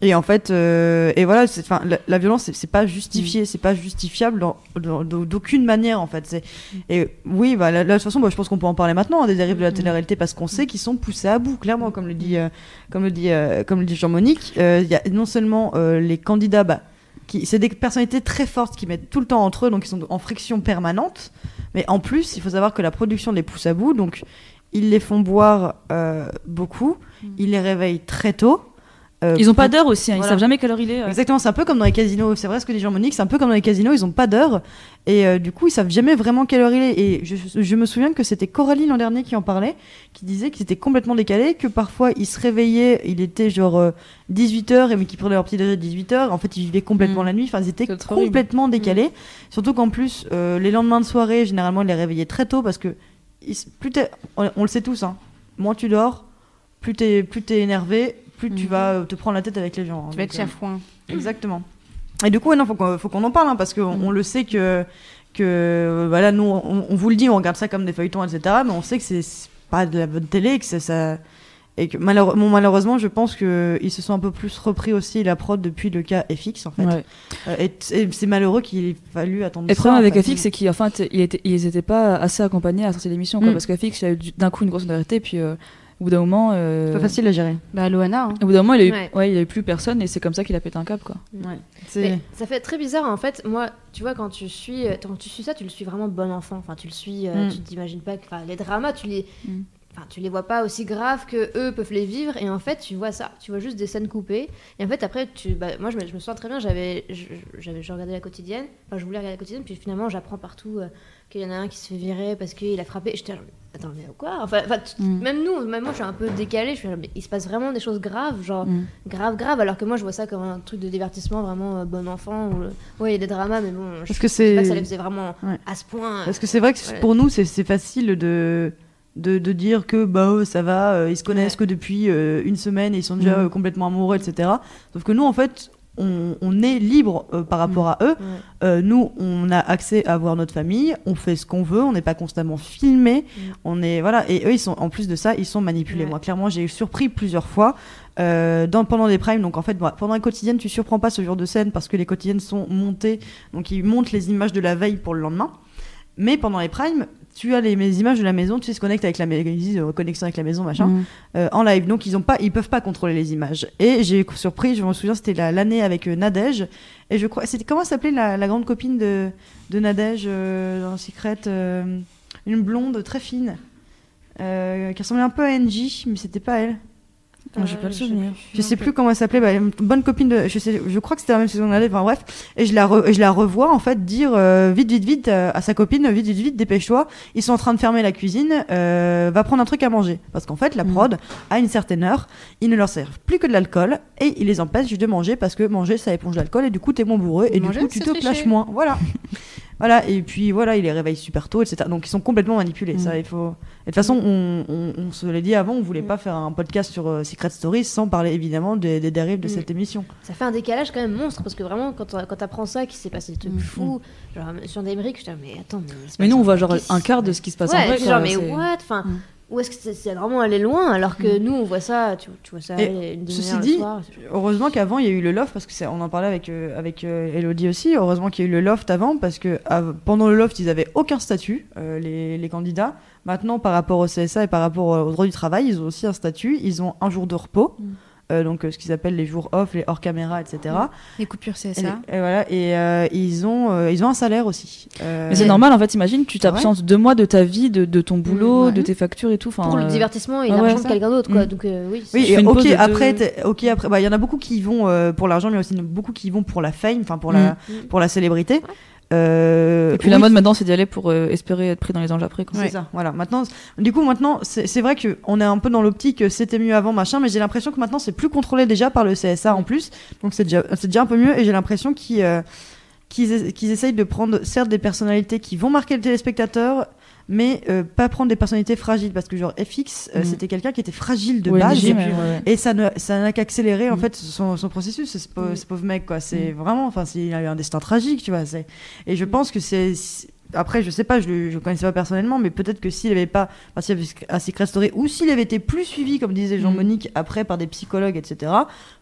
A: et en fait, euh, et voilà, c'est- enfin, la, la violence, c'est- c'est pas
C: Mm.
A: justifié, c'est pas justifiable dans- dans- d'au- d'aucune manière, en fait. C'est- Et oui, bah, là, là, de toute façon, moi, je pense qu'on peut en parler maintenant, hein, des dérives de
C: Mm.
A: la télé-réalité, parce qu'on sait qu'ils sont poussés à bout, clairement, comme le dit, euh, comme le dit, euh, comme le dit Jean-Monique. Euh, Il y a non seulement euh, les candidats, bah, qui- c'est des personnalités très fortes qui mettent tout le temps entre eux, donc ils sont en friction permanente. Mais en plus, il faut savoir que la production les pousse à bout, donc ils les font boire euh, beaucoup, ils les réveillent très tôt. euh,
C: Mm. Ils ont
A: pour-
C: pas d'heure aussi, hein, ils
A: Voilà.
C: savent jamais quelle heure il est. euh.
A: Exactement, c'est un peu comme dans les casinos. C'est vrai ce que dit Jean-Monique, c'est un peu comme dans les casinos, ils ont pas d'heure. Et euh, du coup, ils savent jamais vraiment quelle heure il est. Et je, je me souviens que c'était Coralie l'an dernier qui en parlait, qui disait qu'ils étaient complètement décalés, que parfois ils se réveillaient, il était genre 18h, et mais qu'ils prenaient leur petit déjeuner à 18h. En fait, ils vivaient complètement
C: Mm.
A: la nuit. Enfin, ils étaient
C: C'est trop horrible. Mm.
A: complètement décalés. Surtout qu'en plus, euh, les lendemains de soirée, généralement, ils les réveillaient très tôt parce que ils s- plus t'es- on, on le sait tous, hein, moins tu dors, plus t'es plus t'es énervé, plus
C: Mm.
A: tu
E: Mhm.
A: vas euh, te prendre la tête avec les gens. hein.
E: Tu vas être
A: Donc, euh,
E: chafouin.
A: Exactement. Et du coup, il faut qu'on faut qu'on en parle, hein, parce
C: Mhm.
A: qu'on on le sait que, que voilà, nous, on, on vous le dit, on regarde ça comme des feuilletons, etc., mais on sait que c'est c'est pas de la bonne télé, que ça... ça- et que malheure- bon, malheureusement, je pense qu'ils se sont un peu plus repris aussi la prod depuis le cas FX, en fait.
C: Ouais.
A: Euh, et et c'est malheureux qu'il ait fallu attendre
C: Et le
A: ça,
C: problème
A: en
C: avec
A: fait.
C: FX, c'est qu'ils enfin, t- ils étaient, ils étaient pas assez accompagnés à sortir l'émission, quoi,
A: Mm.
C: parce que FX, il a eu du- d'un coup une grosse notoriété, puis euh, au bout d'un moment, euh,
A: C'est pas facile à gérer.
E: Bah, Loana. hein.
C: au bout d'un moment, il a eu,
D: Ouais.
C: ouais, il a eu plus personne, et c'est comme ça qu'il a pété un câble, quoi.
A: C'est-
D: Mais ça fait très bizarre en fait. Moi, tu vois, quand tu suis, euh, quand tu suis ça, tu le suis vraiment bon enfant. Enfin, tu le suis, euh,
A: Mm.
D: tu t'imagines pas que. Enfin, les dramas, tu les.
C: Mm.
D: Enfin, tu les vois pas aussi graves que eux peuvent les vivre et en fait tu vois ça, tu vois juste des scènes coupées et en fait après tu, bah, moi je me, je me souviens très bien, j'avais, je- j'avais, je regardais la quotidienne, enfin je voulais regarder la quotidienne puis finalement j'apprends partout euh, qu'il y en a un qui se fait virer parce qu'il a frappé, Et j'étais genre, attends mais quoi, enfin, enfin, tu-
C: Mm.
D: même nous, même moi je suis un peu décalée, je suis genre, mais il se passe vraiment des choses graves genre
C: Mm.
D: grave grave alors que moi je vois ça comme un truc de divertissement vraiment euh, bon enfant ou le- ouais il y a des dramas mais bon je
A: Parce que
D: sais pas que ça les
A: c'est...
D: faisait vraiment
A: Ouais.
D: à ce point euh,
A: Parce que c'est vrai que c'est-
D: Voilà.
A: pour nous, c'est c'est facile de de, de dire que bah euh, ça va, euh, ils se connaissent que depuis euh, une semaine et ils sont déjà
E: Mhm.
A: euh, complètement amoureux, etc. Sauf que nous, en fait, on, on est libre euh, par rapport à eux. Euh, nous, on a accès à voir notre famille, on fait ce qu'on veut, on n'est pas constamment filmé, on est voilà. Et eux, ils sont en plus de ça, ils sont manipulés.
D: Ouais.
A: Moi, clairement, j'ai eu surpris plusieurs fois euh, dans, pendant des primes. Donc en fait, bon, pendant un quotidienne, tu surprends pas ce genre de scène parce que les quotidiennes sont montées, donc ils montent les images de la veille pour le lendemain. Mais pendant les primes, tu as les, les images de la maison, tu sais, se connectent avec la maison, ils disent euh, connexion avec la maison, machin euh, en live. Donc ils ont pas, ils peuvent pas contrôler les images. Et j'ai eu surpris, je me souviens, c'était la- l'année avec euh, Nadège. Et je crois, c'était comment s'appelait la, la grande copine de, de Nadège euh, dans Secret euh, Une blonde très fine. euh, qui ressemblait un peu à Angie, mais c'était pas elle.
C: Ah, j'ai pas le souvenir.
A: Euh, Je sais plus comment elle s'appelait. bah, une bonne copine de. Je, sais, je crois que c'était la même saison de Nadège. Enfin bref. Et je la, re- et je la revois en fait dire euh, vite, vite, vite euh, à sa copine vite, vite, vite, dépêche-toi. Ils sont en train de fermer la cuisine. euh, va prendre un truc à manger. Parce qu'en fait, la
C: Mhm.
A: prod, à une certaine heure, ils ne leur servent plus que de l'alcool et ils les empêchent de manger parce que manger ça éponge l'alcool et du coup t'es moins bourreux et
F: Manger,
A: du coup tu
F: c'est
A: te
F: tricher.
A: plaches moins. Voilà. voilà et puis voilà ils les réveillent super tôt etc. Donc ils sont complètement manipulés ça il faut. Et de toute façon on, on- on se l'a dit avant on voulait pas faire un podcast sur euh, Secret Stories sans parler évidemment des, des dérives de
D: Mm.
A: cette émission.
D: Ça fait un décalage quand même monstre parce que vraiment, quand, on- quand t'apprends ça, qu'il s'est passé des trucs fous, genre sur des briques, je dis, mais attends, mais. il se
C: Mm, Mais
D: passe
C: nous, on
D: un-
C: voit genre
D: qu'est-ce-
C: un quart de ce qui se passe
D: ouais,
C: en vrai.
D: je
C: quoi,
D: suis genre, mais
C: c'est-
D: what Enfin,
C: Mm.
D: où est-ce que c'est, c'est vraiment aller loin alors que nous, on voit ça, tu, tu vois ça
A: Et
D: une
A: ceci
D: demi-heure
A: dit,
D: le soir.
A: Heureusement qu'avant il y a eu le loft parce que c'est- on en parlait avec euh, avec euh, Elodie aussi. Heureusement qu'il y a eu le loft avant parce que av- pendant le loft ils avaient aucun statut euh, les, les candidats. Maintenant par rapport au CSA et par rapport euh, au droit du travail ils ont aussi un statut. Ils ont un jour de repos.
C: Mm.
A: euh, donc euh, ce qu'ils appellent les jours off, les hors caméra, etc.
C: Mm,
F: Les coupures CSA.
A: Et, et voilà. Et euh, ils ont euh, ils ont un salaire aussi. Euh,
C: Mais c'est normal, en fait, imagine, tu t'absentes deux mois de ta vie, de, de ton boulot,
D: Mm, ouais.
C: de tes factures et tout. enfin,
D: Pour le
C: euh,
D: divertissement et
C: ouais,
D: l'argent de
C: ça.
D: quelqu'un d'autre, quoi.
C: Mm.
D: Donc, euh, oui, c'est-
A: Oui,
C: Je
A: et
C: fais une
A: ok
C: pause de
A: après,
C: deux-
A: t'es- ok après, bah il y en a beaucoup qui y vont euh, pour l'argent, mais aussi beaucoup qui y vont pour la fame, enfin pour la
D: Mm.
A: pour la célébrité. Euh,
C: Et puis
A: oui,
C: la mode maintenant, c'est d'y aller pour euh, espérer être pris dans les anges après. quoi.
A: C'est ça, voilà. Maintenant, c- du coup, maintenant, c'est c'est vrai que on est un peu dans l'optique euh, c'était mieux avant, machin, mais j'ai l'impression que maintenant c'est plus contrôlé déjà par le CSA en plus, donc c'est déjà, c'est déjà un peu mieux et j'ai l'impression qu'ils euh, qu'ils es- qu'ils essayent de prendre certes des personnalités qui vont marquer le téléspectateur, mais euh, pas prendre des personnalités fragiles parce que genre FX, euh,
C: Mhm.
A: c'était quelqu'un qui était fragile de
C: Ouais,
A: base.
C: Niji, ouais, ouais.
A: Et ça ne- ça n'a qu'accéléré en
C: Mm.
A: fait son, son processus, ce, pau- ce pauvre mec quoi. C'est vraiment, enfin, c'est- il a eu un destin tragique, tu vois. c'est- Et je
C: Mm.
A: pense que c'est c'est- après, je sais pas, je le je le connaissais pas personnellement, mais peut-être que s'il avait pas participé à Sec- à Secret Story ou s'il avait été plus suivi, comme
C: Mm.
A: disait Jean-Monique, après par des psychologues, etc.,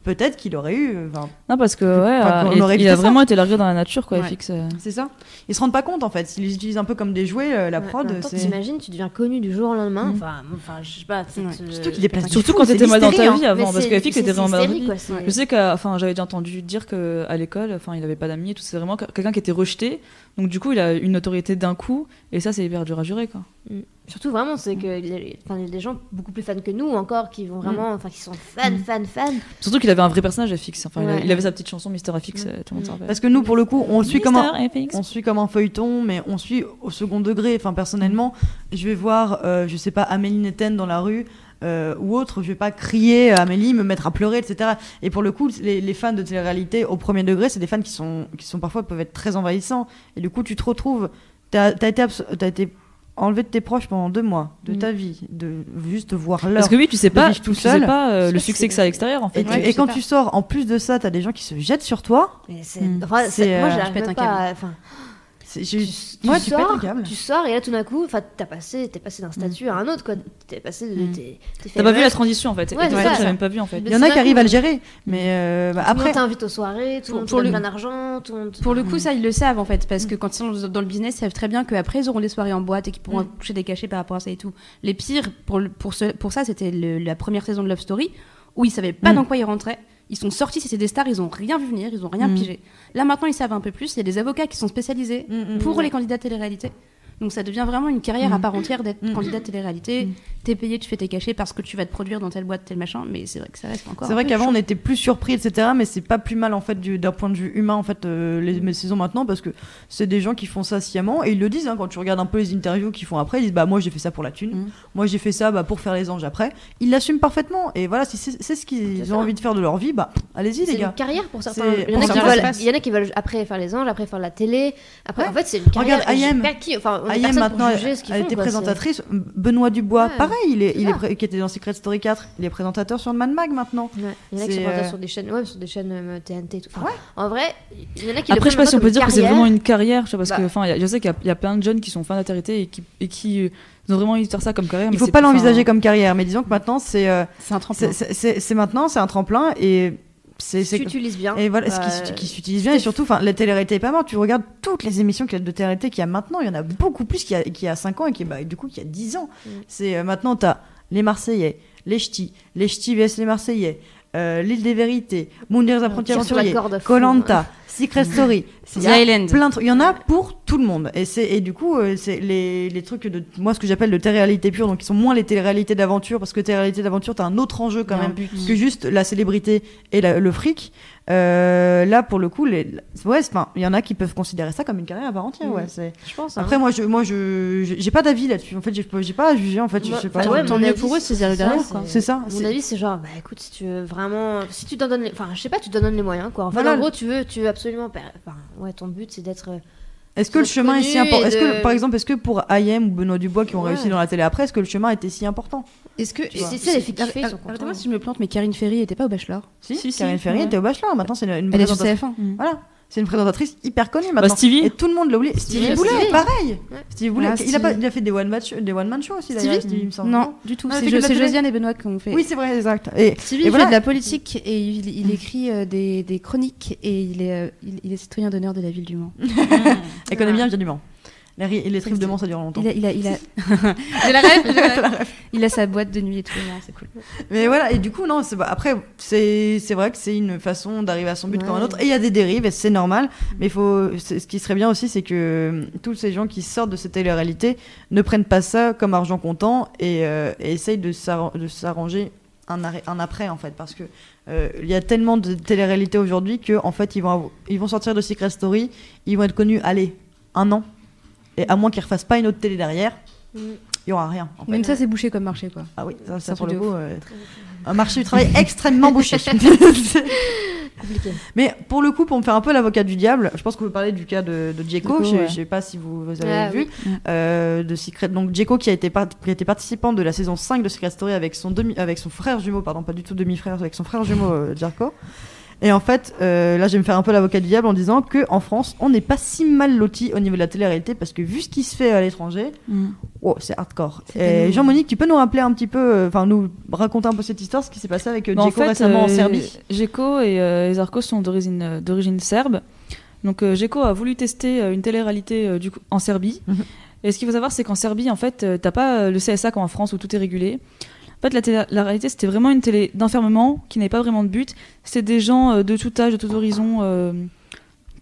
A: peut-être qu'il aurait eu. euh, enfin,
C: Non, parce que,
A: Enfin,
C: ouais,
A: qu'on
C: il-
A: aurait
C: il,
A: évité
C: a
A: ça.
C: vraiment été largué dans la nature, quoi,
F: Ouais.
C: FX. euh.
A: C'est ça. Ils se rendent pas compte en fait. Ils les utilisent un peu comme des jouets, euh, la
D: Ouais,
A: prod.
D: en même temps,
A: c'est-
D: T'imagines, tu deviens connu du jour au lendemain.
C: Mm.
D: Enfin, enfin, je sais pas. c'est-
F: Ouais.
D: c'est-
A: Surtout qu'il déplace
D: c'est-
A: du
C: Surtout
A: fou,
C: quand
A: c'est
C: t'étais mal dans ta
A: hystérique,
C: vie
A: hein.
C: avant,
D: Mais
C: parce que
D: c'est-
C: FX
D: c'est
C: était vraiment mal dans ta
D: hystérique,
C: vie.
D: quoi, c'est-
C: Je sais qu'à, enfin, j'avais déjà entendu dire que à l'école, enfin, il avait pas d'amis et tout. C'est vraiment quelqu'un qui était rejeté. Donc du coup, il a une notoriété d'un coup, et ça, c'est hyper dur à jurer, quoi.
D: Surtout vraiment, c'est que les- enfin, il y a des gens beaucoup plus fans que nous encore qui vont vraiment, enfin qui sont fans, fans, fans.
C: Surtout qu'il avait un vrai personnage FX. Enfin, il a-
D: Ouais.
C: il avait sa petite chanson Mister FX, euh, tout le monde
D: Mm.
C: s'en rappelle.
A: Parce que nous, pour le coup, on suit comme un,
C: Mr. FX.
A: On suit comme un feuilleton, mais on suit au second degré. Enfin, personnellement, je vais voir, euh, je sais pas, Amélie Netten dans la rue euh, ou autre, je vais pas crier à Amélie, me mettre à pleurer, etc. Et pour le coup, les, les fans de télé-réalité au premier degré, c'est des fans qui sont, qui sont parfois peuvent être très envahissants. Et du coup, tu te retrouves, t'as as été, abs- t'as été enlevé de tes proches pendant deux mois de
C: Mm.
A: ta vie, de juste voir l'heure.
C: Parce que oui, tu sais
A: de
C: pas,
A: vivre tout
C: tu sais
A: seul.
C: pas euh, le
F: Ça,
C: succès
F: c'est-
C: que ça a à l'extérieur, en
A: Et,
C: fait.
A: tu-
F: Ouais,
A: et
F: je sais
A: quand
F: pas.
A: tu sors, en plus de ça, t'as des gens qui se jettent sur toi.
D: Mais c'est,
C: Mm.
D: enfin,
A: C'est,
D: c'est- moi,
A: euh,
D: j'arrive
F: je pète
D: même
F: un
D: pas
F: câble.
D: à- Enfin,
A: C'est-
D: tu,
A: j'ai-
D: tu
A: ouais, tu pètes un
D: sors,
A: câble.
D: tu sors et là tout d'un coup, enfin, t'as passé, t'es passé d'un statut à un autre, quoi. T'es passé de,
C: Mm.
D: t'es, t'es fait
C: T'as pas vu la
D: rush,
C: transition, en fait. Et
D: Ouais,
C: toi,
D: c'est
C: toi,
D: ça.
C: tu l'as même pas vu, en fait.
A: Il y en a qui arrivent à le gérer, mais euh, bah,
D: Tout le
A: après.
D: monde t'invite aux soirées, tout le
F: Pour-
D: monde te
F: pour
D: donne
F: le-
D: plein d'argent, tout le monde.
F: Pour le coup, ça, ils le savent en fait, parce que quand ils sont dans le business, ils savent très bien qu'après, ils auront des soirées en boîte et qu'ils pourront toucher des cachets par rapport à ça et tout. Les pires, pour, le- pour, ce- pour ça, c'était le- la première saison de Love Story, où ils savaient pas
C: Mm.
F: dans quoi ils rentraient. Ils sont sortis, c'était des stars, ils ont rien vu venir, ils ont rien
C: Mm.
F: pigé. Là, maintenant, ils savent un peu plus. Il y a des avocats qui sont
A: Mm.
F: spécialisés pour les candidats télé-réalité. Donc, ça devient vraiment une carrière
E: Mm.
F: à part entière d'être candidat télé-réalité. T'es payé, tu fais tes cachets parce que tu vas te produire dans telle boîte, tel machin, mais c'est vrai que ça reste encore.
A: C'est
F: un
A: vrai
F: peu
A: qu'avant
F: chaud.
A: on était plus surpris, etc. Mais c'est pas plus mal en fait du- d'un point de vue humain en fait euh, les mes saisons maintenant parce que c'est des gens qui font ça sciemment et ils le disent hein, quand tu regardes un peu les interviews qu'ils font après ils disent bah moi j'ai fait ça pour la thune,
D: Mm.
A: moi j'ai fait ça bah, pour faire les anges après. Ils l'assument parfaitement et voilà si c'est c'est ce
D: C'est
A: qu'ils
D: ça.
A: ont envie de faire de leur vie bah allez-y les
D: c'est une
A: gars.
D: carrière pour certains.
A: C'est-
D: Il y
A: pour
D: en a qui
A: certains,
D: veulent-
A: ça se passe.
D: il y en a qui veulent après faire les anges, après faire la télé. Après,
A: Ouais.
D: en fait, c'est une carrière.
A: Regarde, I
D: Je sais
A: Am.
D: pas qui- Enfin, on les
A: Ayem
D: personnes
A: maintenant
D: pour juger ce qu'ils
A: elle
D: font,
A: était
D: quoi, c'est-
A: présentatrice. Benoît Dubois,
D: Ouais,
A: pareil, il est, il est
D: ça.
A: pré- qui était dans Secret Story 4, il est présentateur sur le Mad Mag maintenant.
D: Ouais, Il y en a qui
A: C'est,
D: sont présentées
A: euh,
D: sur des chaînes, ouais, sur des chaînes euh, TNT et tout. Enfin,
A: Ouais.
D: En vrai, il y en a
C: Après, je sais
D: qui le prennent
C: pas si on
D: maintenant
C: peut dire
D: comme
C: que c'est
D: carrière.
C: vraiment une carrière, je sais pas, parce
D: Bah.
C: que, enfin, il y a- je sais qu'il y a- il y, a plein de jeunes qui sont fans d'intérité et qui, et qui euh, ils ont vraiment envie de faire ça comme carrière.
A: Il
C: mais
A: faut
C: c'est-
A: pas
C: enfin,
D: hein.
A: l'envisager comme carrière, mais disons que maintenant c'est euh,
E: C'est un
A: c'est-
E: tremplin.
A: c'est c'est- c'est maintenant, c'est un tremplin et c'est
D: Si
A: c'est-
D: tu utilises bien.
A: et voilà, ce
E: Euh,
D: bah,
A: qui s'ut- qui s'utilise bien, et surtout, enfin, la télé-réalité est pas morte. Tu regardes toutes les émissions qu'il y a de télé-réalité qu'il y a maintenant, il y en a beaucoup plus qu'il y a, qu'il y a 5 ans et qui, bah, du coup, qu'il y a 10 ans.
D: Mm.
A: C'est euh, maintenant, t'as les Marseillais, les Ch'tis, les Ch'tis vs les Marseillais, euh, l'île des vérités, Mounir les apprentis
D: tire sur la
A: aventuriers,
D: corde à fond,
A: Colanta, Secret Story, il y
E: The
A: a
E: Island.
A: plein de trucs. Il y en a pour tout le monde. Et c'est et du coup, euh, c'est les, les trucs de moi ce que j'appelle le télé-réalité pure, donc qui sont moins les télé-réalités d'aventure parce que télé-réalité d'aventure, t'as un autre enjeu quand
E: Il y a un
A: même que juste la célébrité et la- le fric. Euh, là, pour le coup, les, ouais, c'est- enfin, il y en a qui peuvent considérer ça comme une carrière à part entière.
D: Mhm.
A: Ouais, c'est-
D: Je pense. hein.
A: Après, moi, je, moi, je, j'ai- j'ai pas d'avis là-dessus. En fait, j'ai pas j'ai pas à juger. En fait, je
D: Moi-
A: sais pas.
D: enfin, Bah, ouais,
A: Je-
D: mon
E: Tant mieux
D: avis,
E: pour eux,
D: c'est-
E: c'est zéro
D: c'est
E: derrière,
D: ça,
E: quoi.
A: c'est ça.
D: À
A: c'est-
D: Mon avis, c'est genre, bah écoute, si tu veux vraiment. Si tu t'en donnes. les- Enfin, je sais pas, tu te donnes les moyens, quoi. Enfin,
A: Voilà.
D: en gros, tu veux, tu veux absolument. per- Enfin, ouais, ton but, c'est d'être. euh,
A: Est-ce que le chemin est si
D: connu
A: important
D: et
A: Est-ce
D: de-
A: que, par exemple, est-ce que pour IM ou Benoît Dubois qui ont
D: Ouais.
A: réussi dans la télé après, est-ce que le chemin était si important
E: Est-ce que
D: vois. C'est- c'est les filles qui font, ils sont
E: Arrête-moi
D: contents.
E: si je me plante, mais Karine Ferry était pas au bachelor.
A: Si,
C: Si, si,
A: Karine Ferry
C: ouais.
A: était au bachelor. Maintenant, c'est une, une
E: Elle est sur
A: présentatrice-
E: TF1.
B: Mmh,
A: Voilà. C'est une présentatrice hyper connue maintenant.
C: Stevie.
A: Et tout le monde l'a oublié. Stevie
D: Stevie.
A: Boulet,
D: Stevie.
A: pareil.
D: Ouais.
A: Stevie Boulet,
E: Ah,
A: il, a
E: Stevie.
A: pas, il a fait des one-man show, des one-man show aussi d'ailleurs,
E: Stevie
A: Stevie, il me semble.
E: Non, du tout.
A: Ah,
E: C'est
A: c'est que
E: Jo-
A: de la
E: c'est
A: télé.
E: Josiane et Benoît qui ont fait.
A: Oui, c'est vrai, exact. Et,
E: Sylvie,
A: Et
E: il
A: voilà.
E: fait de la politique et il, il écrit euh, des, des chroniques et il est, euh, il, il est citoyen d'honneur de la ville du Mans.
A: elle connaît bien, bien du Mans. Les, ri- les tripes de Mans, ça dure longtemps.
E: Il a, il a, il a... J'ai la rêve, Il a sa boîte de nuit et tout, non, c'est cool.
A: Mais voilà, et du coup, non, c'est pas- après, c'est c'est vrai que c'est une façon d'arriver à son but comme un
D: Ouais.
A: autre. Et il y a des dérives, et c'est normal. Mais il faut, c'est- ce qui serait bien aussi, c'est que euh, tous ces gens qui sortent de cette télé-réalité ne prennent pas ça comme argent comptant et, euh, et essayent de s'arra- de s'arranger un, arrêt- un après, en fait. Parce que euh, il y a tellement de télé-réalité aujourd'hui que en fait, ils vont, avo- ils vont sortir de Secret Story, ils vont être connus, allez, un an. Et à moins qu'ils refassent pas une autre télé derrière,
D: Mm.
A: il y aura rien. En fait.
E: Même ça, c'est bouché comme marché, quoi.
A: Ah oui, ça,
E: un
A: ça pour le
E: truc de
A: coup. euh, un marché du travail extrêmement bouché.
D: Compliqué.
A: Mais pour le coup, pour me faire un peu l'avocat du diable, je pense qu'on peut parler du cas de, de Djeko.
C: Djeko,
A: je,
C: ouais.
A: je sais pas si vous, vous avez
D: Ah,
A: vu.
D: oui.
A: euh, de Secret. Donc Djeko qui a été par- qui a été participant de la saison 5 de Secret Story avec son demi avec son frère jumeau, pardon, pas du tout demi-frère, avec son frère jumeau euh, Djerko. Et en fait, euh, là, je vais me faire un peu l'avocat du diable en disant que en France, on n'est pas si mal loti au niveau de la télé-réalité parce que vu ce qui se fait à l'étranger,
C: Mm.
A: wow, c'est hardcore.
E: C'est
A: Et
E: pénible.
A: Jean-Monique, tu peux nous rappeler un petit peu, euh, enfin, nous raconter un peu cette histoire, ce qui s'est passé avec euh,
C: Bah,
A: Djeko récemment en
C: euh,
A: Serbie.
C: Djeko et euh, Zarko sont d'origine euh, d'origine serbe. Donc euh, Djeko a voulu tester euh, une télé-réalité euh, du coup, en Serbie.
A: Mhm.
C: Et ce qu'il faut savoir, c'est qu'en Serbie, en fait, euh, t'as pas euh, le CSA comme en France où tout est régulé. En fait, la, télé- la réalité, c'était vraiment une télé d'enfermement qui n'avait pas vraiment de but. C'était des gens euh, de tout âge, de tout horizon, euh,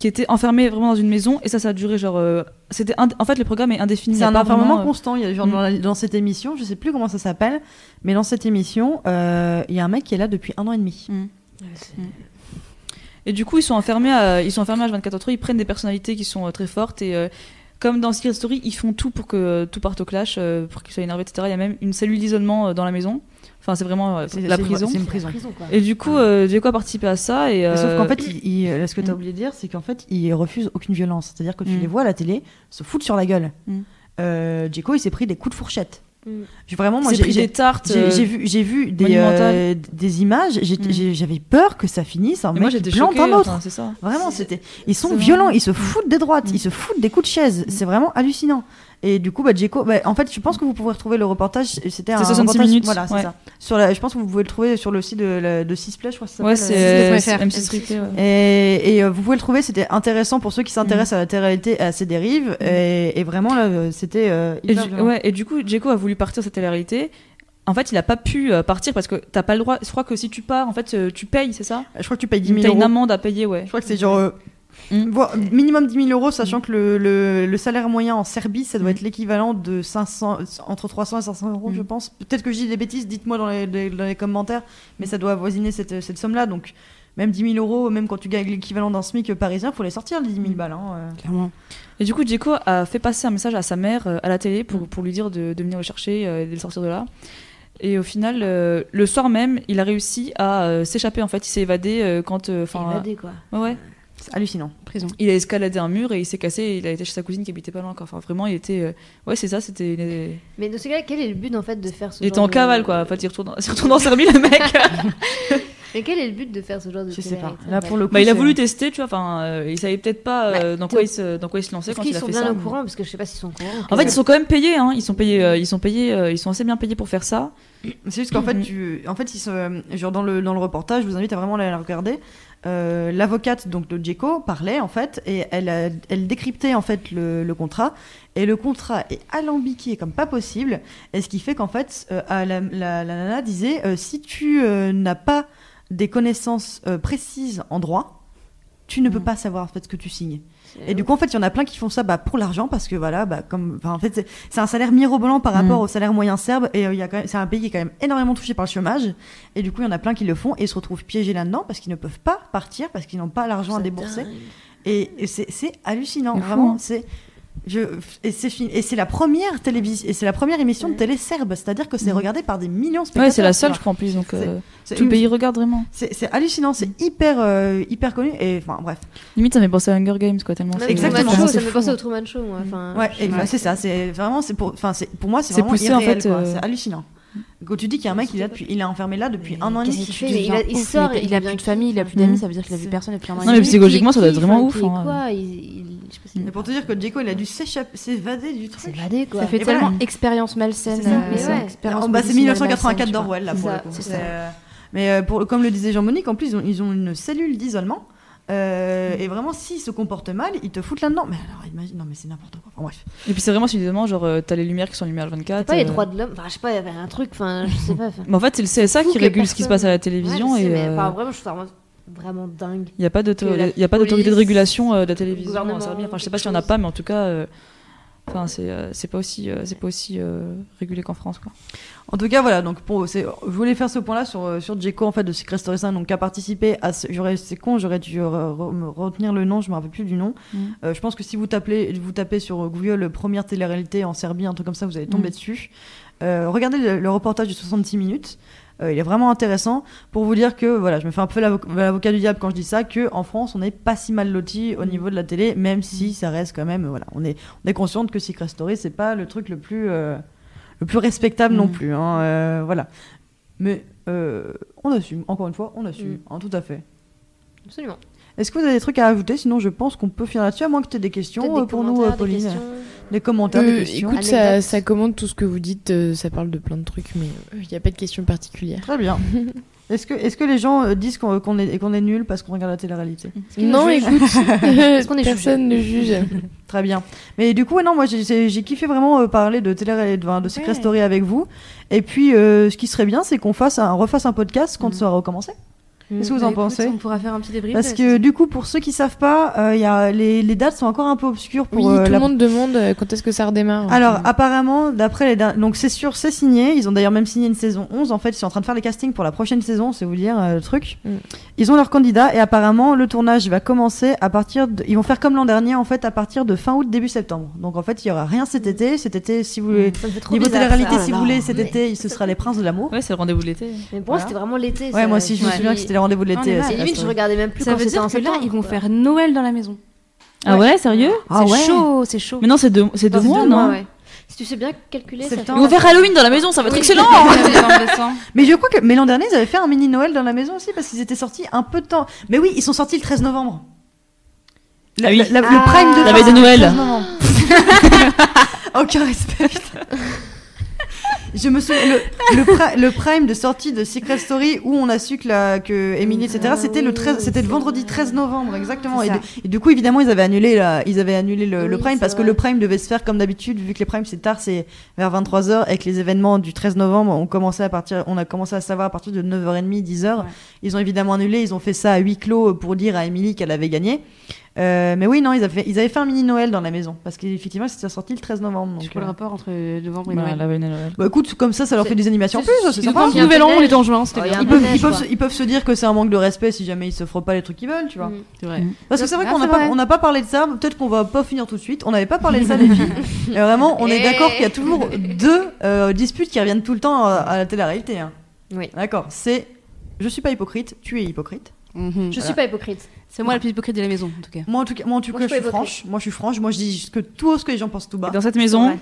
C: qui étaient enfermés vraiment dans une maison. Et ça, ça a duré genre. euh, c'était ind- en fait, le programme est indéfini.
A: C'est
C: Il y a
A: un
C: pas
A: enfermement
C: vraiment, euh,
A: constant. Il y a genre
C: Mm.
A: dans, la- dans cette émission, je sais plus comment ça s'appelle, mais dans cette émission, euh, il y a un mec qui est là depuis un an et demi.
C: Et du coup, ils sont enfermés à, ils sont enfermés à 24 heures. Ils prennent des personnalités qui sont euh, très fortes et euh, comme dans Secret Story, ils font tout pour que euh, tout parte au clash, euh, pour qu'ils soient énervés, etc. Il y a même une cellule d'isolement euh, dans la maison. Enfin, c'est vraiment euh,
A: C'est-
C: la
A: c'est-
C: prison.
A: C'est une
D: C'est la
A: prison.
D: prison, quoi.
C: Et du coup, euh, Diego a participé à ça. Et,
A: Mais Sauf
C: euh,
A: qu'en fait, il, il- là, ce que tu as
C: Mm.
A: oublié de dire, c'est qu'en fait, ils refusent aucune violence. C'est-à-dire que tu
C: Mm.
A: les vois à la télé se foutre sur la gueule.
C: Mm.
A: Euh, Djeko, il s'est pris des coups de fourchette.
D: Mm.
A: J'ai vraiment, moi,
C: il s'est
A: j'ai
C: pris des
A: j'ai-
C: tartes.
A: j'ai-
C: euh,
A: j'ai vu, j'ai vu des,
C: monumentales.
A: euh, des images. j'ai-
C: Mm.
A: j'ai- J'avais peur que ça finisse. Un
C: et
A: mec
C: moi,
A: qui
C: j'étais
A: plante
C: choquée.
A: un autre.
C: enfin, c'est ça.
A: Vraiment, c'était. Ils sont
C: c'est
A: violents,
C: vraiment-
A: ils se foutent des droites,
C: Mm.
A: ils se foutent des coups de chaise. C'est vraiment hallucinant. Et du coup, bah, Djeko, bah, en fait, je pense que vous pouvez retrouver le reportage. C'était un
C: 66
A: reportage,
C: minutes,
A: Voilà, c'est
C: ouais.
A: ça. Sur la, je pense que vous pouvez le trouver sur le site de, la- de Sisplay, je crois. que ça
C: Ouais,
A: s'appelle,
C: c'est
E: euh,
C: euh,
E: c'est
C: M6
D: M6,
C: Replay, ouais.
A: Et, et, euh, vous pouvez le trouver, c'était intéressant pour ceux qui
C: Mm.
A: s'intéressent à la télé-réalité, à ses dérives. Et, et vraiment, là, euh, c'était euh,
C: Et
A: hyper
C: du,
A: violent.
C: ouais, et du coup, Djeko a voulu partir cette télé-réalité. En fait, il a pas pu euh, partir parce que t'as pas le droit. Je crois que si tu pars, en fait, euh, tu payes, c'est ça
A: Je crois que tu payes 10
C: T'as
A: 000
C: une
A: euros.
C: amende à payer, ouais.
A: Je crois que c'est genre. euh,
C: Mm.
A: voire- minimum 10 000 euros, sachant que le, le, le salaire moyen en Serbie, ça doit être l'équivalent de 500, entre 300 et 500 euros,
C: Mm.
A: je pense. Peut-être que je dis des bêtises, dites-moi dans les, les- dans les commentaires, mais ça doit avoisiner cette, cette somme-là. Donc, même 10 000 euros, même quand tu gagnes l'équivalent d'un SMIC parisien, faut les sortir, les 10
C: Mm.
A: 000 balles. hein, euh.
E: Clairement.
C: Et du coup, Djeko a fait passer un message à sa mère euh, à la télé
D: Mm.
C: pour, pour lui dire de, de venir le chercher euh, et de le sortir de là. Et au final, euh, le soir même, il a réussi à euh, s'échapper. En fait, il s'est évadé euh, quand. euh,
D: C'est
C: Enfin,
D: évadé, quoi.
C: ouais, ouais.
G: C'est hallucinant.
E: Prison.
C: Il a escaladé un mur et il s'est cassé. et il a été chez sa cousine qui habitait pas loin. quoi. Enfin, vraiment, il était. euh, Ouais, c'est ça. C'était. une-
D: Mais dans ce cas, quel est le but en fait de faire ce
C: Il était
D: genre
C: en
D: de-
C: cavale, quoi. En fait, il retourne, en- il retourne en Serbie, le mec.
D: Mais quel est le but de faire ce genre de
G: Je sais pas.
D: téléréalité, en
G: Là
D: fait
G: pour le coup,
C: bah, il a
G: c'est-
C: voulu tester, tu vois. Enfin, euh, il savait peut-être pas euh, dans, quoi il se, dans quoi il se lançait
D: Est-ce
C: quand il
D: Bah, qu'ils
C: a
D: sont
C: fait
D: bien
C: ça.
D: au courant Parce que je sais pas s'ils sont au courant.
C: En fait, ils sont quand même payés. Hein. Ils sont payés. euh, ils sont payés. euh, ils sont assez bien payés pour faire ça.
A: C'est juste qu'en fait, tu... en fait ils se- genre dans, le, dans le reportage, je vous invite à vraiment aller la regarder. Euh, L'avocate donc de Djeko parlait en fait et elle, a- elle décryptait en fait le, le contrat et le contrat est alambiqué comme pas possible et ce qui fait qu'en fait euh, à la, la- la nana disait euh, si tu euh, n'as pas des connaissances euh, précises en droit tu ne peux pas savoir en fait ce que tu signes et du coup en fait il y en a plein qui font ça bah, pour l'argent parce que voilà bah, comme enfin, en fait c'est- c'est un salaire mirobolant par rapport au salaire moyen serbe et euh, il y a quand même- c'est un pays qui est quand même énormément touché par le chômage et du coup il y en a plein qui le font et ils se retrouvent piégés là-dedans parce qu'ils ne peuvent pas partir parce qu'ils n'ont pas l'argent à débourser et, et c'est c'est hallucinant vraiment c'est je, et c'est fini. et c'est la première télévision et c'est la première émission de télé serbe c'est-à-dire que c'est regardé par des millions de spectateurs
C: Ouais, c'est la seule,
A: tu
C: je crois, en plus. Donc,
A: C'est-
C: euh,
A: vois. C'est
C: tout le
A: une-
C: pays regarde vraiment.
A: c'est c'est hallucinant c'est hyper euh, hyper connu et enfin bref
C: Limite, ça m'a pensé à Hunger Games, quoi, tellement.
D: Même
C: c'est-
A: Exactement,
D: Truman Show,
C: c'est
D: ça me
C: fou.
D: pensait au Truman Show, moi. Enfin,
A: Ouais,
D: Ah, je-
A: et bah, c'est ça, c'est vraiment, c'est pour, enfin, c'est pour moi, c'est
C: C'est
A: vraiment
C: poussé, en
A: irréel,
C: fait,
A: quoi,
C: euh,
A: c'est hallucinant. Quand tu dis qu'il y a un mec, il est, là depuis- il est enfermé là depuis un an et
D: qu'est-ce
A: demi.
D: qu'il fait Mais il a- il
E: Ouf,
D: sort,
E: mais
D: il
E: il a
D: devient
E: plus de
D: qui
E: famille, il a plus d'amis, ça veut dire qu'il a vu personne depuis un an. et
C: Non, mais
E: demi.
D: qui-
C: psychologiquement, ça doit être
D: qui-
C: vraiment
D: qui-
C: ouf, hein.
D: Quoi il, il, je sais pas si
A: Et pour te dire que Jeko, il a dû s'échapper- s'évader du truc.
D: évadé quoi.
E: Ça fait
A: Et
E: tellement
A: voilà.
E: expérience malsaine.
D: C'est ça,
E: euh,
D: mais ouais.
E: expérience
A: Oh, bah, c'est
E: médicinale
A: 1984
E: malsaine, tu vois.
A: d'Orwell, là,
D: C'est
A: pour
D: ça,
A: le coup.
E: c'est ça.
A: C'est, euh, Mais euh, pour, comme le disait Jean-Monique, en plus, ils ont, ils ont une cellule d'isolement. euh,
E: Mm.
A: Et vraiment, s'ils se comportent mal, ils te foutent là-dedans. Mais alors, imagine, non, mais c'est n'importe quoi. Enfin, bref.
C: Et puis, c'est vraiment suffisamment, genre, euh, t'as les lumières qui sont allumées à
D: C'est
C: 24.
D: pas les
C: euh,
D: droits de l'homme. Enfin, je sais pas, il y avait un truc. Enfin, je sais pas. enfin.
C: Mais en fait, c'est le CSA
D: C'est fou
C: qui
D: que
C: régule ce qui se
D: personne-
C: passe à la
D: Ouais, je
C: télévision.
D: sais,
C: et
D: mais,
C: euh,
D: enfin, vraiment, je trouve ça vraiment- vraiment dingue.
C: Il n'y a pas
D: que la
C: d'auto- y a pas d'autorité de
D: police,
C: régulation euh, de la
D: le
C: télévision en
D: gouvernement,
C: Serbie. Enfin, je sais pas
D: quelque
C: s'il y en a
D: chose.
C: pas, mais en tout cas, euh, enfin, c'est euh, c'est pas aussi, euh, c'est pas aussi euh, régulé qu'en France. Quoi.
A: En tout cas, voilà. Donc, pour, c'est- je voulais faire ce point-là sur euh, sur Djeko en fait de Secret Story 5, donc qui a participé à. ce- J'aurais, c'est con, j'aurais dû re- re- me retenir le nom, je me rappelle plus du nom. Euh, je pense que si vous tapez, vous tapez sur Google euh, première télé-réalité en Serbie, un truc comme ça, vous allez tomber dessus. Euh, regardez le, le reportage de 66 minutes. Euh, il est vraiment intéressant pour vous dire que voilà, je me fais un peu l'avo- l'avocat du diable quand je dis ça, que en France on n'est pas si mal loti au niveau de la télé, même si ça reste quand même voilà, on est on est consciente que Secret Story c'est pas le truc le plus euh, le plus respectable non plus, hein, euh, voilà. Mais euh, on assume, encore une fois, on assume, hein, tout à fait.
D: Absolument.
A: Est-ce que vous avez des trucs à ajouter Sinon, je pense qu'on peut finir là-dessus, à moins que tu aies des questions
D: Peut-être
A: euh,
D: des
A: pour nous, euh,
D: commentaires, des
A: Pauline.
D: questions.
A: Des commentaires, des
B: Euh,
A: questions.
B: écoute, ça,
D: Anecdote.
B: ça commente tout ce que vous dites, euh, ça parle de plein de trucs, mais il n'y a pas de question particulière.
A: Très bien. Est-ce que, est que les gens euh, disent qu'on qu'on est, qu'on est nul parce qu'on regarde la télé-réalité
B: Non, écoute,
D: qu'on est jugé
B: personne ne juge.
A: Très bien. Mais du coup, ouais, non, moi j'ai- j'ai j'ai kiffé vraiment euh, parler de télé de, enfin, de Secret Story avec vous. Et puis, euh, ce qui serait bien, c'est qu'on fasse un, refasse un podcast
D: Mm.
A: quand ça aura recommencé. Qu'est-ce que vous
E: Bah,
A: en
E: écoute,
A: pensez
E: On pourra faire un petit débrief.
D: bah,
A: Parce que du coup, pour ceux qui savent pas, euh, il y a, les, les dates sont encore un peu obscures pour
B: Oui,
A: euh,
B: tout
A: la
B: le monde demande euh, quand est-ce que ça redémarre.
A: Alors, apparemment, d'après les. derni- Donc, c'est sûr, c'est signé. Ils ont d'ailleurs même signé une saison 11. En fait, ils sont en train de faire les castings pour la prochaine saison, c'est vous dire euh, le truc.
B: Mm.
A: Ils ont leurs candidats et apparemment, le tournage va commencer à partir. De... Ils vont faire comme l'an dernier, en fait, à partir de fin août, début septembre. Donc, en fait, il y aura rien cet été. Cet été, si vous voulez.
D: Ça me fait Mm. trop
A: Niveau
D: bizarre, Ah
A: télé-réalité,
D: ça.
A: si vous voulez, cet été, ce sera Les Princes de l'amour.
C: Ouais, c'est le rendez-vous de l'été.
D: Mais bon,
A: Voilà.
D: c'était vraiment l'été.
A: Ouais,
D: ça.
A: moi aussi, je me
D: Ouais.
A: souviens que c'était les rendez-vous de
E: On
A: l'été.
E: est
A: euh,
E: mal.
D: Et
A: Secret
D: limite, je
A: Story.
D: regardais même plus
E: Ça
D: quand
E: veut
D: c'était en
E: dire que là,
D: septembre.
E: ils vont
D: quoi.
E: faire Noël dans la maison.
C: Ah ouais, sérieux
A: Ah ouais.
E: C'est chaud, c'est chaud.
C: Mais non, c'est deux, c'est deux
D: Dans
C: mois,
D: deux
C: non
D: mois, ouais. Si tu sais bien calculer, ça
A: Septembre.
C: Ils vont faire Halloween dans la maison, ça va être excellent.
A: Mais je crois que. Mais l'an dernier, ils avaient fait un mini Noël dans la maison aussi parce qu'ils étaient sortis un peu de temps. Mais oui, ils sont sortis le 13 novembre. La-
C: Ah oui.
A: la- la- le
D: Ah.
A: prime de
C: La veille de Noël.
A: Aucun respect. putain. Je me souviens, le, le, pri- le prime de sortie de Secret Story où on a su que, la, que Emily, etc., c'était le 13, c'était le vendredi 13 novembre, exactement. Et, du- et du coup, évidemment, ils avaient annulé, la, ils avaient annulé le, le
D: Oui,
A: prime
D: c'est
A: parce que
D: vrai.
A: le prime devait se faire comme d'habitude, vu que les primes c'est tard, c'est vers 23h et que les événements du 13 novembre, on, commençait à partir, on a commencé à savoir à partir de 9h30, 10h. Ils ont évidemment annulé, ils ont fait ça à huis clos pour dire à Emily qu'elle avait gagné. Euh, mais oui, non, ils avaient, fait, ils avaient fait un mini Noël dans la maison parce qu'effectivement, c'était sorti le 13 novembre.
E: Je
A: Donc,
E: vois le
A: euh,
E: rapport entre novembre et
C: Ouais,
E: Noël.
C: la veille de Noël.
A: bah écoute, comme ça, ça leur fait des animations en plus, c'est
E: Ils ont
A: sympa.
E: pas
D: Il y a
E: le nouvel
D: un
E: an, on
D: peu
E: est en juin, c'était
D: Oh, il y a un
E: bien.
A: Ils
D: peu
A: peuvent,
D: neige,
A: ils, peuvent
D: quoi.
A: se, ils peuvent se dire que c'est un manque de respect si jamais ils se feront pas les trucs qu'ils veulent, tu vois.
D: Mm.
E: C'est vrai.
A: Parce que c'est vrai
E: Ah,
A: qu'on n'a
E: c'est
A: pas,
E: vrai.
A: on n'a pas parlé de ça, peut-être qu'on va pas finir tout de suite. On n'avait pas parlé de ça, les filles. Et vraiment, on est
D: Eh.
A: d'accord qu'il y a toujours deux euh, disputes qui reviennent tout le temps euh, à la télé-réalité. hein.
D: Oui.
A: D'accord, c'est je suis pas hypocrite, tu es hypocrite.
D: Je suis pas hypocrite.
E: C'est moi la plus hypocrite de la maison, en tout cas.
A: Moi en tout cas, moi, en tout
D: Moi,
A: cas,
D: je
A: je,
D: peux
A: suis
D: évoquer.
A: franche. Moi je suis franche. Moi je dis ce que tout ce que les gens pensent tout bas.
C: Dans cette maison,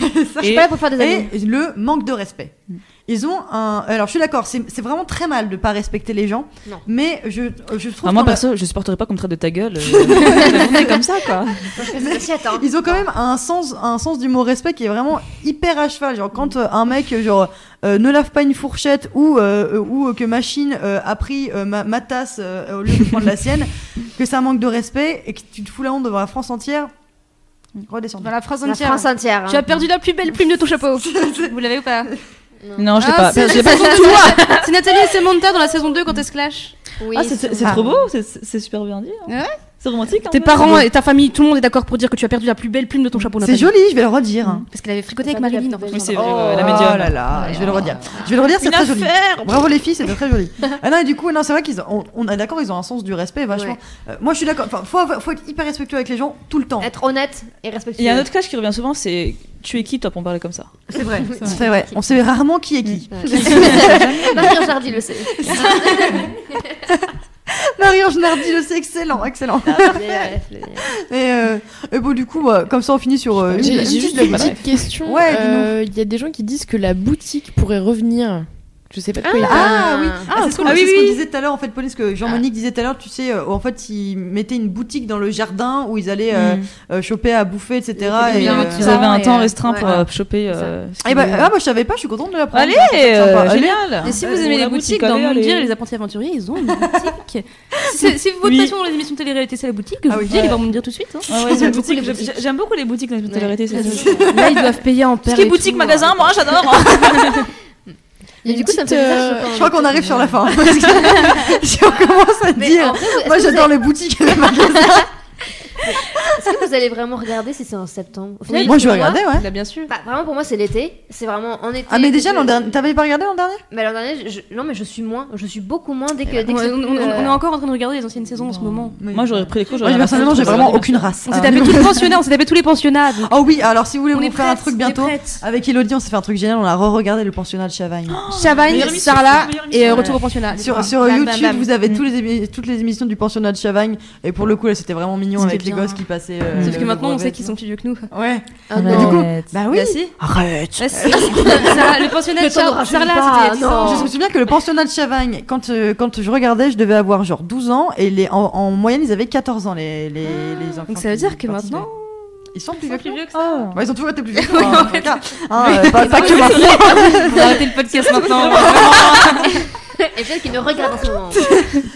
D: Je suis pas là pour faire des amis.
A: et le manque de respect.
D: Mm.
A: Ils ont un. Alors je suis d'accord, c'est c'est vraiment très mal de pas respecter les gens.
D: Non.
A: Mais je, je trouve.
C: Ah, moi
A: qu'on a-
C: perso, je supporterais pas qu'on me traite de ta gueule. euh, mais comme ça quoi.
D: hein.
A: Ils ont quand même un sens, un sens du mot respect qui est vraiment hyper à cheval. Genre quand euh, un mec euh, genre euh, ne lave pas une fourchette ou euh, euh, ou euh, que machine euh, a pris euh, ma, ma tasse euh, au lieu de prendre la sienne, que ça manque de respect et que tu te fous la honte devant la France entière, redescends.
E: Dans la phrase
D: La
E: entière.
D: France entière. hein.
E: Tu as perdu la plus belle plume de ton chapeau. Vous l'avez ou pas
C: Non, je l'ai
E: Ah,
C: pas.
E: C'est
C: Je l'ai pas.
E: c'est- c'est- c'est Nathalie et Samantha dans la saison 2 quand elles se clashent.
D: Oui,
C: Ah, c'est c'est trop beau, c'est- c'est super bien dit. hein.
E: Ouais.
C: C'est romantique. hein.
E: Tes parents et ta famille, tout le monde est d'accord pour dire que tu as perdu la plus belle plume de ton chapeau.
A: C'est
E: Nathalie.
A: joli, je vais le redire. hein.
E: Parce qu'elle avait fricoté avec
D: Pas de la
E: Marilyn.
D: plus
E: en fait.
C: Oui, c'est
A: Oh,
C: vrai, ouais, euh, la médium.
A: là là, je vais le redire. Je vais le redire, c'est
C: Une
A: très joli.
C: affaire.
A: Bravo les filles, c'était très joli. Ah non, et du coup, non, c'est vrai qu'ils, on, on est d'accord, ils ont un sens du respect vachement.
D: Ouais.
A: Euh, moi, je suis d'accord. Enfin, faut, avoir- faut être hyper respectueux avec les gens tout le temps.
D: être honnête et
C: Il
D: respectueux.
C: y a un autre clash qui revient souvent, c'est tu es qui toi pour me parler comme ça
A: C'est vrai. C'est vrai. On sait rarement qui est qui.
D: Marion Jardy le sait.
A: Marie-Ange Nardi, le sais, excellent, excellent.
D: Ah,
A: Et, euh, et bon, du coup, bah, comme ça, on finit sur. euh,
B: J'ai
A: une-
B: j'ai
A: une
B: juste
A: petite
B: une
A: blague.
B: petite question.
A: Ouais,
B: Euh, Il y a des gens qui disent que la boutique pourrait revenir. Je sais pas de quoi il parle.
A: Ah oui,
D: Ah,
A: Ah, c'est ce qu'on
C: cool.
A: c'est
C: Ah,
A: ce
C: oui,
A: qu'on
C: oui.
A: disait tout à l'heure en fait, Pauline, ce que Jean-Monique disait tout à l'heure, tu sais, euh, en fait, ils mettaient une boutique dans le jardin où ils allaient
C: Mm. Hmm.
A: euh, euh, choper à bouffer, etc.
D: Et
A: Et,
D: bien,
A: euh,
D: tu
C: Ils avaient un
D: et,
C: temps
D: euh,
C: restreint pour
D: ouais.
C: euh, choper. euh, ce
A: eh
C: qu'ils
A: ben,
C: voulaient.
A: ah, bah, je savais pas, je suis contente de l'apprendre.
C: Allez,
A: C'est sympa.
C: euh,
A: Allez.
C: génial.
E: Et si vous aimez les boutiques, dans le monde dire les apprentis aventuriers, ils ont une boutique. si, c'est- si votre
C: Oui.
E: passion pour les émissions de télé-réalité, c'est la boutique, je
A: Ah
E: vous
A: oui.
E: dis, ils vont me le dire tout de suite. hein.
C: Ah ouais, c'est une boutique, j'aime- J'aime beaucoup les boutiques dans les hospitalités, c'est ça.
E: Là, ils doivent payer en
C: Tout hein. ce
E: paire.
C: qui est
E: et
C: boutique,
E: tout,
C: magasin, moi j'adore.
D: Et du coup, ça me fait
B: Petite,
D: bizarre,
B: euh,
D: quand-
A: Je crois qu'on arrive sur la fin. parce que si on commence à
D: Mais en
A: dire.
D: vrai, vous- est-ce
A: Moi,
D: que vous
A: j'adore les boutiques.
D: allez- Est-ce que vous allez vraiment regarder si c'est en septembre Au final,
A: Moi, je vais
D: pour
A: regarder, ouais.
E: Là, bien sûr.
D: bah, vraiment, pour moi, c'est l'été. C'est vraiment en été.
A: Ah, mais
D: que
A: déjà,
D: je-
A: l'an dernier, t'avais pas regardé l'an dernier
D: Mais l'an dernier, je- je- non, mais je suis moins. Je suis beaucoup moins dès que.
E: Eh ben, On,
D: dès que-
E: on- on- on est
D: euh,
E: encore en train de regarder les anciennes saisons en ce moment.
C: Moi j'aurais pris les cours,
A: Moi,
E: bah,
C: j'aurais.
A: personnellement, j'ai vraiment aucune race.
E: On s'est
A: Ah,
E: tapé
A: non.
E: tous les pensionnats, on s'est tapé tous les pensionnats. donc
A: Oh oui, alors si vous voulez
E: on
A: vous
E: est
A: faire un
E: prêtes,
A: truc
E: on est
A: bientôt,
E: prêtes.
A: avec Elodie, on s'est fait un truc génial, on a re-regardé le pensionnat de Chavagne.
E: Chavagne,
C: Meilleure émission,
E: Sarla
C: meilleure émission.
E: et euh, retour au pensionnat.
A: sur
E: Bam,
A: sur
E: bam,
A: YouTube,
E: bam, bam.
A: vous
C: Mm.
A: avez tous les émi- toutes les émissions du pensionnat de Chavagne, et pour le coup, là, c'était vraiment mignon
E: C'était
A: avec les
E: bien,
A: gosses
E: hein.
A: qui passaient. euh,
E: Sauf
A: le-
E: que
A: le
E: maintenant, on
A: brevet,
E: sait qu'ils
A: tout
E: sont plus vieux que nous.
A: ça. Ouais.
D: ah,
A: Mais du
D: non.
A: coup, bah oui.
E: Bah, si.
A: Arrête.
E: Bah, si. Sarah- le pensionnat de
D: Mais t'en
E: Sarla,
D: auras
E: c'était
D: pas,
E: il y a 10 ans.
A: Je me souviens que le pensionnat de Chavagne, quand, euh, quand je regardais, je devais avoir genre 12 ans et les, en, en moyenne, ils avaient 14 ans, les, les, les enfants.
E: Ah. Donc ça veut
A: qui
E: dire que
A: participaient.
E: maintenant.
A: Ils sont plus vieux que nous.
C: Oh.
A: Ouais, ils ont toujours été plus vieux que nous, hein, en tout cas. Hein, euh, pas, pas que maintenant.
E: On va arrêter le podcast maintenant.
D: Et peut-être qu'ils ne regardent en ce moment.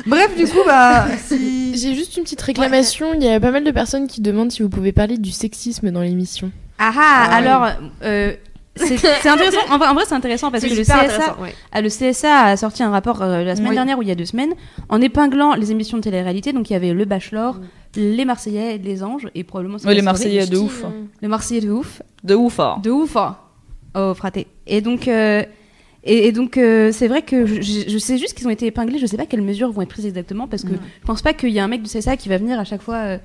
A: Bref, du coup, bah. Si...
B: J'ai juste une petite réclamation. Il y a pas mal de personnes qui demandent si vous pouvez parler du sexisme dans l'émission.
E: Ah ah, alors, euh, c'est c'est intéressant. En vrai, en vrai, c'est intéressant parce que le CSA,
D: ouais.
E: ah, le CSA a sorti un rapport euh, la semaine
A: Oui.
E: dernière ou il y a deux semaines en épinglant les émissions de télé-réalité. Donc il y avait le Bachelor, les Marseillais, les Anges et probablement.
C: Ouais, les
E: Sarah Sorry.
C: Marseillais de ouf.
D: hein.
E: Les Marseillais de ouf.
C: De ouf, hein.
E: De ouf. hein. Oh, fraté. Et donc, euh, et, et donc euh, c'est vrai que je, je- je sais juste qu'ils ont été épinglés. Je sais pas quelles mesures vont être prises exactement parce que je pense pas qu'il y a un mec du CSA qui va venir à chaque fois. euh,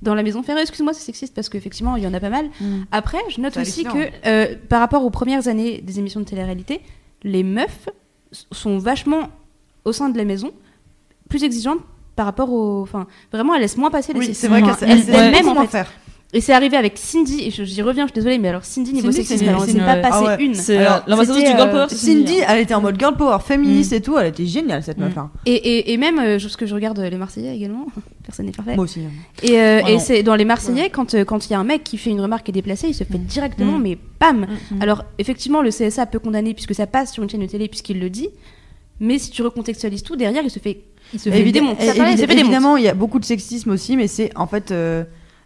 E: dans la maison faire Eh, excuse-moi c'est sexiste parce qu'effectivement il y en a pas mal après je note
A: C'est
E: aussi que
A: hallucinant.
E: euh, par rapport aux premières années des émissions de télé-réalité les meufs s- sont vachement au sein de la maison plus exigeantes par rapport aux enfin vraiment elles laissent moins passer les
A: Oui, c'est
E: sexismes.
A: vrai qu'elle
E: elles, elles
A: sait
E: aiment,
A: même
E: en
A: en
E: fait.
A: faire.
E: Et c'est arrivé avec Cindy, et je- j'y reviens, je suis désolée, mais alors Cindy, niveau
A: Cindy, c'est
E: sexisme,
A: une-
E: alors on
C: c'est
E: s'est
C: une-
E: pas
C: ouais.
E: passé
A: Ah ouais.
E: une.
C: C'est
A: Alors,
C: euh, l'ambassadeur du
E: c'était,
C: Girl
E: euh, Mm.
C: Power. c'est
A: Cindy, elle était en mode girl power, féministe et tout, elle était géniale cette hein.
C: Mm.
A: meuf-là.
E: Et, et, et même, euh, je- parce que je regarde euh, les Marseillais également, personne n'est parfait.
A: Moi aussi. hein.
E: Et, euh,
C: Ouais,
E: et
C: non.
E: c'est dans les Marseillais, quand euh, quand il y a un mec qui fait une remarque et déplacée, il se
A: Mm.
E: fait directement, mais pam Alors effectivement, le CSA peut condamner puisque ça passe sur une chaîne de télé, puisqu'il le dit, mais si tu recontextualises tout, derrière, il se fait, il se fait
A: Évidé-
E: démonter.
A: é-
E: Ça, pareil, il se
A: évi-
E: fait démonter.
A: évidemment, il y a beaucoup de sexisme aussi, mais c'est en fait. euh,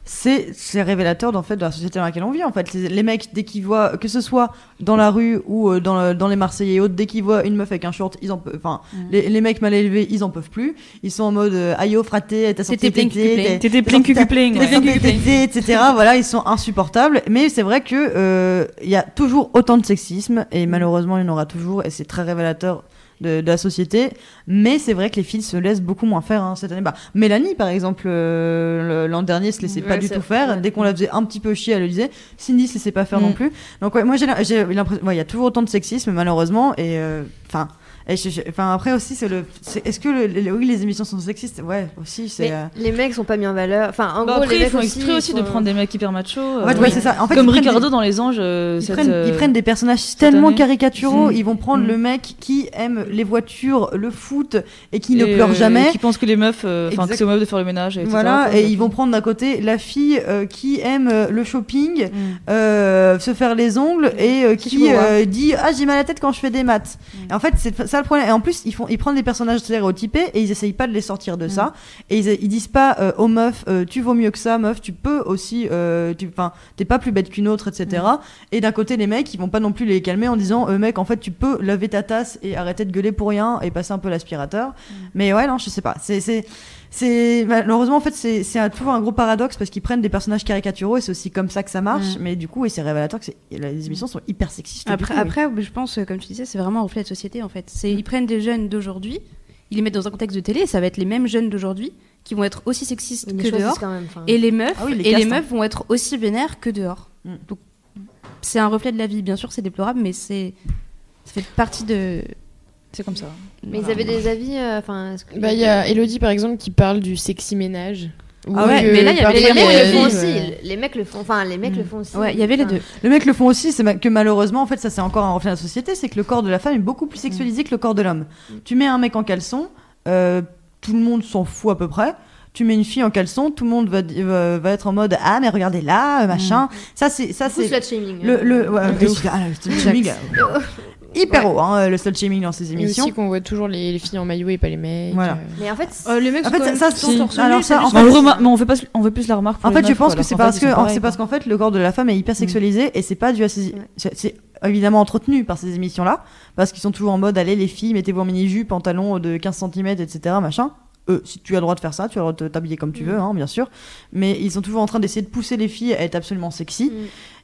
A: c'est c'est révélateur d'en fait, de la société dans laquelle on vit. En fait. Les, les mecs, dès qu'ils voient, que ce soit dans la rue ou euh, dans, le- dans les Marseillais et autres, dès qu'ils voient une meuf avec un short, ils en peuvent, enfin,
E: Mm.
A: les, les mecs mal élevés, ils en peuvent plus. Ils sont en mode euh, aïe oh, fraté, t'as sorti
E: T'étais
A: tes
E: pling, tu pling.
A: t'es-
C: T'étais pling, cucu, pling.
A: T'es
C: ouais.
A: santé, t'es- etc. voilà, ils sont insupportables. Mais c'est vrai que euh, il y a toujours autant de sexisme et malheureusement il y en aura toujours et c'est très révélateur de, de la société. Mais c'est vrai que les filles se laissent beaucoup moins faire hein, cette année. Bah, Mélanie par exemple euh, le- l'an dernier se laissait pas
D: Mm, Ouais,
A: du
D: c'est-
A: tout faire.
D: ouais.
A: Dès qu'on la faisait un petit peu chier, elle le disait. Cindy se laissait
D: Mm.
A: pas faire non plus. Donc ouais, moi j'ai la- j'ai l'impression, ouais, il y a toujours autant de sexisme malheureusement et euh, enfin. Et je- je- enfin, après aussi, c'est le. c'est- Est-ce que le- le- oui, les émissions sont sexistes Ouais, aussi, c'est.
D: Mais
A: euh,
D: les mecs sont pas mis en valeur. Enfin, en
C: Bah
D: gros,
C: après,
D: les
C: ils
D: mecs
C: font exprès aussi, de
D: sont-
C: prendre des mecs hyper machos.
A: En fait,
C: euh,
A: ouais, c'est ça. En fait,
C: Comme
A: ils prennent
C: Ricardo
A: des-
C: dans Les Anges. euh,
A: Ils
C: cette,
A: prennent, ils
C: euh,
A: prennent des personnages tellement
C: année.
A: caricaturaux.
C: Mm.
A: Ils vont prendre
C: Mm.
A: le mec qui aime les voitures, le foot et qui
C: et,
A: ne pleure
C: euh,
A: jamais.
C: Qui pense que les meufs, euh, enfin,
A: Exact.
C: que c'est aux meufs de faire le ménage. etc.,
A: Voilà,
C: quoi.
A: et ils vont prendre d'un côté la fille euh, qui aime euh, le shopping,
C: Mm.
A: euh, se faire les ongles
C: Mmh.
A: et euh, qui
D: Chihuahua.
C: hein
A: euh, dit ah j'ai mal à la tête quand je fais des maths.
C: Mmh.
A: Et en fait c'est ça le problème. Et en plus ils font ils prennent des personnages stéréotypés et ils essayent pas de les sortir de
C: Mmh.
A: ça. Et ils, ils disent pas euh, aux meufs euh, tu vaux mieux que ça meuf tu peux aussi euh, tu enfin t'es pas plus bête qu'une autre etc. Et d'un côté les mecs ils vont pas non plus les calmer en disant euh, mec en fait tu peux laver ta tasse et arrêter de gueuler pour rien et passer un peu l'aspirateur.
C: Mm.
A: Mais ouais non je sais pas c'est c'est c'est malheureusement en fait c'est c'est un- toujours un gros paradoxe parce qu'ils prennent des personnages caricaturaux et c'est aussi comme ça que ça
C: Mm.
A: marche. Mais du coup et c'est révélateur que c'est- les émissions sont hyper sexistes. du
F: Après,
A: coup, oui.
F: après, je pense, euh, comme tu disais, c'est vraiment un reflet de société en fait. C'est ils prennent des jeunes d'aujourd'hui, ils les mettent dans un contexte de télé, et ça va être les mêmes jeunes d'aujourd'hui qui vont être aussi
E: euh,
F: sexistes
D: Ils
F: que
D: choisissent
F: dehors,
D: quand même, enfin.
F: et les meufs
A: Ah oui, les
F: et les
A: castes, hein.
F: meufs vont être aussi vénères que dehors.
A: Mm.
F: Donc, c'est un reflet de la vie. Bien sûr, c'est déplorable, mais c'est ça fait partie de.
C: C'est comme ça.
D: Mais ils avaient des avis. euh, Enfin, est-ce que-
B: Bah, il y a Elodie, par exemple, qui parle du sexy ménage. euh,
A: Ah ouais,
B: Ou que
F: mais là, il y avait
D: Mais
B: parfois,
D: les
F: les
D: mecs le
F: deux,
D: font
F: euh,
D: aussi. Les mecs le font. Enfin, les mecs le font aussi.
F: Ouais, il y avait les
D: Enfin,
F: deux.
A: Les mecs le font aussi, c'est ma- que malheureusement, en fait, ça c'est encore un reflet de la société, c'est que le corps de la femme est beaucoup plus sexualisé que le corps de l'homme. Tu mets un mec en caleçon, euh, tout le monde s'en fout à peu près. Tu mets une fille en caleçon, tout le monde va, di- va, va être en mode ah mais regardez là, euh,
B: Mm.
A: machin. Ça c'est ça
D: beaucoup
A: c'est
D: slut shaming. hein.
A: le le ouais,
B: De
A: le-
B: ouf.
A: ah, le slut shaming, euh, hyper haut hein, le slut shaming dans ces
B: mais aussi
A: émissions.
B: qu'on voit toujours les, les filles en maillot et pas les mecs.
A: Voilà.
B: euh.
D: Mais en fait,
C: Oh,
F: les mecs
A: En fait, ça, ça,
B: si.
A: alors ça, en
C: Mais
A: fait,
C: on, remarque- mais on fait pas, on fait plus la remarque. pour
A: En
C: les
A: fait, je
C: meufs,
A: pense
C: quoi,
A: que
C: alors
A: c'est
C: qu'en fait,
A: parce
C: ils sont
A: que
C: pareils,
A: c'est parce
C: quoi. Mm.
A: qu'en fait le corps de la femme est hyper sexualisé et c'est pas dû à ces
D: Ouais.
A: c'est- c'est évidemment entretenu par ces émissions là parce qu'ils sont toujours en mode allez les filles mettez-vous en mini jupe pantalon de 15 cm etc machin. Euh, si tu as le droit de faire ça, tu as le droit de t'habiller comme tu
C: Mm.
A: veux, hein, bien sûr. Mais ils sont toujours en train d'essayer de pousser les filles à être absolument sexy.
C: Mm.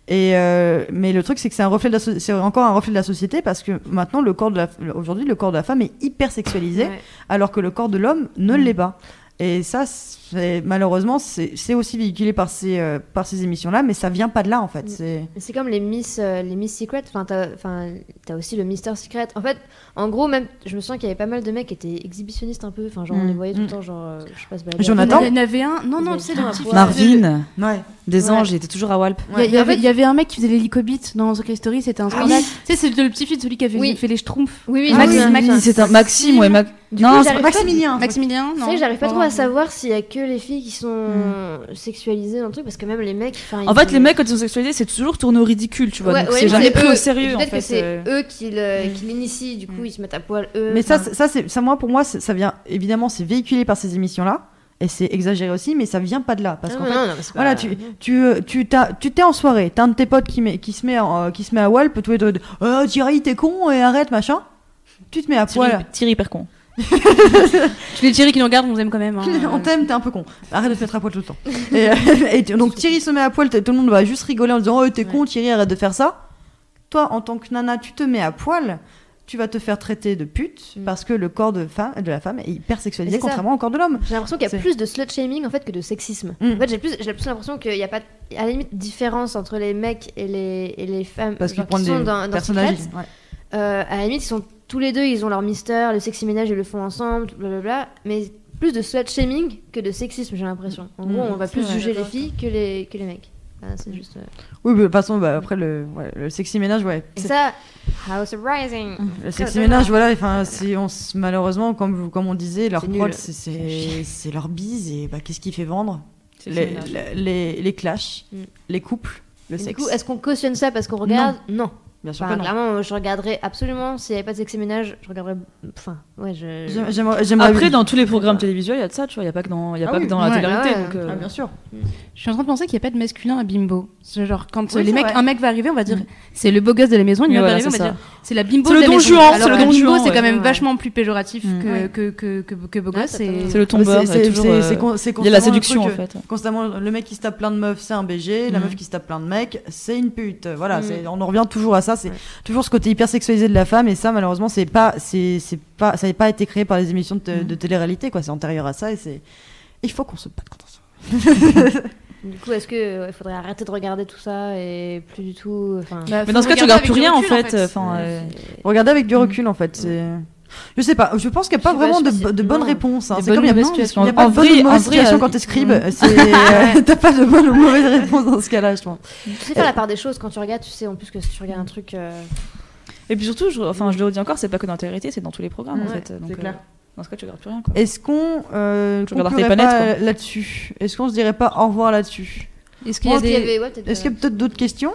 A: Et euh, mais le truc, c'est que c'est un reflet, de la so- c'est encore un reflet de la société parce que maintenant, le corps de la, aujourd'hui, le corps de la femme est hyper sexualisé
D: Ouais.
A: alors que le corps de l'homme ne
D: Mm.
A: l'est pas. Et ça, c'est- malheureusement, c'est c'est aussi véhiculé par ces, euh, par ces émissions-là, mais ça vient pas de là, en
D: Mm.
A: fait. C'est
D: Mais C'est comme les Miss, euh, les Miss Secret. Enfin, t'as, enfin, t'as aussi le Mister Secret. En fait, en gros, même, je me souviens qu'il y avait pas mal de mecs qui étaient exhibitionnistes un peu. Enfin, genre, on les voyait tout le temps, genre, euh, je sais pas, se balader.
A: Jonathan
F: Il y en avait un. Non, non,
D: Ils
F: tu sais,
D: avaient
F: le
D: un
F: petit
D: poids.
C: Marvin,
A: Ouais.
C: des
D: Ouais.
C: anges, il était toujours à Walp.
F: Il y a- il y, avait, il y avait un mec qui faisait l'hélicobite dans Secret Story, c'était un scandale. Tu sais, c'est le petit fils de celui qui avait
D: Oui.
F: fait les schtroumpfs.
D: Oui,
C: Ah
D: oui, je me
C: oui,
D: souviens de ça.
C: c'est un Maxime, ouais. Mac-
D: Du coup,
C: Non, c'est
D: j'arrive
C: pas-
D: pas-
A: Maximilien.
F: Maximilien,
D: Tu
F: non
D: sais, j'arrive pas
F: Oh.
D: trop à savoir s'il y a que les filles qui sont sexualisées dans le truc, parce que même les mecs. enfin,
C: Mm. En
D: ils
C: fait, les
D: sont-
C: mecs, quand ils sont sexualisés, c'est toujours tourné au ridicule, tu vois.
D: Ouais,
C: donc
D: ouais,
C: c'est
D: mais
C: jamais pris
D: eux.
C: au sérieux, en
D: Peut-être
C: fait.
D: que c'est
C: euh. Mm.
D: eux qui le- qui l'initient, du coup, ils se mettent à poil eux.
A: Mais ça,
D: Euh, enfin.
A: c'est- ça, c'est- ça, moi, pour moi, c'est- ça vient, évidemment, c'est véhiculé par ces émissions-là, et c'est exagéré aussi, mais ça vient pas de là. Parce
D: Ah,
A: qu'en
D: non,
A: fait,
D: non, non, mais c'est
A: Voilà,
D: pas-
A: tu, tu, euh, tu, t'as- tu t'es en soirée, t'as un de tes potes qui, met, qui, se met en- euh, qui se met à Walp, toi, toi, oh, Thierry, t'es con, et arrête, machin. Tu te mets à poil.
C: Thierry, Thierry hyper con.
F: Je les Thierry qui nous regardent, on les aime quand même. hein.
A: On t'aime, t'es un peu con. Arrête de te mettre à poil tout le temps. Et, euh, et tu- donc Thierry se met à poil, t- tout le monde va juste rigoler en disant Oh, t'es con, Thierry, arrête de faire ça. Toi, en tant que nana, tu te mets à poil, tu vas te faire traiter de pute parce que le corps de, femme, de la femme est hyper sexualisé,
D: Mais Mm. c'est ça.
A: contrairement au corps de l'homme.
D: J'ai l'impression qu'il y
A: C'est-
D: a plus de slut shaming en fait que de sexisme.
A: Mm.
D: En fait, j'ai plus, j'ai plus l'impression qu'il n'y a pas, à la limite, différence entre les mecs et les, et les femmes.
A: Parce qu'ils
D: genre, qui
A: prennent
D: sont
A: des
D: dans, dans
A: personnages.
D: Secret.
A: ouais.
D: Euh, à la limite, ils sont tous les deux, ils ont leur mister, le sexy ménage, ils le font ensemble, blablabla. Mais plus de slut shaming que de sexisme, j'ai l'impression. En gros, on va plus juger les filles que les, que les mecs. Voilà, c'est juste. euh.
A: Oui, mais de toute façon, bah, après, le, ouais, le sexy ménage, ouais.
D: Et ça, how surprising!
A: Le sexy ménage, voilà, enfin, c'est- on s- malheureusement, comme, vous- comme on disait, leur
D: C'est nul.
A: prod, c'est- c'est c'est leur bise, et bah, qu'est-ce qui fait vendre les, les, les- les clashs,
D: Mm.
A: les couples, le
D: Du
A: sexe.
D: coup, est-ce qu'on cautionne ça parce qu'on regarde? non.
A: Bien sûr
D: Enfin,
A: que non.
D: clairement, je regarderais absolument. S'il n'y avait pas de sexy ménage, je regarderais. Enfin, ouais, je.
A: J'aime- j'aimerais- j'aimerais-
C: Après, dans tous les programmes télévisuels, il y a de ça, tu vois. Il n'y a pas que dans, il y a
A: bah Ah
C: pas
A: oui,
C: que dans
A: ouais,
C: l'intégralité.
D: ouais.
C: donc, euh,
A: Ah, bien sûr.
F: Je suis en train de penser qu'il n'y a pas de masculin à bimbo. C'est genre, quand
A: Oui,
F: euh, les
A: c'est
F: mecs,
A: vrai.
F: un mec va arriver, on va dire c'est le beau gosse de la maison, une
C: Mais
F: meuf
C: Mm. voilà,
F: va arriver, on
C: c'est
F: va
C: ça.
F: dire c'est la bimbo
C: C'est
F: de
C: le
F: la
C: Don
F: maison.
C: Juan,
F: Alors
C: c'est le
F: que
C: Don
F: bimbo,
C: Juan,
F: c'est
C: ouais.
F: quand même
D: Ouais.
F: vachement plus péjoratif
C: Mm.
F: que,
D: Ouais.
F: que, que, que, que beau
D: Ouais,
F: gosse.
D: ça
F: et-
D: peut-
C: c'est le tombeur.
A: Bah, C'est-
C: il y a
A: c'est-
C: toujours,
A: c'est-
C: euh,
A: c'est con- c'est
C: Il y a
A: constamment
C: la
A: le
C: séduction, en
A: truc, euh,
C: fait.
A: Constamment, le mec qui se tape plein de meufs, c'est un BG. La
C: Mm.
A: meuf qui se tape plein de mecs, c'est une pute. Voilà,
D: Mm.
A: c'est- on en revient toujours à ça. C'est
D: Ouais.
A: toujours ce côté hyper sexualisé de la femme. Et ça, malheureusement, c'est pas, c'est, c'est pas, ça n'avait pas été créé par les émissions de,
C: Mm.
A: t- de télé-réalité. Quoi, c'est antérieur à ça. Et c'est, il faut qu'on se batte contre ça.
D: Du coup, est-ce que ouais, faudrait arrêter de regarder tout ça et plus du tout. Enfin,
C: Mais dans ce cas, tu
F: regarder
C: regardes
F: avec du
C: plus rien, en
F: recul, en
C: fait.
F: fait.
C: Enfin, euh,
A: Regardez avec du recul, en fait. C'est... Je sais pas, je pense qu'il n'y a pas
D: Je sais
A: vraiment
D: pas, je
A: de,
D: sais-
A: de bonnes
D: non.
A: réponses. hein.
C: Des
A: C'est comme il
C: bonnes
A: y a pas
C: ou
A: de
C: mauvaises situations.
A: Il n'y a
C: En
A: pas de
C: vrai-
A: bonne ou
C: en
A: mauvaise
C: vrai,
A: situation
C: euh,
A: quand t'es scribe. C'est- T'as pas de bonne ou mauvaise réponse dans ce cas-là, je pense.
D: Tu sais faire la part des choses quand tu regardes, tu sais en plus que si tu
E: Mm.
D: regardes un truc. euh,
C: Et puis surtout, je, enfin, je le redis encore, c'est pas que dans la télé-réalité, c'est dans tous les programmes en
D: Ouais,
C: fait. Donc,
D: c'est
C: euh,
D: clair.
C: Dans ce cas, tu regardes plus rien. Quoi.
A: Est-ce qu'on euh,
C: Tu regardes
A: conclurait
C: Arte Planète,
A: pas
C: quoi.
A: là-dessus Est-ce qu'on se dirait pas au revoir là-dessus
E: Est-ce qu'il
D: je
E: y a
D: pense qu'il y
E: des.
D: avait- ouais, peut-être,
A: Est-ce
D: euh,
A: qu'il y a peut-être d'autres questions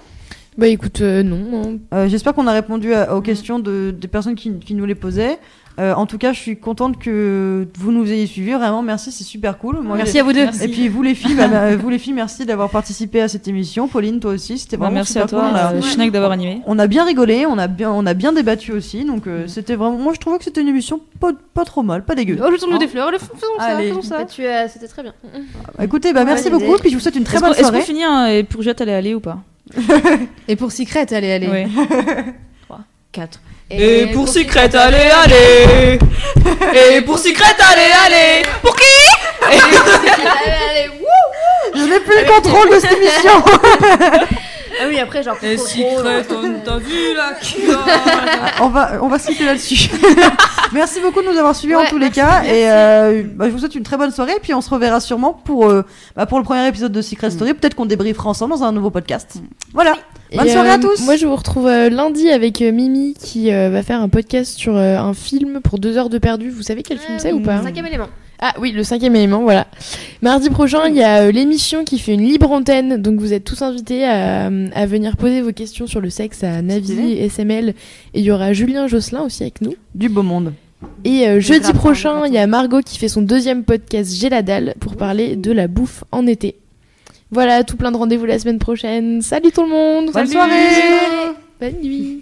B: Bah écoute, euh, non. hein.
A: Euh, J'espère qu'on a répondu à-
C: Mm.
A: aux questions de- des personnes qui, qui nous les posaient. Euh, en tout cas, je suis contente que vous nous ayez suivis. Vraiment, merci, c'est super cool. Moi,
E: Merci à vous deux.
C: Merci.
A: Et puis vous les filles, bah, bah, vous les filles, merci d'avoir participé à cette émission. Pauline, toi aussi, c'était
C: Bah,
A: vraiment
C: merci
A: super
C: à toi,
A: cool. On a-
C: euh, Schneck, d'avoir animé.
A: On a bien rigolé, on a bien, on a bien débattu aussi, donc euh, c'était vraiment. Moi, je trouvais que c'était une émission pas, pas trop mal, pas dégueu.
E: Oh, jetons-nous des fleurs, le faisons ça,
A: Allez.
E: faisons ça.
D: euh, bah, tu, euh, C'était très bien.
A: Écoutez, bah merci
D: bonne
A: beaucoup,
D: idée.
A: puis je vous souhaite une très
C: Est-ce qu'on-
A: bonne
C: est-ce qu'on
A: soirée.
C: finit hein, et pour Juliette, elle est allée ou pas
E: Et pour Secret, allez, allez.
C: Ouais.
E: 4.
C: Secret, allez, allez Et pour Secret, allez, allez Pour qui
D: Allez, allez, wouh
A: Je n'ai plus le contrôle de cette émission.
D: Ah oui, après, genre. trop, trop, trop, euh,
C: t'as vu là
A: on va, on va se quitter là-dessus. merci beaucoup de nous avoir suivis en
D: Ouais,
A: tous les
D: merci,
A: cas,
D: merci.
A: et euh, bah, je vous souhaite une très bonne soirée, puis on se reverra sûrement pour, euh, bah, pour le premier épisode de Secret Story.
D: Mm.
A: Peut-être qu'on débriefera ensemble dans un nouveau podcast. Voilà. Bonne
B: Et,
A: soirée à
B: euh,
A: tous.
B: Moi, je vous retrouve euh, lundi avec euh, Mimi qui euh, va faire un podcast sur euh, un film pour deux heures de perdu. Vous savez quel film c'est
E: Mm.
B: ou pas
D: Cinquième élément.
B: Ah oui, le cinquième élément, voilà. Mardi prochain, il y a euh, l'émission qui fait une libre antenne, donc vous êtes tous invités à, euh, à venir poser vos questions sur le sexe à Navi,
A: Stylé.
B: SML, et il y aura Julien Josselin aussi avec nous.
A: Du beau monde.
B: Et euh, jeudi
D: gratin,
B: prochain,
D: gratin.
B: il y a Margot qui fait son deuxième podcast J'ai la dalle pour parler de la bouffe en été. Voilà, tout plein de rendez-vous la semaine prochaine. Salut tout le monde
A: Bonne
B: Salut
A: soirée.
B: Bonne nuit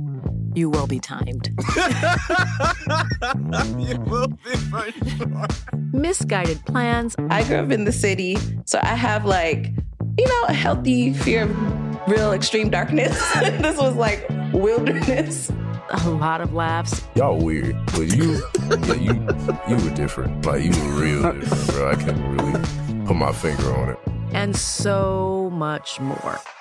H: You will be timed. Misguided plans,
I: I grew up in the city, so I have like, you know, a healthy fear of real extreme darkness. this was like wilderness.
H: a lot of laughs,
J: Y'all weird, but you, like you, you were different. Like you were real different, bro. I can't really put my finger on it.
H: and so much more.